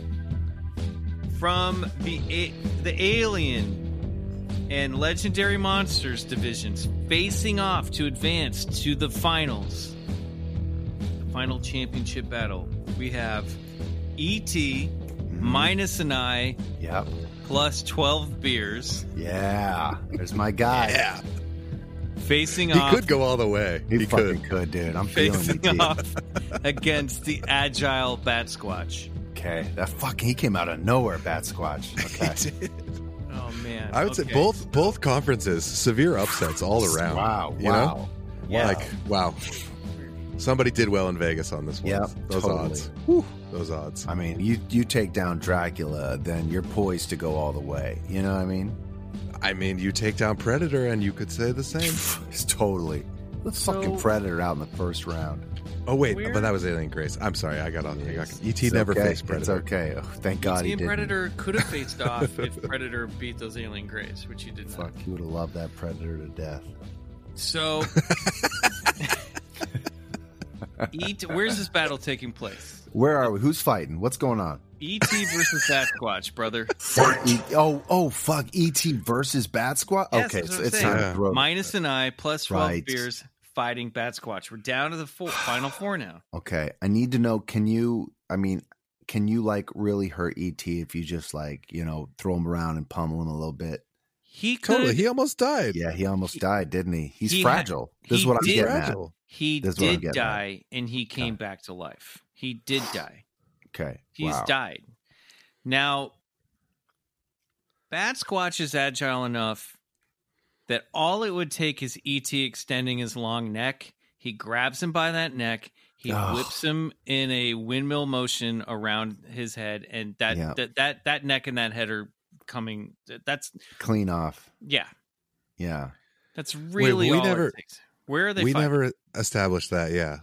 S2: from the a- the Alien and Legendary Monsters divisions facing off to advance to the finals. The final championship battle. We have ET minus an eye
S3: Yep.
S2: plus 12 beers
S3: Yeah. There's my guy.
S4: Yeah,
S2: facing
S4: he
S2: off
S4: could E go all the way.
S3: He,
S4: He, could.
S3: fucking could. dude. I'm
S4: [laughs]
S3: feeling
S2: facing
S3: it.
S2: off against the agile bat squatch.
S3: Okay, that fucking he came out of nowhere,
S4: [laughs]
S3: Bat Squatch. Okay.
S2: [laughs] Oh man!
S4: I would say
S2: Okay.
S4: both both conferences severe upsets all around.
S3: Wow,
S4: You know?
S3: wow.
S2: Yeah.
S4: Like wow, somebody did well in Vegas on this one.
S3: Yep,
S4: those
S3: totally.
S4: odds. Whew, those odds.
S3: I mean, you you take down Dracula, then you're poised to go all the way. You know what I mean?
S4: I mean, you take down Predator, and you could say the same.
S3: [laughs] It's totally. Let's
S2: So-
S3: fucking Predator out in the first round.
S4: Oh wait,
S2: Where-
S4: but that was Alien Grace. I'm sorry, I got on. I got, ET
S3: It's
S4: never
S3: okay.
S4: faced
S3: It's
S4: Predator.
S3: okay. Oh, thank God he
S2: Team
S3: didn't.
S2: Predator
S3: [laughs]
S2: could have faced off if Predator beat those alien greys, which he did not.
S3: Fuck, you would have loved that Predator to death.
S2: So,
S3: [laughs]
S2: eat. E Where's this battle taking place?
S3: Where are we? Who's fighting? What's going on?
S2: ET versus Sasquatch, brother.
S3: E- oh, oh, fuck. ET versus Bat Squatch?
S2: Yes,
S3: okay,
S2: that's what
S3: so
S2: I'm
S3: it's
S2: saying.
S3: time
S4: Yeah.
S3: to throw.
S2: Minus an eye, plus twelve
S3: Right.
S2: beers, fighting bat squatch. We're down to the four, final four now.
S3: Okay, I need to know. Can you? I mean, can you like really hurt ET if you just like you know throw him around and pummel him a little bit?
S2: He could.
S4: Totally, he almost died.
S3: Yeah, he almost died, didn't he? He's
S2: He had-
S3: fragile. this
S2: he
S3: is what I'm
S2: did-
S3: getting
S4: Fragile.
S2: He
S3: That's what I'm
S2: did
S3: getting at.
S2: die, and he came back to life. He did die.
S3: at. Okay,
S2: He's
S3: wow.
S2: died. Now, Bat Squatch is agile enough that all it would take is ET extending his long neck. He grabs him by that neck. He
S3: Ugh.
S2: whips him in a windmill motion around his head, and that
S3: Yeah.
S2: that, that that neck and that head are coming. That's
S3: clean off.
S2: yeah.
S3: Yeah,
S2: That's really
S4: we
S2: all
S4: never-
S2: it takes. Where are they?
S4: we
S2: fighting?
S4: never established that. Yeah,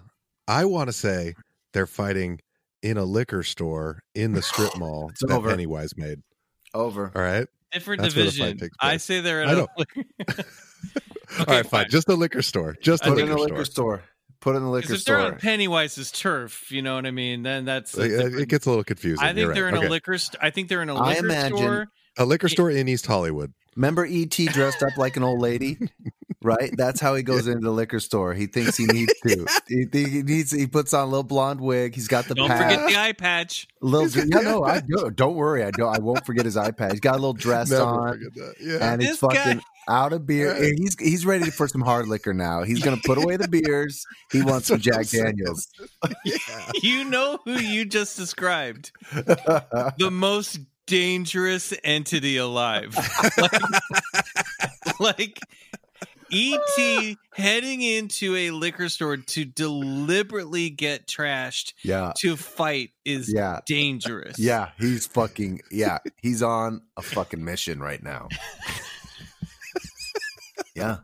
S4: I want to say they're fighting in a liquor store in the
S3: [laughs]
S4: strip mall
S3: It's
S4: that
S3: over.
S4: Pennywise made.
S3: over.
S4: All right,
S2: different
S4: That's where the fight
S2: division.
S4: takes
S2: I
S4: place.
S2: say they're
S4: I
S2: at a
S4: know.
S2: [laughs]
S4: all right, fine.
S2: fine.
S4: Just a liquor store. Just a
S3: Put it
S4: liquor,
S3: in the liquor
S4: store.
S3: store. Put it in the
S2: Because
S3: liquor
S2: if they're on
S3: store.
S2: Pennywise's turf, you know what I mean. Then that's a
S4: Like, uh,
S2: different-
S4: it gets a little confusing.
S2: I think
S4: You're
S2: they're
S4: right.
S2: in
S4: Okay.
S2: a liquor. St- I think they're in a
S3: I
S2: liquor
S3: imagine-
S2: store.
S4: a liquor store in East Hollywood.
S3: Remember ET dressed up like an old
S2: [laughs]
S3: lady? Right, that's how he goes into the liquor store. He thinks he needs
S2: [laughs]
S3: to. he, he needs. He puts on a little blonde wig. He's got the
S2: Don't
S3: pad.
S2: forget the eye patch.
S3: little
S4: He's got
S3: no,
S4: the [laughs]
S3: no, I do, don't worry. I don't. I won't forget his iPad. He's got a little dress
S4: Never
S3: on,
S4: forget [laughs] that. Yeah.
S3: and he's
S2: This guy-
S3: fucking out of beer.
S4: Yeah.
S3: He's he's ready for some hard liquor now. He's gonna put away the beers.
S4: [laughs]
S3: He wants some
S4: That's what I'm
S3: Jack
S4: saying.
S3: Daniels.
S4: yeah.
S2: You know who you just described?
S4: [laughs]
S2: The most dangerous entity alive. [laughs] like, like ET heading into a liquor store to deliberately get trashed
S3: Yeah,
S2: to fight is
S3: yeah,
S2: dangerous.
S3: yeah. He's fucking yeah. He's on a fucking mission right now. Yeah,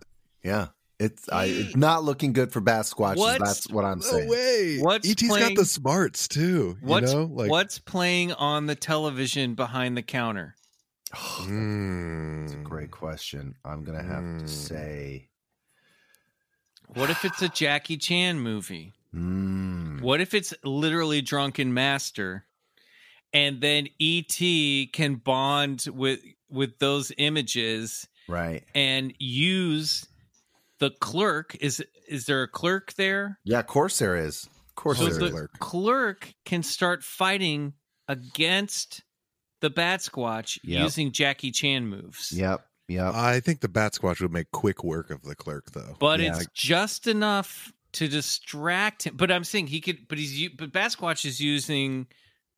S3: yeah. It's I. It's not looking good for Bass Squatches.
S2: What's-
S3: That's what I'm
S4: No
S3: saying.
S4: way.
S2: What's
S4: ET's
S2: playing-
S4: got the smarts too.
S2: What's
S4: you know? Like
S2: what's playing on the television behind the counter?
S3: It's a
S4: Mm.
S3: great question. I'm gonna have
S4: Mm.
S3: to say.
S2: What if it's a Jackie Chan movie?
S3: Mm.
S2: What if it's literally drunken master, and then ET can bond with with those images
S3: Right.
S2: and use the clerk? Is is there a clerk there?
S3: Yeah, of course there is. Of course
S2: So
S3: there
S2: the
S3: is.
S2: clerk. can start fighting against the Bat Squatch
S8: Yep.
S2: using Jackie Chan moves.
S3: Yep. Yep.
S2: Uh,
S4: I think the Bat Squatch would make quick work of the clerk, though.
S2: But
S3: Yeah.
S2: it's just enough to distract him. But I'm saying he could, but he's, u- but Bat Squatch is using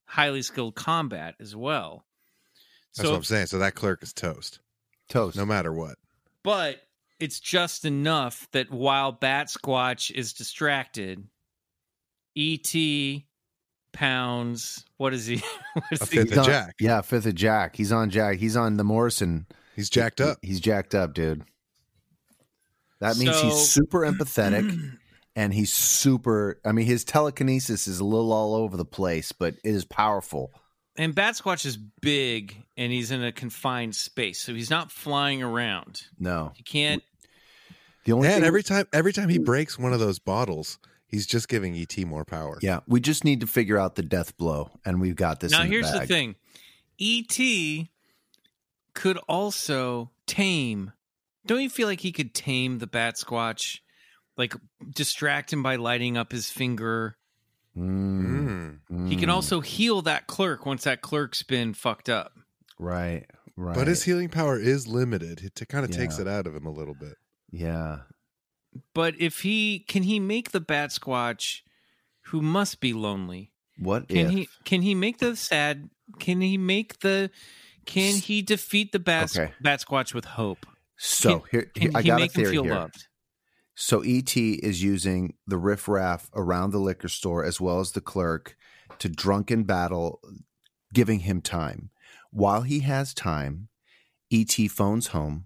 S2: highly skilled combat as well.
S4: That's what I'm saying. So that clerk is toast,
S3: Toast.
S4: no matter what.
S2: but it's just enough that while Bat Squatch is distracted, E.T. pounds. What is he? [laughs] What is
S4: A
S2: he?
S4: fifth
S3: He's
S4: of
S3: on-
S4: Jack.
S3: Yeah, fifth of Jack. He's on Jack. He's on the Morrison.
S4: He's jacked up.
S3: He's jacked up, dude. That means
S2: So-
S3: he's super empathetic [clears throat] and he's super I mean his telekinesis is a little all over the place, but it is powerful.
S2: And Bat Squatch is big, and he's in a confined space, so he's not flying around.
S3: No.
S2: He can't.
S3: The only
S4: And
S3: thing- Hmm.
S4: every time, every time he breaks one of those bottles, he's just giving ET more power.
S3: Yeah, we just need to figure out the death blow and we've got this.
S2: now,
S3: in
S2: here's the
S3: bag.
S2: thing: E.T. could also tame. Don't you feel like he could tame the Bat Squatch? Like distract him by lighting up his finger.
S3: Mm,
S4: Mm.
S2: He can
S3: mm,
S2: also heal that clerk once that clerk's been fucked up.
S3: Right. Right.
S4: But his healing power is limited. It kind of takes
S3: Yeah.
S4: it out of him a little bit.
S3: Yeah.
S2: But if he can he make the bat squatch who must be lonely?
S3: What
S2: Can
S3: if
S2: he can he make the sad can he make the can he defeat the bat,
S3: Okay.
S2: bat squatch with hope?
S3: so
S2: can-
S3: here, here
S2: Can
S3: I
S2: he
S3: got a
S2: make him
S3: theory
S2: feel
S3: here.
S2: loved?
S3: So ET is using the riffraff around the liquor store as well as the clerk to drunken battle, giving him time. While he has time, ET phones home.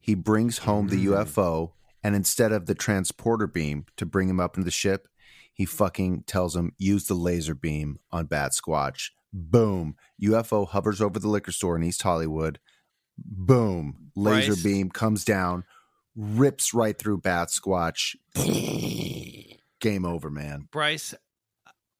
S3: He brings home the
S4: Mm.
S3: UFO, and instead of the transporter beam to bring him up into the ship, he fucking tells him use the laser beam on Bat Squatch. Boom! UFO hovers over the liquor store in East Hollywood. Boom! Laser
S2: Bryce?
S3: beam comes down rips right through Bat Squatch. Game over, man.
S2: Bryce,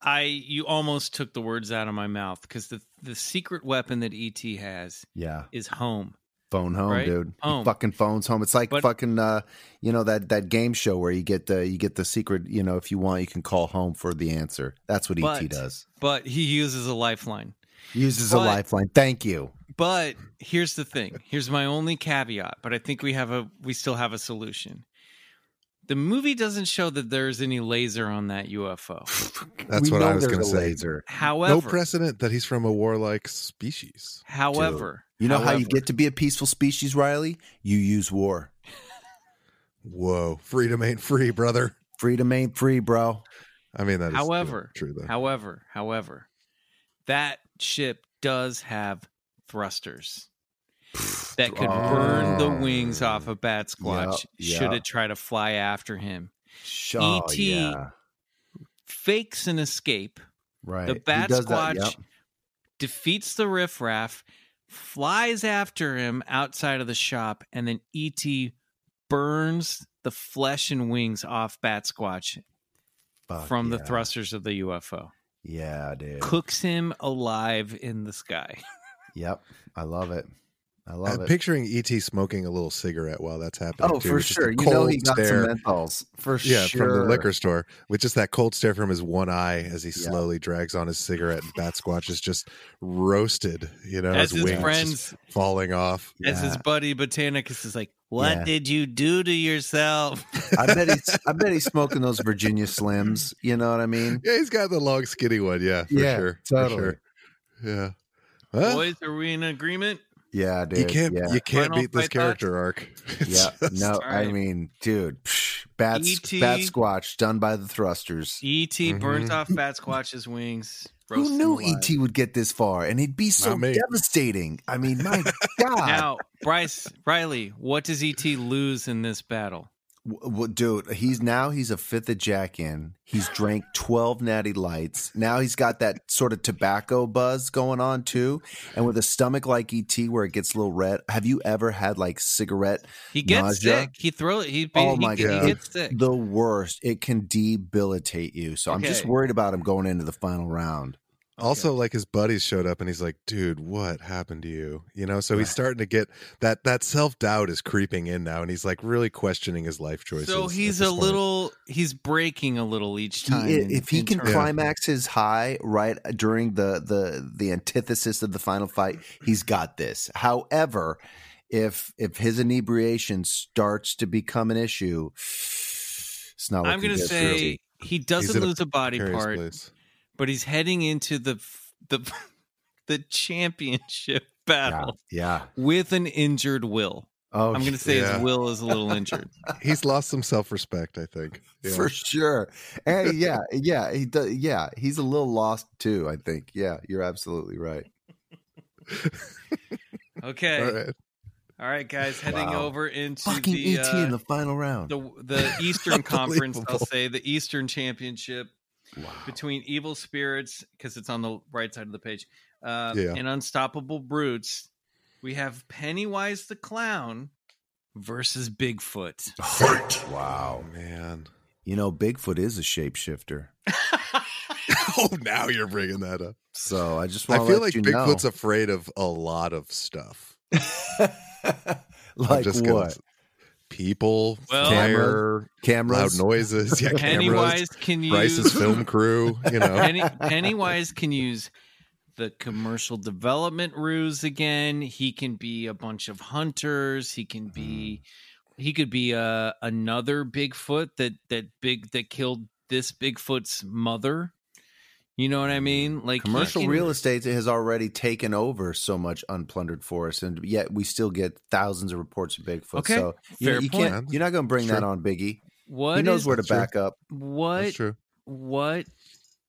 S2: I you almost took the words out of my mouth because the the secret weapon that ET has
S3: Yeah.
S2: is home.
S3: Phone home,
S2: Right?
S3: dude. He
S2: Home.
S3: fucking phones home. It's like
S2: But-
S3: fucking uh, you know, that that game show where you get the you get the secret, you know, if you want, you can call home for the answer. That's what
S2: But-
S3: ET does.
S2: But he uses a lifeline.
S3: Uses a
S2: but-
S3: lifeline. Thank you.
S2: But here's the thing. Here's my only caveat, but I think we have a we still have a solution. The movie doesn't show that there's any laser on that UFO.
S4: That's
S3: We
S4: what I
S3: know
S4: was
S3: there's
S4: going to
S3: a
S4: say.
S3: Laser.
S2: However,
S4: no precedent that he's from a warlike species.
S2: however,
S3: You know how you
S2: however,
S3: get to be a peaceful species, Riley? You use war.
S4: Whoa, freedom ain't free, brother.
S3: Freedom ain't free, bro.
S4: I mean, that is you know,
S2: However,
S4: true though.
S2: however, however, that ship does have thrusters
S3: [sighs]
S2: that could burn the wings off a bat squatch
S3: Yeah,
S2: should
S3: yeah.
S2: it try to fly after him.
S4: E
S3: Oh,
S2: E.T.
S3: yeah.
S2: Fakes an escape
S3: Right.
S2: The
S3: He
S2: Bat
S3: does that,
S2: Squatch defeats the riffraff, flies after him outside of the shop, and then E.T. burns the flesh and wings off Bat Squatch
S3: Fuck
S2: from the
S3: yeah.
S2: thrusters of the UFO.
S3: Yeah, dude.
S2: Cooks him alive in the sky.
S3: Yep. I love it. I love
S4: I'm
S3: it.
S4: picturing ET smoking a little cigarette while that's happening.
S3: Oh,
S4: too,
S3: for
S4: with just a
S3: sure. You know he
S4: cold
S3: got
S4: stare.
S3: some menthols for
S4: yeah,
S3: sure.
S4: from the liquor store with just that cold stare from his one eye as he
S3: Yeah.
S4: slowly drags on his cigarette and Bat Squatch is just roasted,
S2: [laughs]
S4: you know,
S2: As
S4: his,
S2: his
S4: wings just
S2: friends,
S4: falling off.
S2: as his
S3: Yeah.
S2: buddy Botanicus is like, What
S3: Yeah.
S2: did you do to
S3: [laughs]
S2: yourself?
S3: I bet he's I bet he's smoking those Virginia Slims. You know what I mean?
S4: Yeah, he's got the long skinny one, yeah, for
S3: Yeah,
S4: sure.
S3: totally.
S4: For sure. Yeah. Well,
S2: Boys, are we in agreement?
S3: Yeah, dude.
S4: you can't
S3: yeah.
S4: you can't
S2: Final
S4: beat this
S2: fight
S4: character arc. [laughs] It's
S3: yeah.
S4: just-
S3: No,
S2: Alright.
S3: I mean, dude, psh, bat,
S2: E.T.
S3: bat squatch done by the thrusters.
S2: E.T. E burns
S4: Mhm.
S2: off Bat Squatch's wings. roasts
S3: Mm-hmm. Who
S2: him
S3: knew E
S2: alive.
S3: ET would get this far? And he'd be so
S4: Not me.
S3: devastating. I mean, [laughs] my God.
S2: Now, Bryce, Riley, what does ET lose in this battle?
S3: W- w- dude, he's now he's a fifth of Jack in. He's drank twelve natty lights. Now he's got that sort of tobacco buzz going on too, and with a stomach like ET where it gets a little red. Have you ever had like cigarette?
S2: He gets
S3: Nausea?
S2: sick. He throws. He,
S3: Oh
S2: he,
S3: my
S2: he,
S4: God.
S2: gets sick.
S3: The worst. It can debilitate you. So I'm just
S2: Okay.
S3: worried about him going into the final round.
S4: Also, like his buddies showed up and he's like, dude, what happened to you? You know, so he's starting to get that that self doubt is creeping in now and he's like really questioning his life choices.
S2: So
S4: at
S2: he's
S4: this
S2: a
S4: point.
S2: little, he's breaking a little each time.
S3: He-
S2: in-
S3: if he
S2: in
S3: can
S2: turn.
S3: climax his high right uh, during the the the antithesis of the final fight, he's got this. However, if if his inebriation starts to become an issue, it's not.
S2: I'm
S3: looking
S2: gonna
S3: good for
S2: say
S3: him.
S2: he
S4: He's
S2: doesn't
S4: in a
S2: lose a body
S4: Precarious
S2: part, [laughs]
S4: place.
S2: but he's heading into the f- [laughs] the the championship [laughs] battle
S3: yeah.
S2: with an injured Will.
S3: Oh,
S2: I'm gonna say
S4: yeah.
S2: his Will is a little injured.
S4: He's lost some self respect, I think. Yeah.
S3: [laughs] for sure.
S5: Hey, yeah, yeah, he does, yeah, he's a little lost too. I think. Yeah, you're absolutely right.
S2: Okay,
S4: All right.
S2: all right, guys, heading
S3: Wow.
S2: over into
S3: Fucking
S2: the,
S3: ET
S2: uh,
S3: in the final round.
S2: the
S3: [laughs]
S2: the Eastern Conference. I'll
S4: Unbelievable.
S2: say the Eastern Championship
S3: Wow.
S2: between Evil Spirits because it's on the right side of the page, uh,
S4: Yeah.
S2: and Unstoppable Brutes. We have Pennywise the Clown versus
S3: [laughs]
S2: Bigfoot.
S1: Fight!
S4: Oh
S3: Wow.
S4: [laughs] man.
S3: You know, Bigfoot is a shapeshifter.
S4: Oh, now you're bringing that up.
S3: So I just
S4: I
S3: want to
S4: feel
S3: let
S4: like
S3: you
S4: Bigfoot's
S3: know.
S4: afraid of a lot of stuff. I'm
S3: [laughs] like
S4: just
S3: what?
S4: gonna s- People,
S2: Well-
S4: fire,
S3: Cameras.
S4: loud noises, yeah, cameras,
S2: Pennywise can
S4: Bryce's
S2: use
S4: film crew,
S2: [laughs]
S4: you know.
S3: [laughs]
S2: Penny, Pennywise can use the commercial development ruse again. He can be a bunch of hunters. He can be
S3: Hmm.
S2: he could be a another Bigfoot that that big that killed this Bigfoot's mother. You know what I mean? Like he
S3: Hmm. Commercial
S2: can-
S3: real estate has already taken over so much unplundered forest, and yet we still get thousands of reports of Bigfoot.
S2: Okay,
S3: so you,
S2: fair
S3: you
S4: point.
S3: can't. You're not going to bring
S4: Sure.
S3: that on Biggie.
S2: What
S3: he knows
S2: is-
S3: where to
S4: That's true.
S3: back up.
S4: That's
S2: what
S4: true.
S2: what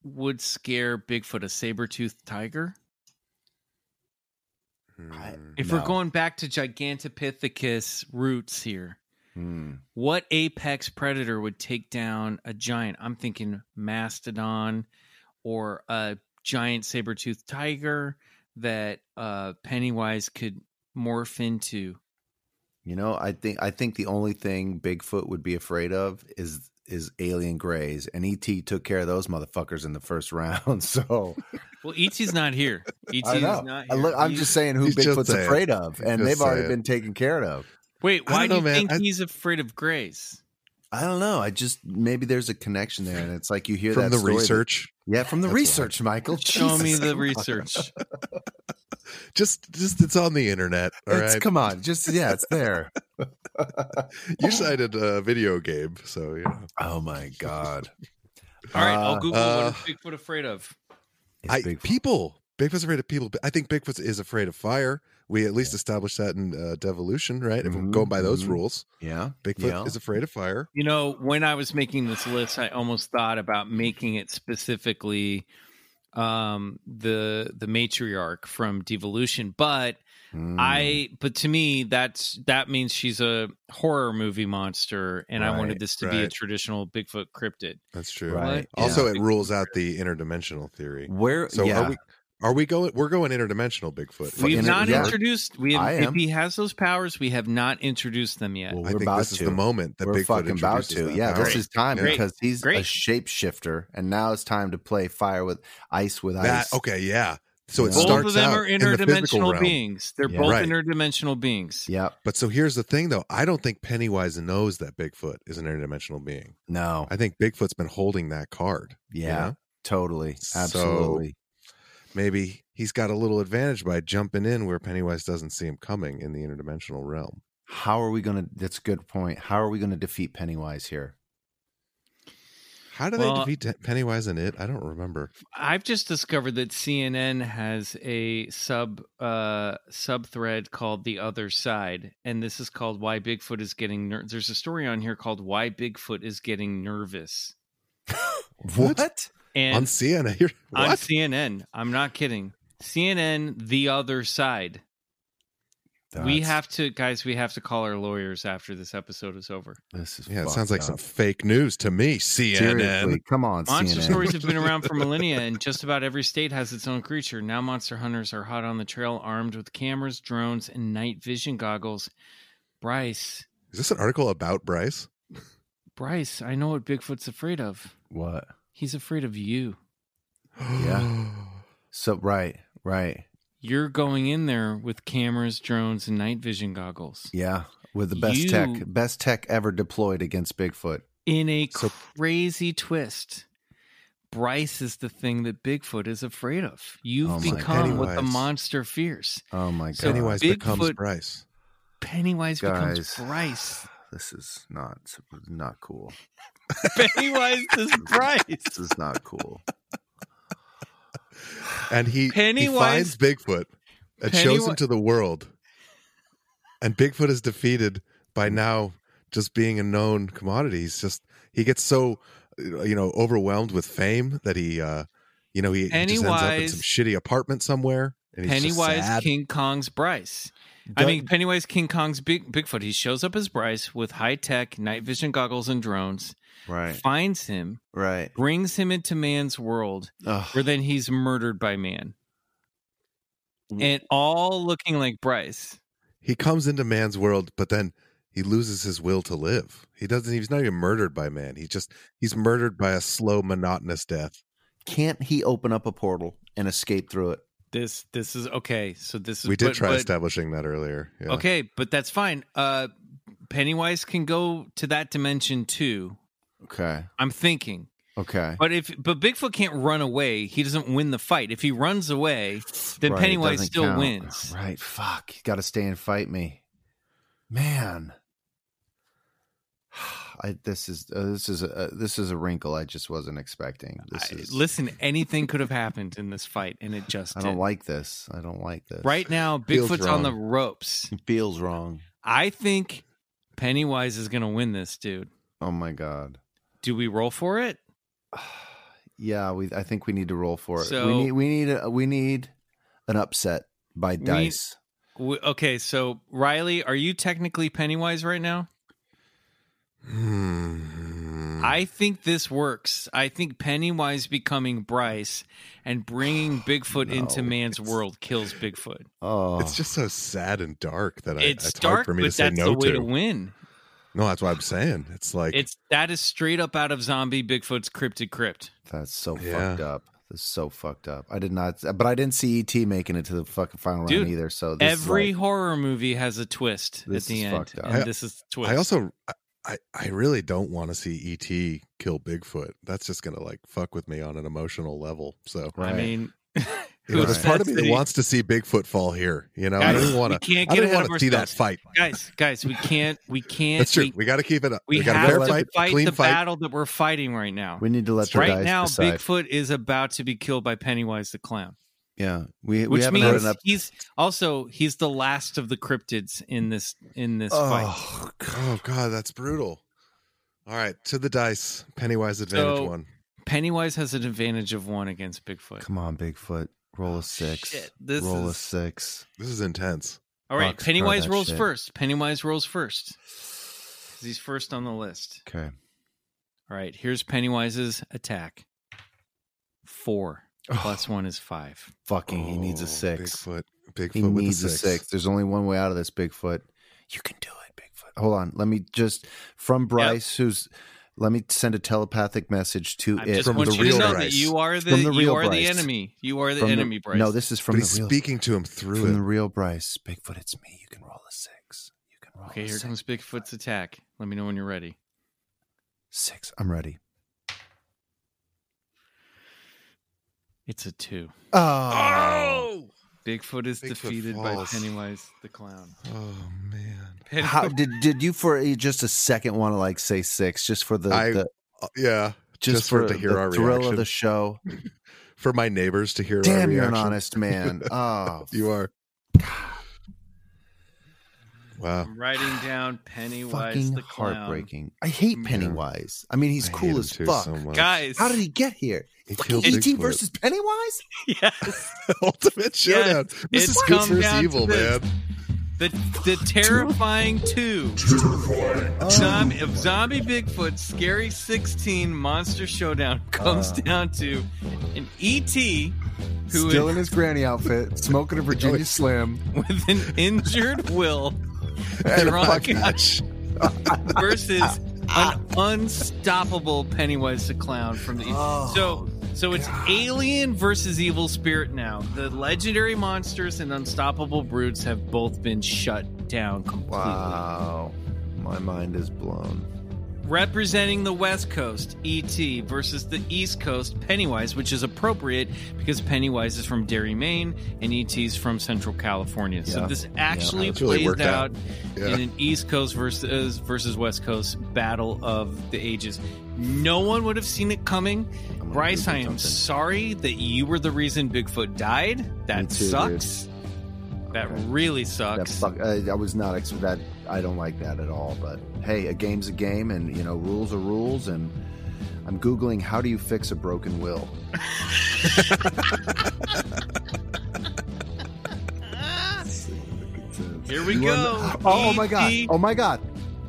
S2: would scare Bigfoot a saber toothed tiger?
S3: I-
S4: Hmm.
S2: If we're
S3: No.
S2: going back to Gigantopithecus roots here,
S3: Hmm.
S2: what apex predator would take down a giant? I'm thinking mastodon or a giant saber-toothed tiger that uh, Pennywise could morph into.
S3: You know, I think I think the only thing Bigfoot would be afraid of is is alien grays, and ET took care of those motherfuckers in the first [laughs] round. So
S2: Well, ET's not
S3: [laughs]
S2: here. ET's
S3: I know.
S2: E not
S3: I
S2: here.
S3: look, I'm
S2: He-
S3: just saying who
S4: He's just
S3: Bigfoot's
S4: saying.
S3: afraid of, and
S4: Just
S3: they've already
S4: saying.
S3: been taken care of.
S2: Wait,
S4: I
S2: why do
S4: don't know,
S2: you
S4: man.
S2: think
S4: I-
S2: he's afraid of Grace?
S3: I don't know. I just maybe there's a connection there, and it's like you hear
S4: From
S3: that
S4: the
S3: story that-
S4: research,
S3: yeah, from the
S4: That's [laughs]
S3: research, Michael.
S2: Show me
S3: Jesus. Uh,
S2: the research.
S3: [laughs]
S4: just just it's on the internet. All
S3: It's-
S4: right.
S3: Come on, just yeah, it's there.
S4: you cited a video game, so you know.
S3: Oh my god!
S2: All right, I'll
S3: Uh,
S2: Google
S4: uh,
S2: what is Bigfoot afraid of.
S3: It's
S4: I,
S3: Bigfoot.
S4: people, Bigfoot's afraid of people. but I think Bigfoot is afraid of fire. We at least established that in uh, Devolution, right? If we're
S3: Mhm,
S4: going by those
S3: mhm.
S2: Mm-hmm.
S4: rules,
S3: yeah,
S4: Bigfoot
S3: Yeah.
S4: is afraid of fire.
S2: You know, when I was making this list, I almost thought about making it specifically um the the matriarch from devolution but
S3: Mm.
S2: i but to me that's that means she's a horror movie monster and i wanted
S3: Right,
S2: this to be a
S4: right.
S2: traditional bigfoot cryptid
S4: That's true.
S3: Right,
S2: What?
S4: Also,
S2: Yeah.
S4: it rules out the interdimensional theory.
S3: Mm. where?
S4: So
S3: yeah,
S4: are we? Are we going? We're going interdimensional Bigfoot.
S3: Fucking
S2: we've
S3: it-
S2: not
S3: yeah.
S2: introduced we
S3: I
S2: have if
S3: am.
S2: he has those powers we have not introduced them yet
S3: Well,
S4: I
S3: we're
S4: think
S3: about
S4: this is
S3: to.
S4: the moment that
S3: we're
S4: Bigfoot
S3: fucking about
S4: introduces
S3: to.
S4: that
S3: Yeah,
S4: power.
S3: this is time
S2: Great.
S3: because he's
S2: Great.
S3: a shapeshifter, and now it's time to play fire with ice with
S4: that.
S3: ice.
S4: Okay, yeah. So it
S3: Yeah.
S2: both
S4: starts
S2: of them
S4: out
S2: are
S4: in the physical
S2: interdimensional
S4: realm.
S2: beings they're
S3: Yeah.
S2: both
S4: Right.
S2: interdimensional beings
S3: Yep.
S4: But so here's the thing, though. I don't think Pennywise knows that Bigfoot is an interdimensional being.
S3: No.
S4: I think Bigfoot's been holding that card. you
S3: Yeah.
S4: know?
S3: Totally.
S4: So-
S3: Absolutely.
S4: Maybe he's got a little advantage by jumping in where Pennywise doesn't see him coming in the interdimensional realm.
S3: How are we going to? That's a good point. How are we going to defeat Pennywise here?
S4: How do
S2: Well-
S4: they defeat Pennywise in it? I don't remember.
S2: I've just discovered that CNN has a sub uh sub thread called The Other Side and this is called Why Bigfoot is Getting Ner- There's a story on here called Why Bigfoot is Getting Nervous.
S4: What? on
S2: And
S4: CNN? You're-
S2: on
S4: What?
S2: CNN, I'm not kidding. CNN The Other Side. We
S3: That's-
S2: have to guys, we have to call our lawyers after this episode is over.
S3: This is
S4: yeah, it
S3: fucked
S4: sounds like
S3: up.
S4: some fake news to me, CNN.
S3: Seriously, come on,
S2: Monster
S3: CNN.
S2: stories have been around for millennia, and just about every state has its own creature. Now, monster hunters are hot on the trail, armed with cameras, drones, and night vision goggles. Bryce,
S4: Is this an article about Bryce?
S2: Bryce, I know what Bigfoot's afraid of.
S3: What?
S2: He's afraid of you.
S3: Yeah. So right, right,
S2: You're going in there with cameras, drones, and night vision goggles
S3: yeah, with the best
S2: You-
S3: tech, best tech ever deployed against Bigfoot.
S2: in a
S4: So-
S2: crazy twist. Bryce is the thing that Bigfoot is afraid of. You've
S3: Oh my
S2: become what the
S4: Pennywise.
S2: monster fears.
S3: Oh my god,
S2: So
S4: [gasps] Pennywise
S2: Bigfoot-
S4: becomes Bryce.
S2: Pennywise
S3: guys,
S2: becomes
S3: [laughs]
S2: Bryce.
S3: This is not not
S2: [laughs]
S3: cool.
S2: Pennywise is Bryce.
S3: This is not cool.
S4: And he, he
S2: Pennywise-
S4: finds Bigfoot and shows him
S2: Pennywi-
S4: to the world. And Bigfoot is defeated by now just being a known commodity. He's just he gets so you know overwhelmed with fame that he uh you know he, he just ends up in
S2: Pennywise-
S4: some shitty apartment somewhere. And he's just
S2: Pennywise
S4: sad.
S2: King Kong's Bryce. I
S4: Doug-
S2: mean, Pennywise King Kong's Big, Bigfoot. He shows up as Bryce with high tech night vision goggles and drones,
S3: Right,
S2: finds him,
S3: right.
S2: brings him into man's world,
S3: Ugh.
S2: where then he's murdered by man. And all looking like Bryce.
S4: he comes into man's world, but then he loses his will to live. He doesn't. He's not even murdered by man. He's just he's murdered by a slow, monotonous death.
S3: Can't he open up a portal and escape through it?
S2: This this is okay. So this is
S4: We did
S2: but-
S4: try
S2: but-
S4: establishing that earlier. Yeah.
S2: Okay, but that's fine. Uh Pennywise can go to that dimension too.
S3: Okay,
S2: I'm thinking.
S3: okay.
S2: But if but Bigfoot can't run away, he doesn't win the fight. If he runs away, then
S3: Right, it
S2: Pennywise
S3: doesn't
S2: still
S3: count.
S2: wins.
S3: [laughs] Right, fuck. You gotta stay and fight me. Man. [sighs] I, this is uh, this is a uh, this is a wrinkle I just wasn't expecting. This
S2: I-
S3: is
S2: listen, anything could have happened in this fight, and it just
S3: I don't
S2: did.
S3: like this. I don't like this.
S2: Right now,
S4: Feels
S2: Bigfoot's on the
S4: wrong.
S2: ropes.
S3: It feels wrong.
S2: I think Pennywise is going to win this, dude.
S3: Oh my god.
S2: Do we roll for it?
S3: Yeah, we I think we need to roll for it.
S2: So-
S3: we need we need a, we need an upset by dice.
S2: W okay, so Riley, are you technically Pennywise right now?
S3: Mm.
S4: Hmm.
S2: I think this works. I think Pennywise becoming Bryce and bringing Bigfoot into
S3: No,
S2: man's world kills Bigfoot.
S3: oh.
S4: It's just so sad and dark that I,
S2: it's,
S4: it's,
S2: dark,
S4: hard for me
S2: but
S4: to say
S2: that's
S4: no
S2: the way
S4: to.
S2: to win.
S4: No, that's what I'm saying.
S2: [laughs]
S4: It's like
S2: It's that is straight up out of zombie Bigfoot's cryptid crypt.
S3: That's so
S4: Yeah.
S3: fucked up. That's so fucked up. I did not, but I didn't see ET making it to the fucking final
S2: Dude,
S3: round either. So this is
S2: Every
S3: like-
S2: horror movie has a twist at
S3: This
S2: the
S3: is
S2: end,
S3: fucked up.
S2: and
S4: I-
S2: this is the twist.
S4: I also I- I I really don't want to see ET kill Bigfoot. That's just gonna like fuck with me on an emotional level. So
S2: I mean,
S4: you know,
S2: who
S4: there's part
S2: says
S4: of me
S2: that
S4: that
S2: he-
S4: wants to see Bigfoot fall here. You know, I
S2: Guys,
S4: don't even want
S2: we
S4: to.
S2: can't
S4: I
S2: get
S4: don't
S2: ahead
S4: want
S2: of
S4: to see that
S2: ourselves.
S4: fight.
S2: guys, guys, we can't,
S4: [laughs]
S2: we can't.
S4: That's true.
S2: We,
S4: We got to keep it up.
S2: we
S4: we got a
S2: have
S4: fair
S2: to
S4: fight,
S2: fight,
S4: a clean
S2: the
S4: fight.
S2: battle that we're fighting right now.
S3: we need to let the
S2: right
S3: dice
S2: now,
S3: decide.
S2: Bigfoot is about to be killed by Pennywise the clown,
S3: yeah, we we
S2: which
S3: haven't had
S2: means
S3: an up.
S2: he's also he's the last of the cryptids in this in this fight.
S4: Oh, oh god, that's brutal. All right, to the dice. Pennywise advantage
S2: So-
S4: one.
S2: Pennywise has an advantage of one against Bigfoot.
S3: Come on, Bigfoot, roll a six.
S2: Shit, this
S3: roll a
S2: is-
S3: six.
S4: This is intense.
S2: All right,
S3: Fuck, throw
S2: Pennywise
S3: that
S2: rolls
S3: shit.
S2: first. Pennywise rolls first. 'Cause He's first on the list.
S3: Okay.
S2: All right, here's Pennywise's attack. Four plus one is five.
S3: Fucking, he needs
S4: Oh,
S3: a six.
S4: Bigfoot. Bigfoot
S3: He
S4: with
S3: needs
S4: a
S3: a
S4: six.
S3: six. There's only one way out of this, Bigfoot. You can do it, Bigfoot. Hold on. Let me just from Bryce, who's. Let me send a telepathic message to
S2: I
S3: it
S2: just
S4: from
S2: want
S4: the
S2: you to
S4: real
S2: know that
S4: Bryce.
S2: you are the,
S3: From the
S2: you
S3: real
S2: are the
S3: Bryce.
S2: enemy. You are the
S3: From
S2: enemy, Bryce.
S3: No, this is from
S4: but
S3: the
S4: he's
S3: real.
S4: speaking to him through
S3: from
S4: it.
S3: the real Bryce. Bigfoot, it's me. You can roll a six. You can roll.
S2: Okay,
S3: a
S2: here
S3: six.
S2: comes Bigfoot's attack. Let me know when you're ready.
S3: six. I'm ready.
S2: It's a two. Ah!
S3: Oh,
S2: Bigfoot is
S4: Bigfoot
S2: defeated by
S4: falls.
S2: Pennywise the clown.
S4: Oh man. [laughs]
S2: Penny-
S3: how did did you for a- just a second want to like say six just for the,
S4: I-
S3: the
S4: Uh, yeah.
S3: just,
S4: Just, for, to hear
S3: the
S4: our
S3: thrill
S4: reaction.
S3: of the show?
S4: for my neighbors to hear our
S3: Damn, you're
S4: reaction.
S3: an
S4: [laughs]
S3: honest man. Oh,
S4: You are. Wow.
S2: I'm writing down Pennywise
S3: fucking
S2: the clown.
S3: heartbreaking. I hate
S2: Yeah.
S3: Pennywise. I mean, he's
S4: I hate
S3: cool
S4: him
S3: as
S4: too
S3: fuck.
S4: so much.
S2: Guys,
S3: How did
S2: [laughs]
S3: he get here?
S4: He
S3: Fucking
S4: killed
S3: ET
S4: Bigfoot.
S3: versus Pennywise?
S4: [laughs]
S2: yes.
S4: [laughs] Ultimate Showdown. this
S2: it's
S4: is good
S2: come down
S4: versus
S2: to
S4: evil,
S2: this.
S4: man.
S2: The the terrifying two.
S3: Oh,
S2: Zombie of zombie Bigfoot, scary sixteen monster showdown [laughs] comes
S3: Uh.
S2: down to an ET who is
S3: Still in his granny outfit,
S4: [laughs]
S3: smoking
S4: Oh,
S3: a Virginia Slim.
S2: with
S3: [laughs]
S2: an injured will [laughs]
S4: [laughs]
S3: And a
S2: drunk
S3: fucking- versus [laughs] Oh,
S2: versus an unstoppable Pennywise the clown from the ET. E so So it's Alien versus Evil Spirit now. The legendary monsters and unstoppable brutes have both been shut down completely.
S3: Wow. My mind is blown.
S2: Representing the West Coast, E.T. versus the East Coast, Pennywise, which is appropriate because Pennywise is from Derry, Maine, and E.T.'s from Central California. So
S3: Yeah.
S2: this actually
S4: that's really
S2: plays
S4: worked
S2: out,
S4: out. Yeah.
S2: in an East Coast versus versus West Coast battle of the ages. No one would have seen it coming.
S3: I'm gonna
S2: Bryce, I
S3: Google
S2: am
S3: something.
S2: sorry that you were the reason Bigfoot died. That
S3: Me too,
S2: sucks. That
S3: Okay.
S2: really
S3: That
S2: sucks.
S3: fuck, uh, I, I was not ex- that. I don't like that at all. But hey, a game's a game, and you know rules are rules. And I'm googling how do you fix a broken will.
S2: Ah, Here we
S3: You
S2: go. E
S3: are- Oh, oh my god.
S2: E.T.
S3: Oh my god.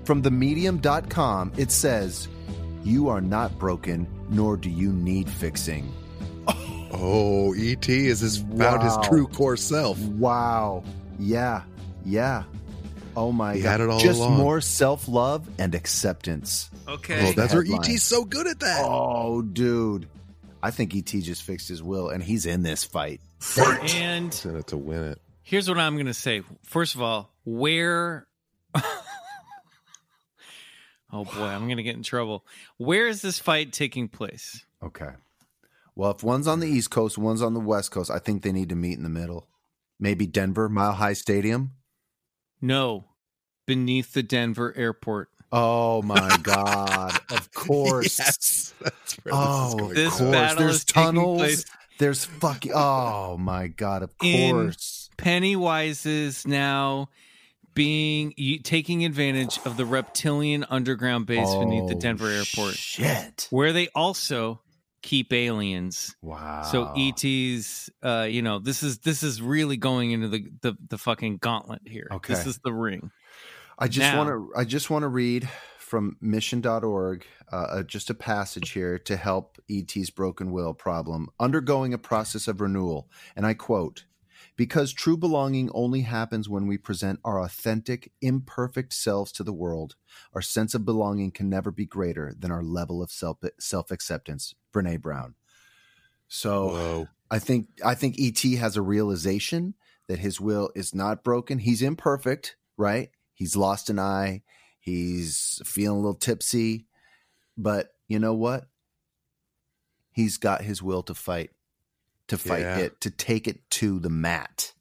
S3: From themedium.com, it says, "You are not broken, nor do you need fixing."
S4: Oh, ET has his, found his
S3: Wow.
S4: true core self.
S3: Wow. Yeah. Yeah. Oh my
S4: He
S3: god.
S4: had it all
S3: Just
S4: along.
S3: more self-love and acceptance.
S2: Okay.
S4: Oh, that's where
S3: Headline.
S4: ET's so good at that.
S3: Oh, dude. I think ET just fixed his will, and he's in this fight.
S2: and
S4: Send it to win it.
S2: Here's what I'm going to say. First of all, where. [laughs] oh boy, I'm going to get in trouble. Where is this fight taking place?
S3: Okay. Well, if one's on the East Coast, one's on the West Coast, I think they need to meet in the middle. Maybe Denver, Mile High Stadium.
S2: No, beneath the Denver airport.
S3: Oh [laughs] my God! of course.
S4: [laughs] Yes, that's where
S3: Oh,
S4: this is going.
S2: This
S3: course.
S2: battle
S3: There's
S2: is taking
S3: tunnels.
S2: place.
S3: There's fucking. Oh my God! Of
S2: In-
S3: course.
S2: Pennywise is now being you, taking advantage of the reptilian underground base beneath the
S3: Oh,
S2: Denver airport,
S3: Shit!
S2: where they also keep aliens.
S3: Wow.
S2: So E ET's, uh, you know, this is this is really going into the the, the fucking gauntlet here.
S3: Okay.
S2: This is the ring.
S3: I just
S2: Now-
S3: want to I just want to read from mission.org uh, uh, just a passage here to help ET's broken will problem undergoing a process of renewal and I quote because true belonging only happens when we present our authentic imperfect selves to the world our sense of belonging can never be greater than our level of self self acceptance Brené Brown so
S4: Whoa. [laughs]
S3: I think I think ET has a realization that his will is not broken. He's imperfect, right? He's lost an eye. He's feeling a little tipsy, but you know what? He's got his will to fight, to fight
S4: Yeah.
S3: it, to take it to the mat.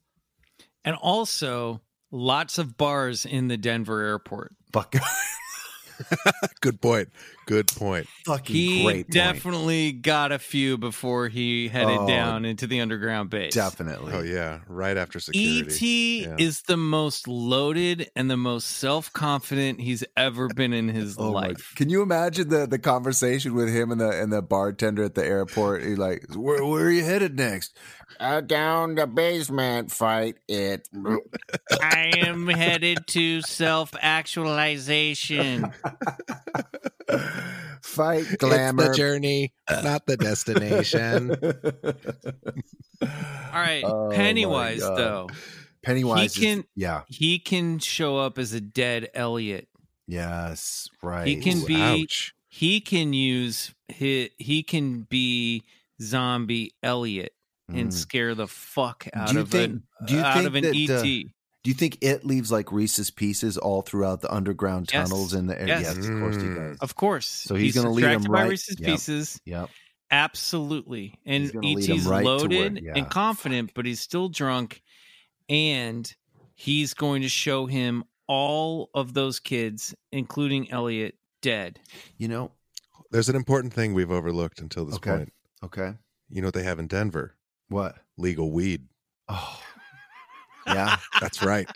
S2: And also lots of bars in the Denver airport.
S3: Fuck, [laughs]
S4: Good point. Good point.
S3: fucking
S2: He
S3: Mm, great. point.
S2: definitely got a few before he headed
S3: Oh,
S2: down into the underground base.
S3: definitely.
S4: Oh yeah, right after
S2: ET
S3: [laughs]
S4: security. Yeah.
S2: is the most loaded and the most self-confident he's ever been in his
S3: Oh my-
S2: life.
S3: Can you imagine the the conversation with him and the and the bartender at the airport? He's like, where, where are you headed next?
S5: Uh, down the basement, fight it.
S1: Mm.
S2: I am headed to self-actualization.
S5: Fight
S4: It's
S5: glamour.
S4: the journey, not the [laughs] destination.
S2: All right,
S3: Oh my
S2: Pennywise
S3: God.
S2: though.
S3: Pennywise.
S2: He
S3: is-
S2: can-
S3: yeah.
S2: he can show up as a dead Elliot.
S3: Yes. Right.
S2: He can
S4: Ooh,
S2: be-
S4: ouch.
S2: He can use his, he can be zombie Elliot and
S3: Mm.
S2: scare the fuck out
S3: Do you
S2: of an
S3: think- do you
S2: out
S3: think
S2: of an E
S3: that,
S2: ET.
S3: uh, Do you think it leaves like Reese's pieces all throughout the underground
S2: Yes.
S3: tunnels in the air?
S2: Yes.
S3: of course he
S4: Mm.
S3: does.
S2: of course.
S3: So he's gonna lead
S2: distracted
S3: him
S2: by
S3: right-
S2: Reese's
S3: yep.
S2: pieces.
S3: Yep.
S2: Absolutely. And
S3: He's gonna lead him
S2: ET's
S3: right to where-
S2: loaded
S3: yeah.
S2: and confident, but he's still drunk. And he's going to show him all of those kids, including Elliot, dead.
S3: You know.
S4: There's an important thing we've overlooked until this
S3: Okay.
S4: point.
S3: Okay.
S4: You know what they have in Denver?
S3: What?
S4: Legal weed.
S3: Oh.
S2: [laughs]
S3: Yeah.
S4: That's right.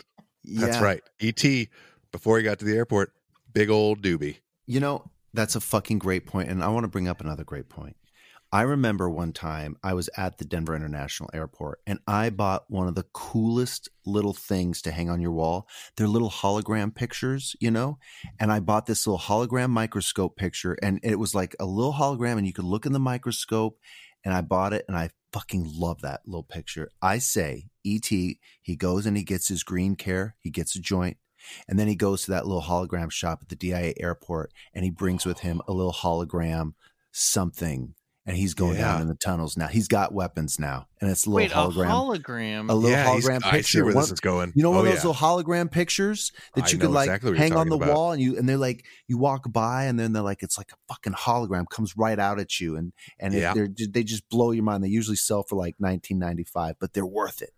S4: That's
S3: yeah.
S4: right. ET before he got to the airport, big old doobie.
S3: You know, that's a fucking great point, and I want to bring up another great point. I remember one time I was at the Denver International Airport and I bought one of the coolest little things to hang on your wall. They're little hologram pictures, you know? And I bought this little hologram microscope picture and it was like a little hologram and you could look in the microscope. And I bought it and I fucking love that little picture. I say, ET, he goes and he gets his green care, he gets a joint, and then he goes to that little hologram shop at the DIA airport and he brings with him a little hologram something and he's going
S4: Yeah.
S3: down in the tunnels now. He's got weapons now, and it's a little
S2: Wait, a
S3: hologram,
S2: hologram.
S3: a, little
S4: yeah, he's-
S3: hologram
S4: I see
S3: picture.
S4: where
S3: One-
S4: this is going.
S3: you know one
S4: oh,
S3: of those
S4: yeah.
S3: little hologram pictures that
S4: I
S3: you
S4: know
S3: could like
S4: exactly what you're
S3: hang on
S4: talking
S3: the
S4: about.
S3: wall and you and they're like you walk by and then they're like it's like a fucking hologram comes right out at you and and it-
S4: Yeah.
S3: they're they just blow your mind. They usually sell for like 19.95, but they're worth it.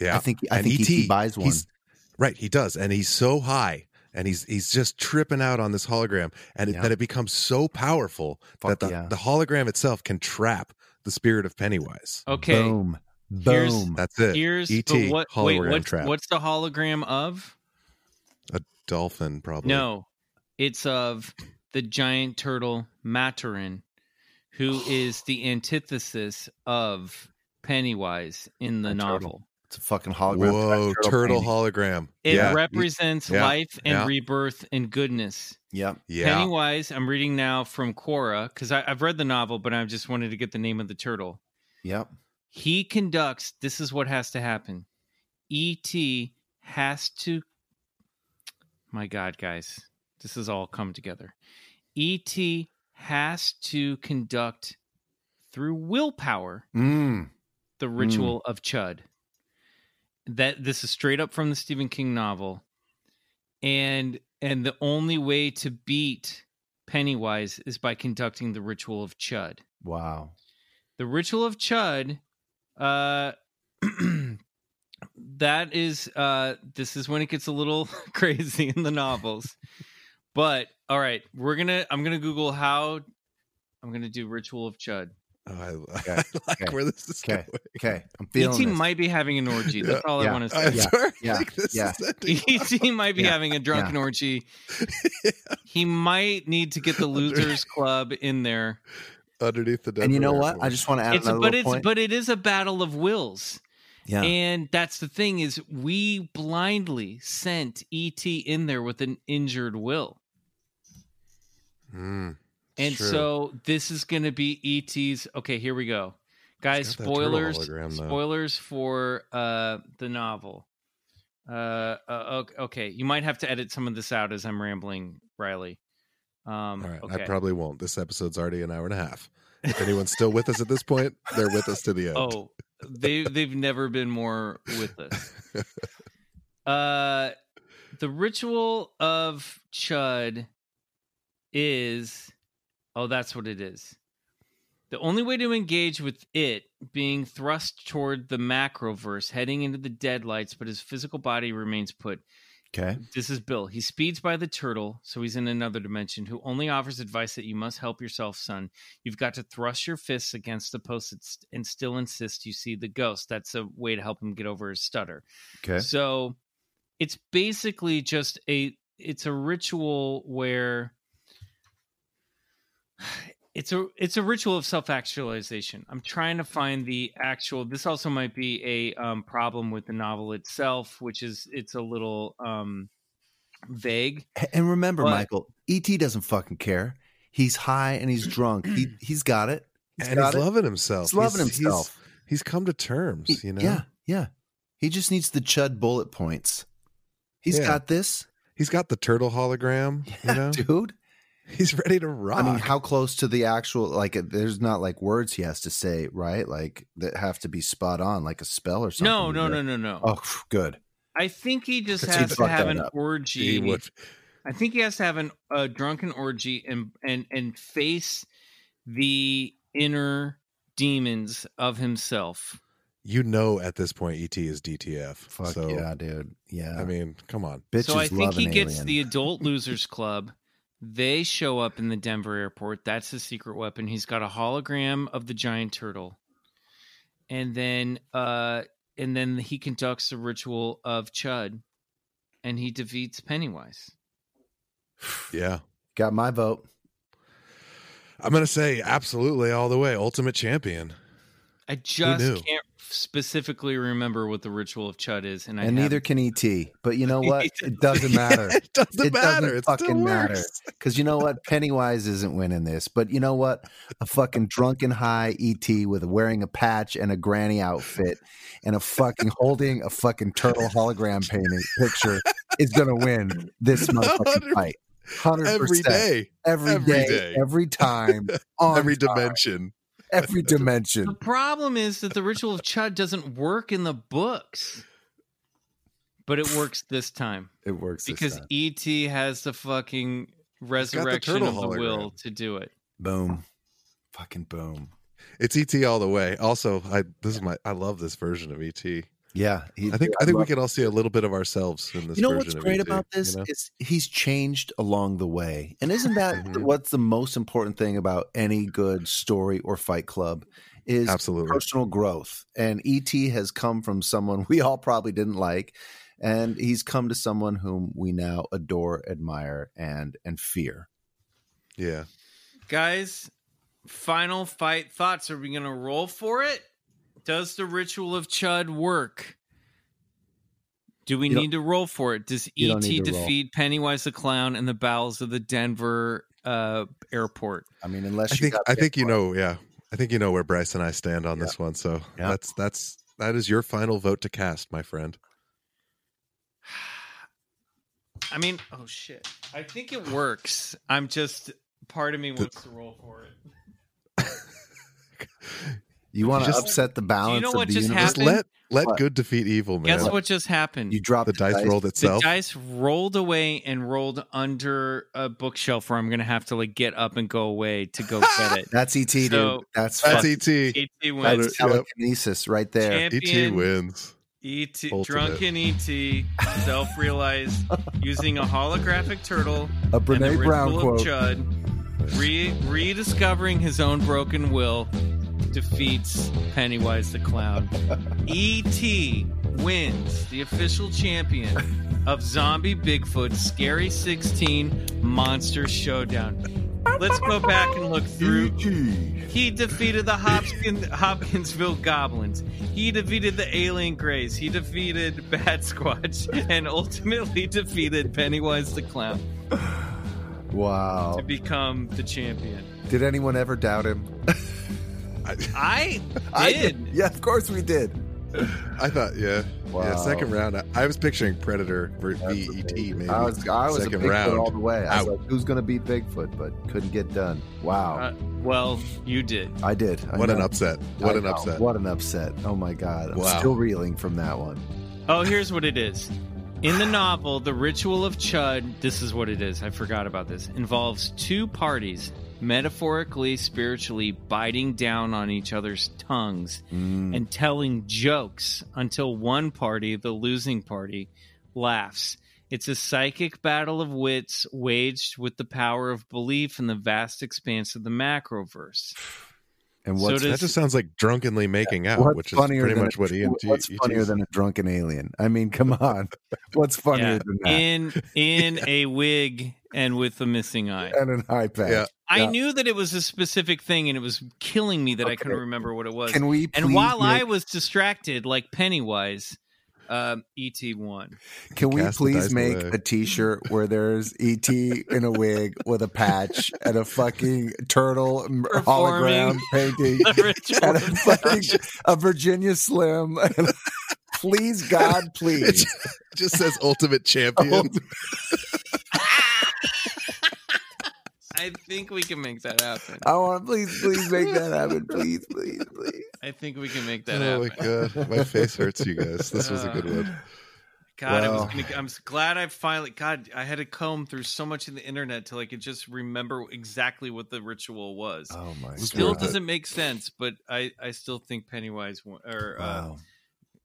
S4: Yeah.
S3: I think I
S4: And
S3: think
S4: ET,
S3: he, buys one.
S4: He's, right, he does, and he's so high, and he's he's just tripping out on this hologram, and it,
S3: Yeah.
S4: then it becomes so powerful
S3: Fuck
S4: that the,
S3: yeah.
S4: the hologram itself can trap the spirit of Pennywise.
S2: okay,
S3: Boom. E
S2: Here's-
S3: Boom.
S4: That's it.
S2: here's
S4: ET
S2: but what? Wait,
S4: hologram
S2: what,
S4: trap.
S2: what's the hologram of?
S4: Dolphin probably.
S2: No, it's of the giant turtle Matarin,
S4: [sighs]
S2: who is the antithesis of Pennywise in the
S3: A turtle.
S2: novel.
S3: It's a fucking hologram.
S4: Whoa,
S3: Turtle
S4: turtle,
S3: painting.
S4: hologram.
S2: It
S4: yeah.
S2: represents
S4: Yeah.
S2: life and
S4: Yeah.
S2: rebirth and goodness.
S3: Yep.
S4: yeah.
S2: Pennywise, I'm reading now from Quora because I've read the novel, but I just wanted to get the name of the turtle.
S3: Yep.
S2: He conducts, this is what has to happen. E.T. has to, my God, guys, this has all come together. E.T. has to conduct through willpower
S3: Mm.
S2: the ritual of chud that this is straight up from the stephen king novel and and the only way to beat pennywise is by conducting the ritual of chud
S3: Wow.
S2: the ritual of chud uh [clears throat] that is uh this is when it gets a little [laughs] crazy in the novels but all right we're gonna i'm gonna google how i'm gonna do ritual of chud
S4: Oh, I, [laughs]
S3: Okay.
S4: I like
S3: Okay.
S4: where this is
S3: Okay.
S4: going.
S3: Okay. I'm feeling
S2: et
S3: this.
S2: E might be having an orgy that's all i
S3: Yeah.
S2: want to say
S4: [laughs] I'm
S3: Yeah.
S4: sorry. [laughs]
S3: Yeah.
S4: I think this
S3: Yeah.
S4: is
S2: [laughs]
S4: ending.
S3: [laughs]
S2: he might be
S3: Yeah.
S2: having a drunken
S3: [laughs]
S2: orgy. He might need to get the losers club in there.
S4: underneath the
S3: and you know
S4: Delaware
S3: what? I
S4: Force.
S3: just want to add
S2: It's
S3: another
S2: but
S3: little
S2: it's
S3: point.
S2: but it is a battle of wills,
S3: yeah.
S2: and that's the thing is we blindly sent ET in there with an injured will, Um,
S4: Mm, it's
S2: and
S4: true.
S2: so this is going to be ET's. Okay, here we go, guys.
S4: It's got that turtle
S2: Spoilers,
S4: hologram, though.
S2: spoilers for uh the novel. Uh, uh ok- okay, you might have to edit some of this out as I'm rambling, Riley. Um,
S4: All right,
S2: okay.
S4: I probably won't. This episode's already an hour and a half. If anyone's still with us at this point, they're with us to the end.
S2: Oh, they they've never been more with us. Uh, the ritual of Chud is oh, that's what it is. The only way to engage with it being thrust toward the macroverse, heading into the deadlights, but his physical body remains put.
S3: okay.
S2: This is Bill. He speeds by the turtle, so he's in another dimension, who only offers advice that you must help yourself, son. You've got to thrust your fists against the post and st- and still insist you see the ghost. That's a way to help him get over his stutter.
S3: Okay.
S2: So it's basically just a it's a ritual where [sighs] it's a it's a ritual of self-actualization. I'm trying to find the actual this also might be a um, problem with the novel itself, which is it's a little um vague.
S3: And remember,
S2: But-
S3: Michael, ET doesn't fucking care. He's high and he's drunk. [clears throat] He he's got it.
S4: and he's
S3: got it.
S4: loving himself.
S3: He's loving
S4: He's- he's-
S3: himself.
S4: He's, come to terms,
S3: He-
S4: you know?
S3: Yeah, yeah. He just needs the chud bullet points. He's
S4: Yeah.
S3: got this,
S4: He's got the turtle hologram,
S3: [laughs]
S4: you know?
S3: dude.
S4: [laughs] He's ready to rock.
S3: I mean, how close to the actual? Like, there's not like words he has to say, right? Like that have to be spot on, like a spell or something.
S2: No, no, no, no, no.
S3: Oh, phew, good.
S2: I think he just
S3: Because he
S2: has to
S3: fucked
S2: have
S3: that
S2: an
S3: up.
S2: orgy.
S4: he would.
S2: I think he has to have an, a drunken orgy and and and face the inner demons of himself.
S4: You know, at this point, ET is DTF.
S3: Fuck
S4: so,
S3: yeah, dude. Yeah,
S4: I mean, come on.
S3: bitches
S2: so I think
S3: love
S2: he
S3: an
S2: gets
S3: alien.
S2: the Adult
S3: [laughs]
S2: Losers Club. They show up in the Denver airport. That's his secret weapon. He's got a hologram of the giant turtle, and then uh, and then he conducts the ritual of Chud, and he defeats Pennywise.
S4: Yeah.
S3: got my vote.
S4: I'm going to say absolutely all the way. Ultimate champion.
S2: I just
S4: knew?
S2: can't specifically remember what the ritual of Chud is, and I
S3: and
S2: have-
S3: neither can ET. But [laughs] you know what? It [laughs] doesn't matter.
S4: [laughs] it doesn't
S3: It doesn't
S4: matter. It still
S3: fucking matter.
S4: works.
S3: Because you know what? Pennywise isn't winning this. But you know what? A fucking drunken high ET with wearing a patch and a granny outfit and a fucking holding
S4: [laughs]
S3: a fucking turtle hologram painting picture is going to win this motherfucking
S4: 100%.
S3: fight. 100%.
S4: every day,
S3: every
S4: every
S3: day,
S4: day. [laughs]
S3: every time, on
S4: every
S3: time,
S4: dimension. [laughs]
S3: every dimension.
S2: The problem is that the ritual of Chud doesn't work in the books, but it works this time
S3: It works this
S2: because
S3: time.
S2: ET has the fucking resurrection
S4: turtle
S2: of the
S4: hologram.
S2: will to do it.
S3: boom, fucking boom.
S4: It's ET all the way. Also, I this is my I love this version of ET. I
S3: Yeah, he-
S4: think I think we
S3: E love-
S4: can all see a little bit of ourselves in this.
S3: You know
S4: version
S3: what's
S4: of E
S3: great
S4: ET,
S3: about this
S4: you know?
S3: is he's changed along the way, and isn't that
S4: Mhm.
S3: what's the most important thing about any good story or Fight Club? Is
S4: Absolutely.
S3: personal growth. And ET has come from someone [laughs] we all probably didn't like, and he's come to someone whom we now adore, admire, and and fear.
S4: Yeah.
S2: Guys, final fight thoughts. Are we going to roll for it? Does the ritual of Chud work? Do we
S3: You don't-
S2: need to roll for it? Does
S3: You
S2: ET
S3: don't need to roll.
S2: defeat Pennywise the Clown in the bowels of the Denver uh, airport?
S3: I mean, unless
S4: I
S3: you
S4: think
S3: got
S4: I think you know, yeah. I think you know where Bryce and I stand on this one. So
S3: Yeah.
S4: that's that's that is your final vote to cast, my friend.
S2: I mean, oh shit. I think it works. I'm just, part of me wants to roll for it.
S3: you want to
S4: just-
S3: upset the balance
S2: know
S3: of
S2: what
S3: the
S2: just
S3: universe.
S4: Just
S2: Happened?
S4: let let
S3: What?
S4: good defeat evil, man.
S2: Guess what just happened?
S3: You drop
S4: The dice rolled
S2: the
S4: itself.
S2: dice rolled away and rolled under a bookshelf where I'm gonna have to like get up and go away to go get
S3: [laughs]
S2: it. E
S3: That's ET,
S2: So-
S3: dude. That's
S4: That's E
S3: fuck-
S4: ET.
S2: ET
S3: That's
S2: wins.
S4: Yep.
S3: telekinesis right there.
S4: ET
S2: E Champion
S4: wins.
S2: ET,
S4: Ultimate.
S2: drunken ET, self-realized, using a holographic turtle
S3: A
S2: and the
S3: Brene
S2: ritual
S3: Brown
S2: of
S3: quote.
S2: Chud, re- rediscovering his own broken will, defeats Pennywise the Clown. E.T. wins the official champion of Zombie Bigfoot Scary 16 Monster Showdown. Let's go back and look through. He defeated the Hopkins, Hopkinsville Goblins. He defeated the Alien Greys. He defeated Bat Squatch [laughs] and ultimately defeated Pennywise the Clown
S3: Wow.
S2: to become the champion.
S3: Did anyone ever doubt him?
S2: I
S3: I
S2: did.
S3: Yeah, of course we did.
S4: I thought, yeah, yeah.
S3: Wow.
S4: Second round. I, I was picturing Predator versus ET. Maybe
S3: I was, I was
S4: second
S3: a Bigfoot
S4: round.
S3: all the way. I was
S4: Out.
S3: like, who's going to beat Bigfoot? But couldn't get done. Wow.
S2: Uh, well, you did.
S3: I did. I
S4: what an
S3: know.
S4: upset! What
S3: I
S4: an
S3: know.
S4: upset!
S3: What an upset. Oh my God. I'm
S4: Wow.
S3: still reeling from that one.
S2: Oh, here's what it is. In the novel, the ritual of Chud, this is what it is. I forgot about this. Involves two parties metaphorically, spiritually biting down on each other's tongues
S3: Mm.
S2: and telling jokes until one party, the losing party, laughs. It's a psychic battle of wits waged with the power of belief in the vast expanse of the macroverse.
S3: And
S2: So
S3: what's,
S2: does-
S4: That just sounds like drunkenly making out,
S3: what's
S4: which is
S3: funnier
S4: pretty
S3: than
S4: much
S3: a,
S4: what E EMT. [laughs]
S3: What's funnier
S4: ET's
S3: than a drunken alien? I mean, come
S4: [laughs]
S3: on. What's funnier
S2: Yeah.
S3: than that?
S2: in in a wig and with a missing eye.
S3: and an eye patch.
S4: Yeah.
S2: I
S3: Yeah.
S2: knew that it was a specific thing, and it was killing me that I
S3: Okay.
S2: couldn't remember what it was.
S3: Can we?
S2: and
S3: please
S2: while I
S3: make-
S2: was distracted, like Pennywise, um, ET
S3: [laughs]
S2: won.
S3: Can we
S4: Cast the
S3: please
S4: dice
S3: make
S4: away.
S3: a T-shirt where there's ET in a wig with a patch and a fucking turtle hologram
S2: Performing. [laughs]
S3: painting
S2: The ritual
S3: and a
S2: of
S3: fucking a Virginia Slim? [laughs] please, God, please.
S4: It just says
S3: [laughs] Oh,
S4: ultimate champion. [laughs]
S3: [laughs]
S2: I think we can make that happen.
S3: I want please, please make that happen. Please, please, please.
S2: I think we can make that
S4: oh my
S2: happen.
S4: god, my face hurts, you guys. This was a good one.
S2: God, I was
S3: Wow.
S2: gonna, I'm s- glad I finally. God, I had to comb through so much in the internet till I could just remember exactly what the ritual was.
S3: Oh my
S4: It's
S2: still
S4: worth it.
S2: doesn't make sense, but I I still think Pennywise won, or uh,
S3: Wow,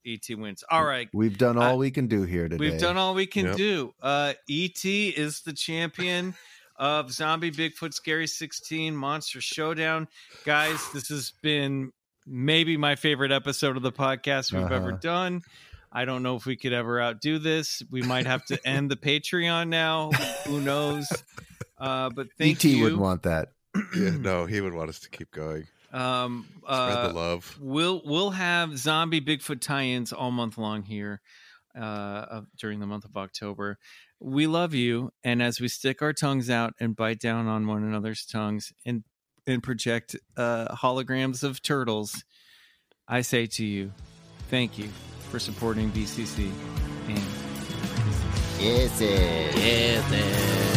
S2: ET wins. All right,
S3: we've done all
S2: I-
S3: we can do here today.
S2: We've done all we can
S4: Yep.
S2: do. Uh, ET is the champion of Zombie Bigfoot Scary 16 Monster Showdown. Guys, this has been maybe my favorite episode of the podcast we've ever
S3: Uh-huh.
S2: done. I don't know if we could ever outdo this. We might have to end the Patreon now. Who
S3: [laughs]
S2: knows? Uh, but thank
S3: ET
S2: you.
S3: E would want that.
S4: Yeah, no, he would want us to keep going.
S2: um,
S4: Spread
S2: uh,
S4: the love.
S2: We'll we'll have zombie Bigfoot tie-ins all month long here uh, of- during the month of October. We love you, and as we stick our tongues out and bite down on one another's tongues and and project uh, holograms of turtles, I say to you, thank you for supporting BCC and.
S9: Kisses. Kisses.